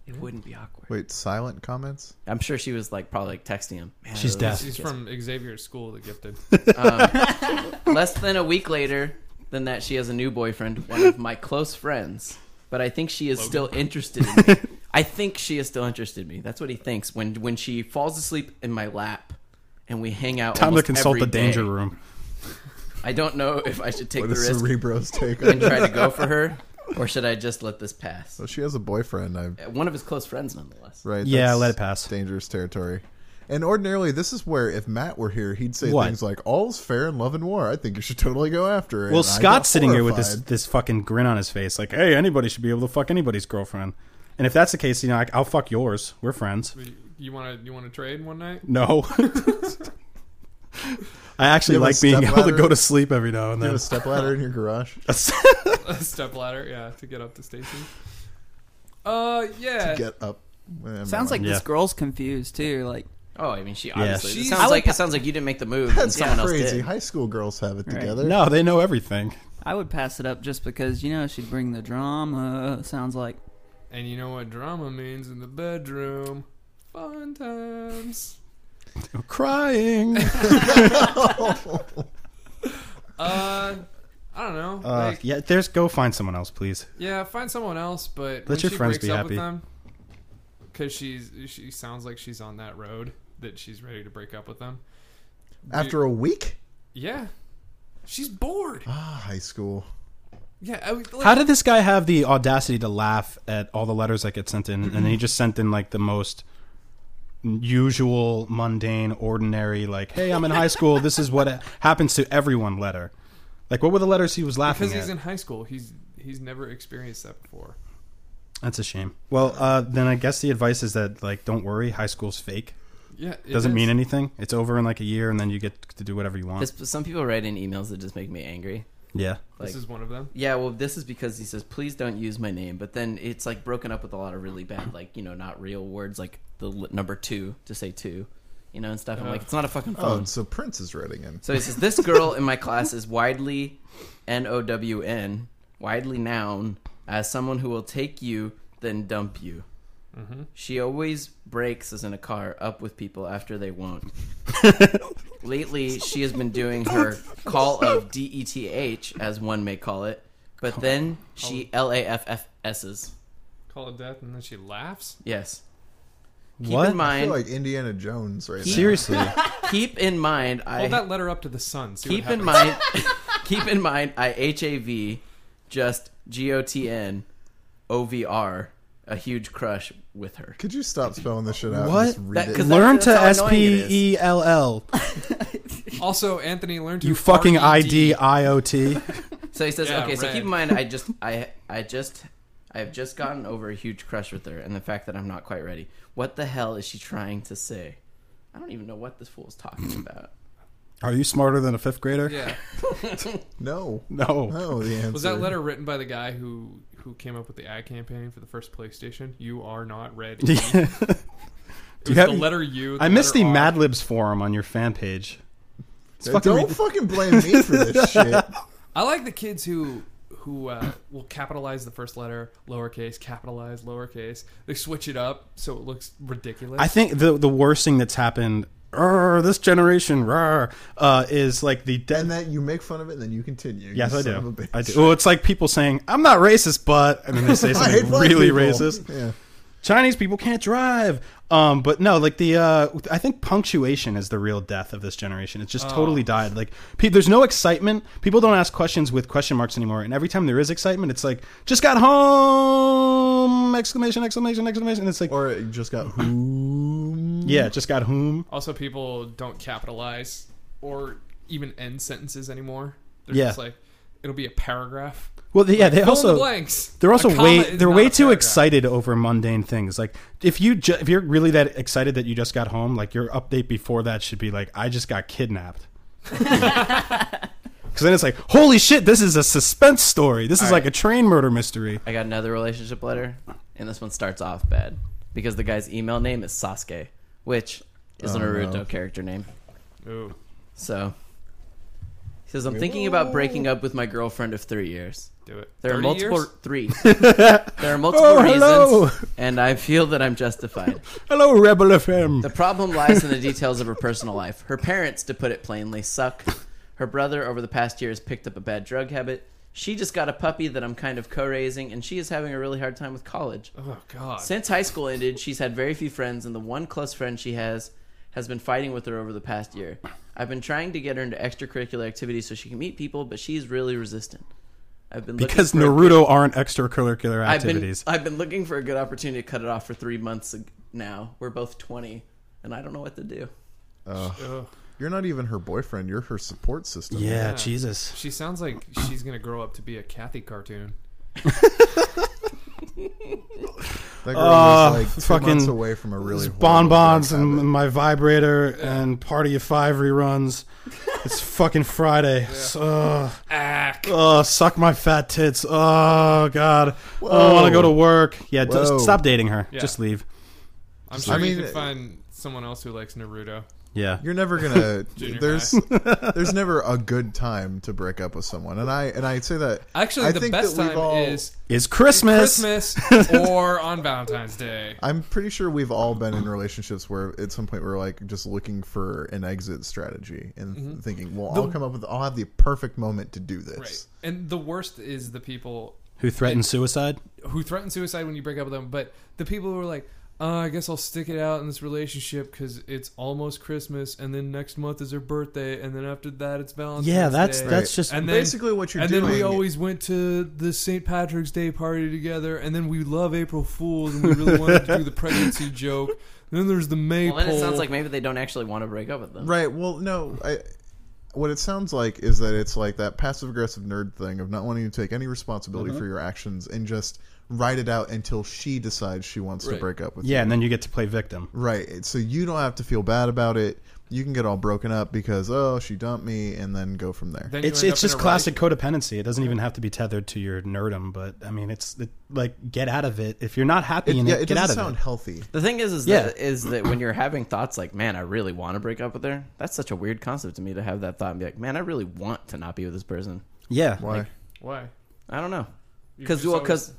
It wouldn't be awkward. Wait, silent comments? I'm sure she was like probably like, texting him. "Oh, Man, She's I love deaf. He's this kiss. from Xavier's school, the gifted. Less than a week later than that, she has a new boyfriend, one of my close friends. But I think she is still interested in me. I think she is still interested in me. That's what he thinks. When when she falls asleep in my lap and we hang out. Time to almost consult every the danger day. room. I don't know if I should take Or the the risk Cerebros take and on try to go for her, or should I just let this pass? Oh, So she has a boyfriend, I One of his close friends, nonetheless. right? Yeah, that's let it pass. Dangerous territory. And ordinarily, this is where if Matt were here, he'd say What? things like "All's fair in love and war." I think you should totally go after her. Well, And I got Scott's sitting here with this horrified. this fucking grin on his face, like, "Hey, anybody should be able to fuck anybody's girlfriend." And if that's the case, you know, I, I'll fuck yours. We're friends. You- You want to you want to trade one night? No, I actually You have a like being able to stepladder? go to sleep every now and You have then. a stepladder in your garage. A step ladder, yeah, to get up to Stacy. Uh, yeah. Get up. Eh, never Sounds like mind. Yeah. this girl's confused too. Like, Oh, I mean, she obviously. It She's- sounds I would like it sounds like you didn't make the move, and that's someone else crazy. did. High school girls have it Right. together. no, they know everything. I would pass it up just because you know she'd bring the drama. Sounds like And you know what drama means in the bedroom? Fun times. Crying. Uh, I don't know. Uh, like, yeah. yeah, there's go find someone else, please. find someone else, but when your she friends breaks be up happy. with them, because she's she sounds like she's on that road that she's ready to break up with them. After a week, Yeah, she's bored. ah, high school. Yeah, I, would- like, How did this guy have the audacity to laugh at all the letters that get sent in, and then he just sent in like the most usual, mundane, ordinary, like, "Hey, I'm in high school. This is what happens to everyone." Letter. Like, what were the letters he was laughing because at? he's in high school. He's he's never experienced that before. That's a shame. Well, uh, then I guess the advice is that like, don't worry. High school's fake. Yeah, it Doesn't is. mean anything. It's over in like a year, and then you get to do whatever you want. This, some people write in emails that just make me angry. yeah. Like, This is one of them. yeah, well, this is because he says, "Please don't use my name," but then it's like broken up with a lot of really bad, like you know, not real words, like the l- number two to say two, you know, and stuff. I'm like, it's not a fucking Oh, phone. and so Prince is writing in. So he says, This girl in my class is widely N O W N, widely known as someone who will take you, then dump you. Mm-hmm. She always breaks, as in a car, up with people after they won't. Lately, she has been doing her call of D E T H, as one may call it, but then she L A F F S's. Call it death, and then she laughs. Yes. Keep What? in I feel mind, like Indiana Jones right now. Seriously. keep in mind, I Hold that letter up to the sun. See keep what in happens. mind keep in mind I H A V just G O T N O V R a huge crush with her. Could you stop spelling this shit out? What? And just read That- it? 'cause Learn that's to how S annoying it is. P E L L. Also, Anthony learned to E You fucking R.E.D.. ID I O T. So he says, Yeah, okay, so red. keep in mind I just I I just I have just gotten over a huge crush with her and the fact that I'm not quite ready. What the hell is she trying to say? I don't even know what this fool's talking about. Are you smarter than a fifth grader? Yeah. no, No. no. The answer Was that letter written by the guy who who came up with the ad campaign for the first PlayStation? You are not ready. It Yeah. was have- the letter U. I missed the letter R. Mad Libs forum on your fan page. It's Hey, fucking Don't re- fucking blame me for this shit. I like the kids who who uh, will capitalize the first letter, lowercase, capitalize, lowercase. They switch it up so it looks ridiculous. I think the the worst thing that's happened. "Arr, this generation rawr, uh, is like the de- And that you make fun of it, and then you continue. you yes I son of a do bitch. I do well it's like people saying I'm not racist but and then they say I hate something black really people. racist Yeah. Chinese people can't drive um but no like the uh I think punctuation is the real death of this generation it's just Oh. totally died like pe- there's no excitement people don't ask questions with question marks anymore and every time there is excitement it's like just got home exclamation exclamation exclamation and it's like Or it just got whom. yeah just got whom also, people don't capitalize or even end sentences anymore. They're Yeah. just like it'll be a paragraph. well yeah they Fill in the also blanks. They're A also comma way is they're not way a too paragraph. excited over mundane things. Like if you ju- if you're really that excited that you just got home, like your update before that should be like I just got kidnapped. Because then it's like holy shit, this is a suspense story. This is All like a train murder mystery. I got another relationship letter, and this one starts off bad because the guy's email name is Sasuke, which is an Oh, no. Naruto character name. Ooh. So he says, I'm thinking about breaking up with my girlfriend of three years. do it. There are 30 multiple years? three. there are multiple Oh, hello. reasons, and I feel that I'm justified. Hello, Rebel FM. The problem lies in the details of her personal life. Her parents, to put it plainly, suck. Her brother, over the past year, has picked up a bad drug habit. She just got a puppy that I'm kind of co raising, and she is having a really hard time with college. Oh God. Since high school ended, she's had very few friends, and the one close friend she has has been fighting with her over the past year. I've been trying to get her into extracurricular activities so she can meet people, but she's really resistant. I've been looking because for- Naruto aren't extracurricular I've been activities. I've been looking for a good opportunity to cut it off for three months ag- now. We're both twenty, and I don't know what to do. Ugh. You're not even her boyfriend. You're her support system. yeah, Yeah. Jesus. She sounds like she's gonna grow up to be a Kathy cartoon. that girl Uh, was like two fucking months away from a There's really horrible bonbons drug and habit. my vibrator and Party of Five reruns. it's fucking Friday. So, Ack. oh, suck my fat tits. Oh God, I don't want to go to work. Yeah, Whoa. just stop dating her. Yeah. Just leave. I'm sure mean, you uh, can find someone else who likes Naruto. Yeah, You're never gonna. Junior there's there's never a good time to break up with someone, and I and I say that Actually, I the think best that we've time all- is it's Christmas. Christmas or on Valentine's Day. I'm pretty sure we've all been in relationships where at some point we're like just looking for an exit strategy and Mm-hmm. thinking, well, I'll come up with, I'll have the perfect moment to do this. Right. And the worst is the people Who threatened suicide? who threaten suicide when you break up with them, but the people who are like, uh, I guess I'll stick it out in this relationship because it's almost Christmas, and then next month is her birthday, and then after that it's Valentine's Yeah, that's Day. that's just and then, Basically, what you're and doing. then we always went to the St. Patrick's Day party together, and then we love April Fools, and we really wanted to do the pregnancy joke. And then there's the May Well, then it poll. sounds like maybe they don't actually want to break up with them. Right. Well, no. I, what it sounds like is that it's like that passive aggressive nerd thing of not wanting to take any responsibility Mm-hmm. for your actions and just ride it out until she decides she wants to Right. break up with you. yeah, and then you get to play victim. Right. So you don't have to feel bad about it. You can get all broken up because oh she dumped me and then go from there. Then you It's end it's up in just a classic codependency. It doesn't even have to be tethered to your nerdum, but I mean, it's it, like get out of it. If you're not happy It, in yeah, it, it get out doesn't of sound it. healthy. The thing is, is Yeah. that is that when you're having thoughts like, "Man, I really want to break up with her," that's such a weird concept to me to have that thought and be like, "Man, I really want to not be with this person." Yeah, Why? Why? I don't know, You because just well, always- because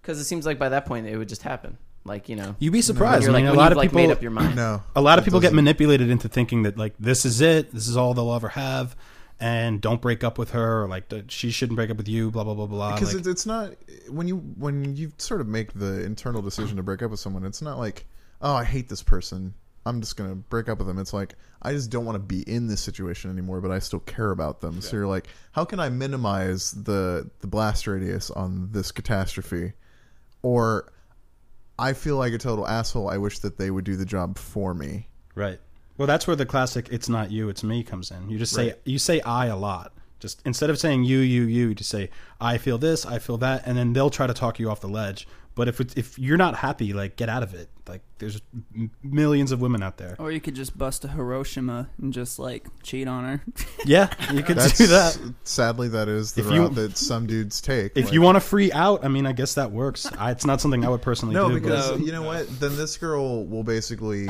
because it seems like by that point it would just happen. Like you know, you'd be when surprised. you're I like mean, when a lot you've, of like people made up your mind. no. a lot of people get doesn't- manipulated into thinking that like this is it, this is all they'll ever have, and don't break up with her, or like that she shouldn't break up with you, blah blah blah blah. because like- it's, it's not when you when you sort of make the internal decision to break up with someone it's not like oh i hate this person i'm just gonna break up with them it's like i just don't want to be in this situation anymore but i still care about them so you're like how can i minimize the the blast radius on this catastrophe or i feel like a total asshole i wish that they would do the job for me Right. Well, that's where the classic "it's not you, it's me" comes in. You just say Right. you say "I" a lot. Just instead of saying "you, you, you," you just say "I feel this, I feel that," and then they'll try to talk you off the ledge. But if it's, if you're not happy, like get out of it. Like there's m- millions of women out there. Or you could just bust a Hiroshima and just like cheat on her. Yeah, you can do that. sadly that is the If you- route that some dudes take If Like- you want a free out, I mean, I guess that works. I, it's not something I would personally No, do. because but you know what? Then this girl will basically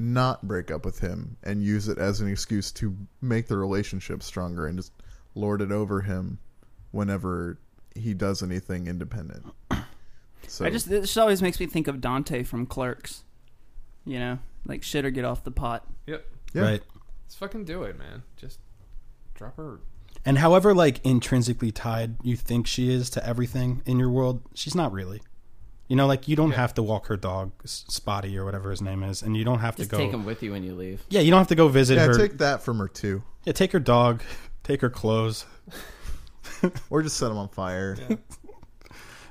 not break up with him and use it as an excuse to make the relationship stronger and just lord it over him whenever he does anything independent. So I just this always makes me think of Dante from Clerks. You know, like shit or get off the pot. Yep. yeah. right. Let's fucking do it, man. Just drop her. And however like intrinsically tied you think she is to everything in your world, she's not really. You know, like you don't Yeah. have to walk her dog S- Spotty or whatever his name is, and you don't have Just to go. take them with you when you leave. Yeah, you don't have to go visit yeah, her. take that from her too, yeah, take her dog, take her clothes, or just set him on fire.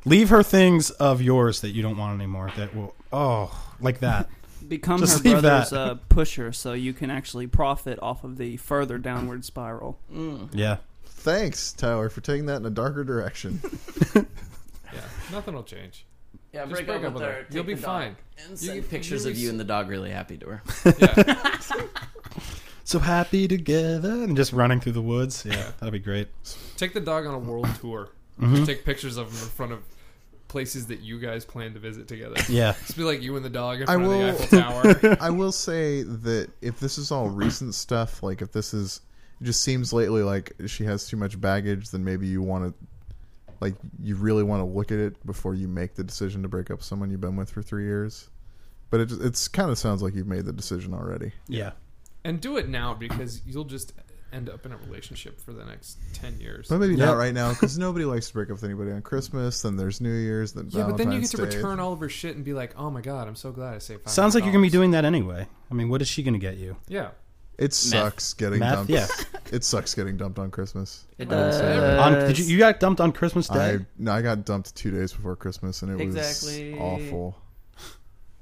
leave her things of yours that you don't want anymore. That will oh like that. Become Just her leave brother's that. uh, pusher, so you can actually profit off of the further downward spiral. Mm. yeah, Thanks, Tyler, for taking that in a darker direction. Yeah. Nothing will change. Yeah, Just break up with her. You'll be fine. And You- send pictures you'll of be you s- and the dog really happy to her. Yeah. so happy together and just running through the woods. Yeah, that'd be great. Take the dog on a world tour. Mm-hmm. Take pictures of him in front of places that you guys plan to visit together. Yeah, Just be like you and the dog in I front of the will- Eiffel Tower. I will say that if this is all recent stuff, like if this is it just seems lately like she has too much baggage, then maybe you want to like you really want to look at it before you make the decision to break up with someone you've been with for three years. But it it's kind of sounds like you've made the decision already. Yeah. And do it now because you'll just end up in a relationship for the next 10 years. But maybe Yeah. not right now because nobody likes to break up with anybody on Christmas. Then there's New Year's. Then yeah, but then you Valentine's get to Day. return all of her shit and be like, oh my god, I'm so glad I saved. $500. Sounds like you're gonna be doing that anyway. I mean, what is she gonna get you? Yeah, It sucks getting Math. dumped. Yeah. It sucks getting dumped on Christmas. It I will does. say that. Uh, on, did you, you got dumped on Christmas Day? I no, I got dumped two days before Christmas, and it Exactly. was awful,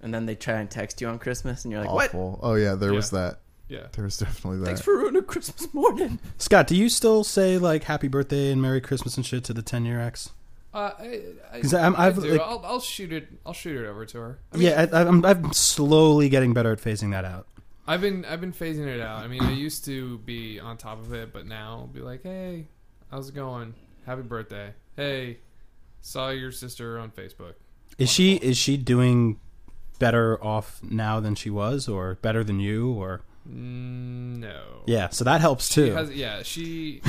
And then they try and text you on Christmas, and you're like, "What? awful. Oh yeah, there was Yeah. that. yeah. There was definitely that. Thanks for ruining Christmas morning." Scott, do you still say like Happy Birthday and Merry Christmas and shit to the ten year ex? Uh, I, I, 'Cause I'm- I I've, do. like- I'll, I'll shoot it. I'll shoot it over to her. yeah, I, I'm, I'm slowly getting better at phasing that out. I've been I've been phasing it out. I mean, I used to be on top of it, but now I'll be like, hey, how's it going? Happy birthday. Hey, saw your sister on Facebook. Is she is she doing better off now than she was, or better than you, or Mm, No. yeah? So that helps She too. has- yeah, she.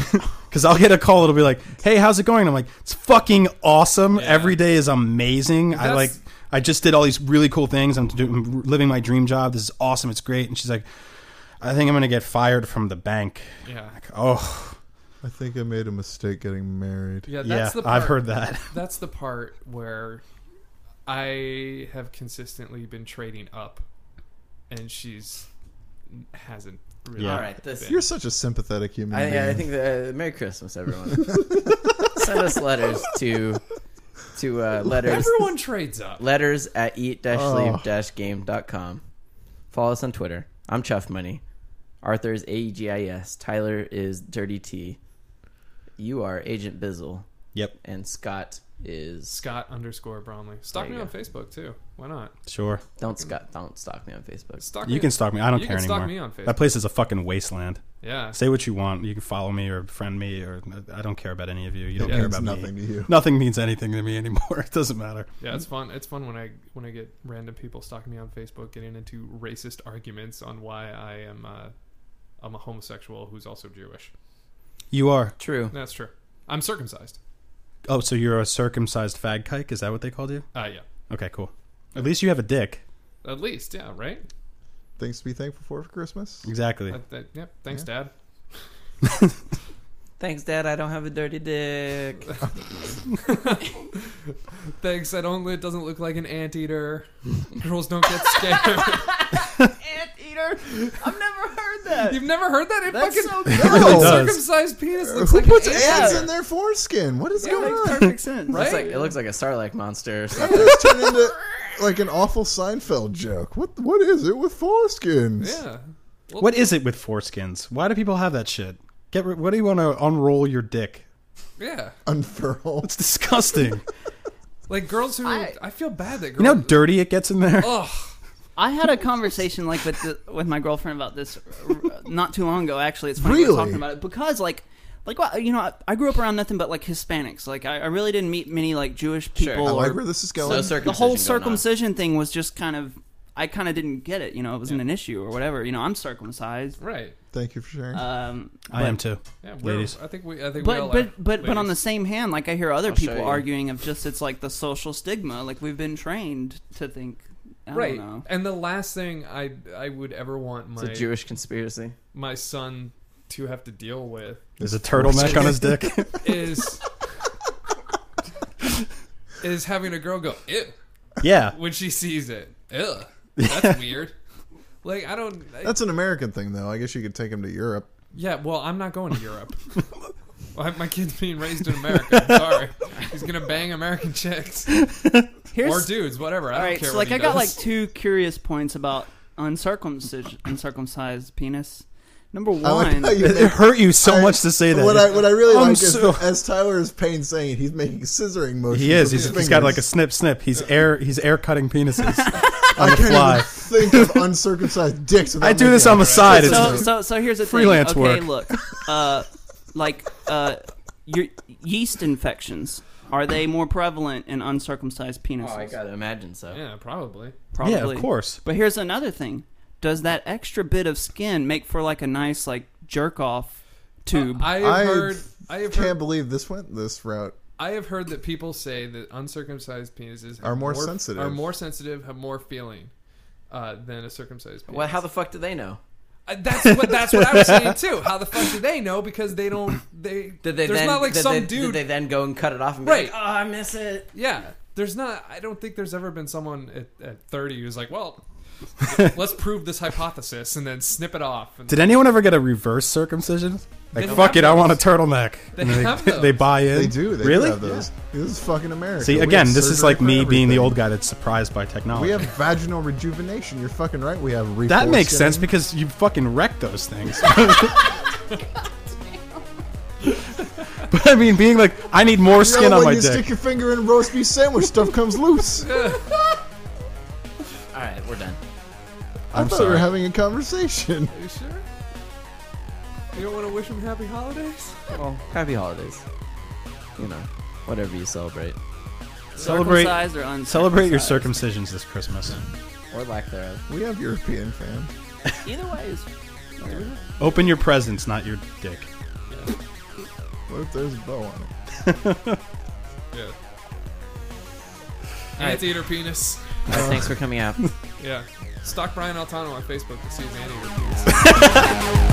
Because I'll get a call. It'll be like, "Hey, how's it going?" I'm like, "It's fucking awesome. Yeah. Every day is amazing. I That's- like. I just did all these really cool things. I'm, do- I'm living my dream job. This is awesome. It's great." And she's like, "I think I'm gonna get fired from the bank." Yeah. Like, oh, I think I made a mistake getting married. Yeah, that's yeah. the part. I've heard that. That's the part where I have consistently been trading up, and she's hasn't really. Yeah. All right, this. You're such a sympathetic human. I, being. yeah, I think that, uh, Merry Christmas, everyone. Send us letters to to uh, letters Everyone trades up. letters at eat Oh. sleep game.com. Follow us on Twitter. I'm Chuff Money. Arthur is A E G I S. Tyler is Dirty T. You are Agent Bizzle. Yep. And Scott is. Scott underscore Bromley. Stalk There me you on go. Facebook too. Why not? Sure. Don't Scott. Don't stalk me on Facebook. Stalk You me- can stalk me. I don't you care can anymore. stalk me on Facebook. That place is a fucking wasteland. Yeah. Say what you want. You can follow me or friend me or I don't care about any of you. You don't Yeah, care Means about nothing me. to you. Nothing means anything to me anymore. It doesn't matter. Yeah, it's fun. It's fun when I when I get random people stalking me on Facebook, getting into racist arguments on why I am uh, I'm a homosexual who's also Jewish. You are. True. That's true. I'm circumcised. Oh, so you're a circumcised fag kike? Is that what they called you? Uh, yeah. Okay, cool. At least you have a dick. At least, yeah, right. Things to be thankful for for Christmas. Exactly. That, that, yep. Thanks, Dad. Thanks, Dad. I don't have a dirty dick. Thanks. I don't. It doesn't look like an anteater. Girls don't get scared. Anteater. I've never heard that. You've never heard that? It That's fucking so It a really does. circumcised penis looks Who like puts an ants anteater. in their foreskin? What is going Makes on? perfect sense. Right? It's like, it looks like a Sarlacc monster. Or something. It just turned into like an awful Seinfeld joke. What what is it with foreskins? Yeah. What is it with foreskins? Why do people have that shit? Get rid what do you want to unroll your dick? Yeah. Unfurl. It's disgusting. Like girls who. I, I- feel bad that you know how girls. dirty it gets in there? Ugh. I had a conversation like with the, with my girlfriend about this r- r- not too long ago. Actually, it's funny we Really? were talking about it because like like well, you know I, I grew up around nothing but like Hispanics. Like I, I really didn't meet many like Jewish Sure. people. I like or- where this is So going. the whole circumcision going on. circumcision thing was just kind of I kind of didn't get it. You know, it wasn't an issue or whatever. You know, I'm circumcised. Right. Thank you for sharing. Uh, Um, I but- am too. Yeah. We're, Ladies. I think we. I think we all But are but but but on the ladies. same hand, like I hear other I'll show people you. arguing of just it's like the social stigma. Like we've been trained to think. I right. Don't know. And the last thing I I would ever want It's a my Jewish conspiracy. my son to have to deal with There's a turtleneck on his dick. is is having a girl go ew yeah. when she sees it. Ew, that's weird. Like I don't. I- That's an American thing, though. I guess you could take him to Europe. yeah. Well, I'm not going to Europe. Well, my kid's being raised in America. I'm sorry, he's gonna bang American chicks Here's or dudes, whatever. I all don't right. care. So what like he I got like does. two curious points about uncircumcised uncircumcised penis. Number one. I like how you It, it hurt you so I- much to say that. What I what I really I'm like so- is as Tyler is pain saying he's making scissoring motions. He is. with He's, his he's got like a fingers. snip snip. He's air he's air cutting penises on I the can't fly. even think of uncircumcised dicks. without I do making this eye on the side. contact. It's so, so so here's the freelance thing. Okay, work. look, uh, like uh, your yeast infections are they more prevalent in uncircumcised penises? Oh, I gotta imagine so. yeah, probably. Probably. Yeah, of course. But here's another thing: Does that extra bit of skin make for like a nice like jerk off tube? I have I heard. I have can't heard. believe this went this route. I have heard that people say that uncircumcised penises have Are more sensitive. Are more sensitive, have more feeling uh, than a circumcised penis. Well, how the fuck do they know? Uh, that's what that's what I was saying too. How the fuck do they know? Because they don't. They, Did they there's then not like did some they, did dude. they then go and cut it off and be Right. like, oh, I miss it. yeah, there's not. I don't think there's ever been someone at, at 30 who's like, well, let's prove this hypothesis and then snip it off. And Did anyone ever get a reverse circumcision? Like, They fuck have it, I those. want a turtleneck. They And have they, those. they buy in. They do. They do really? have those. This is fucking America. See, We have again, this is surgery like for me being the everything. old guy that's surprised by technology. We have vaginal rejuvenation. You're fucking right. We have that makes reforeskin. sense because you fucking wreck those things. but I mean, being like, I need more You know, skin on when my you dick. stick your finger in a roast beef sandwich, stuff comes loose. All right, we're done. I I'm thought we were sorry. having a conversation. Are you sure? You don't want to wish him happy holidays? Happy holidays. You know, whatever you celebrate Celebrate- Circumcised or uncircumcised? Celebrate your circumcisions this Christmas. or lack thereof. We have European fans. Either way is Open your presents, not your dick. What if there's a bow on it? Yeah. right. Anteater penis. All right, thanks for coming out. Yeah. Stalk Brian Altano on Facebook to see his anteater penis.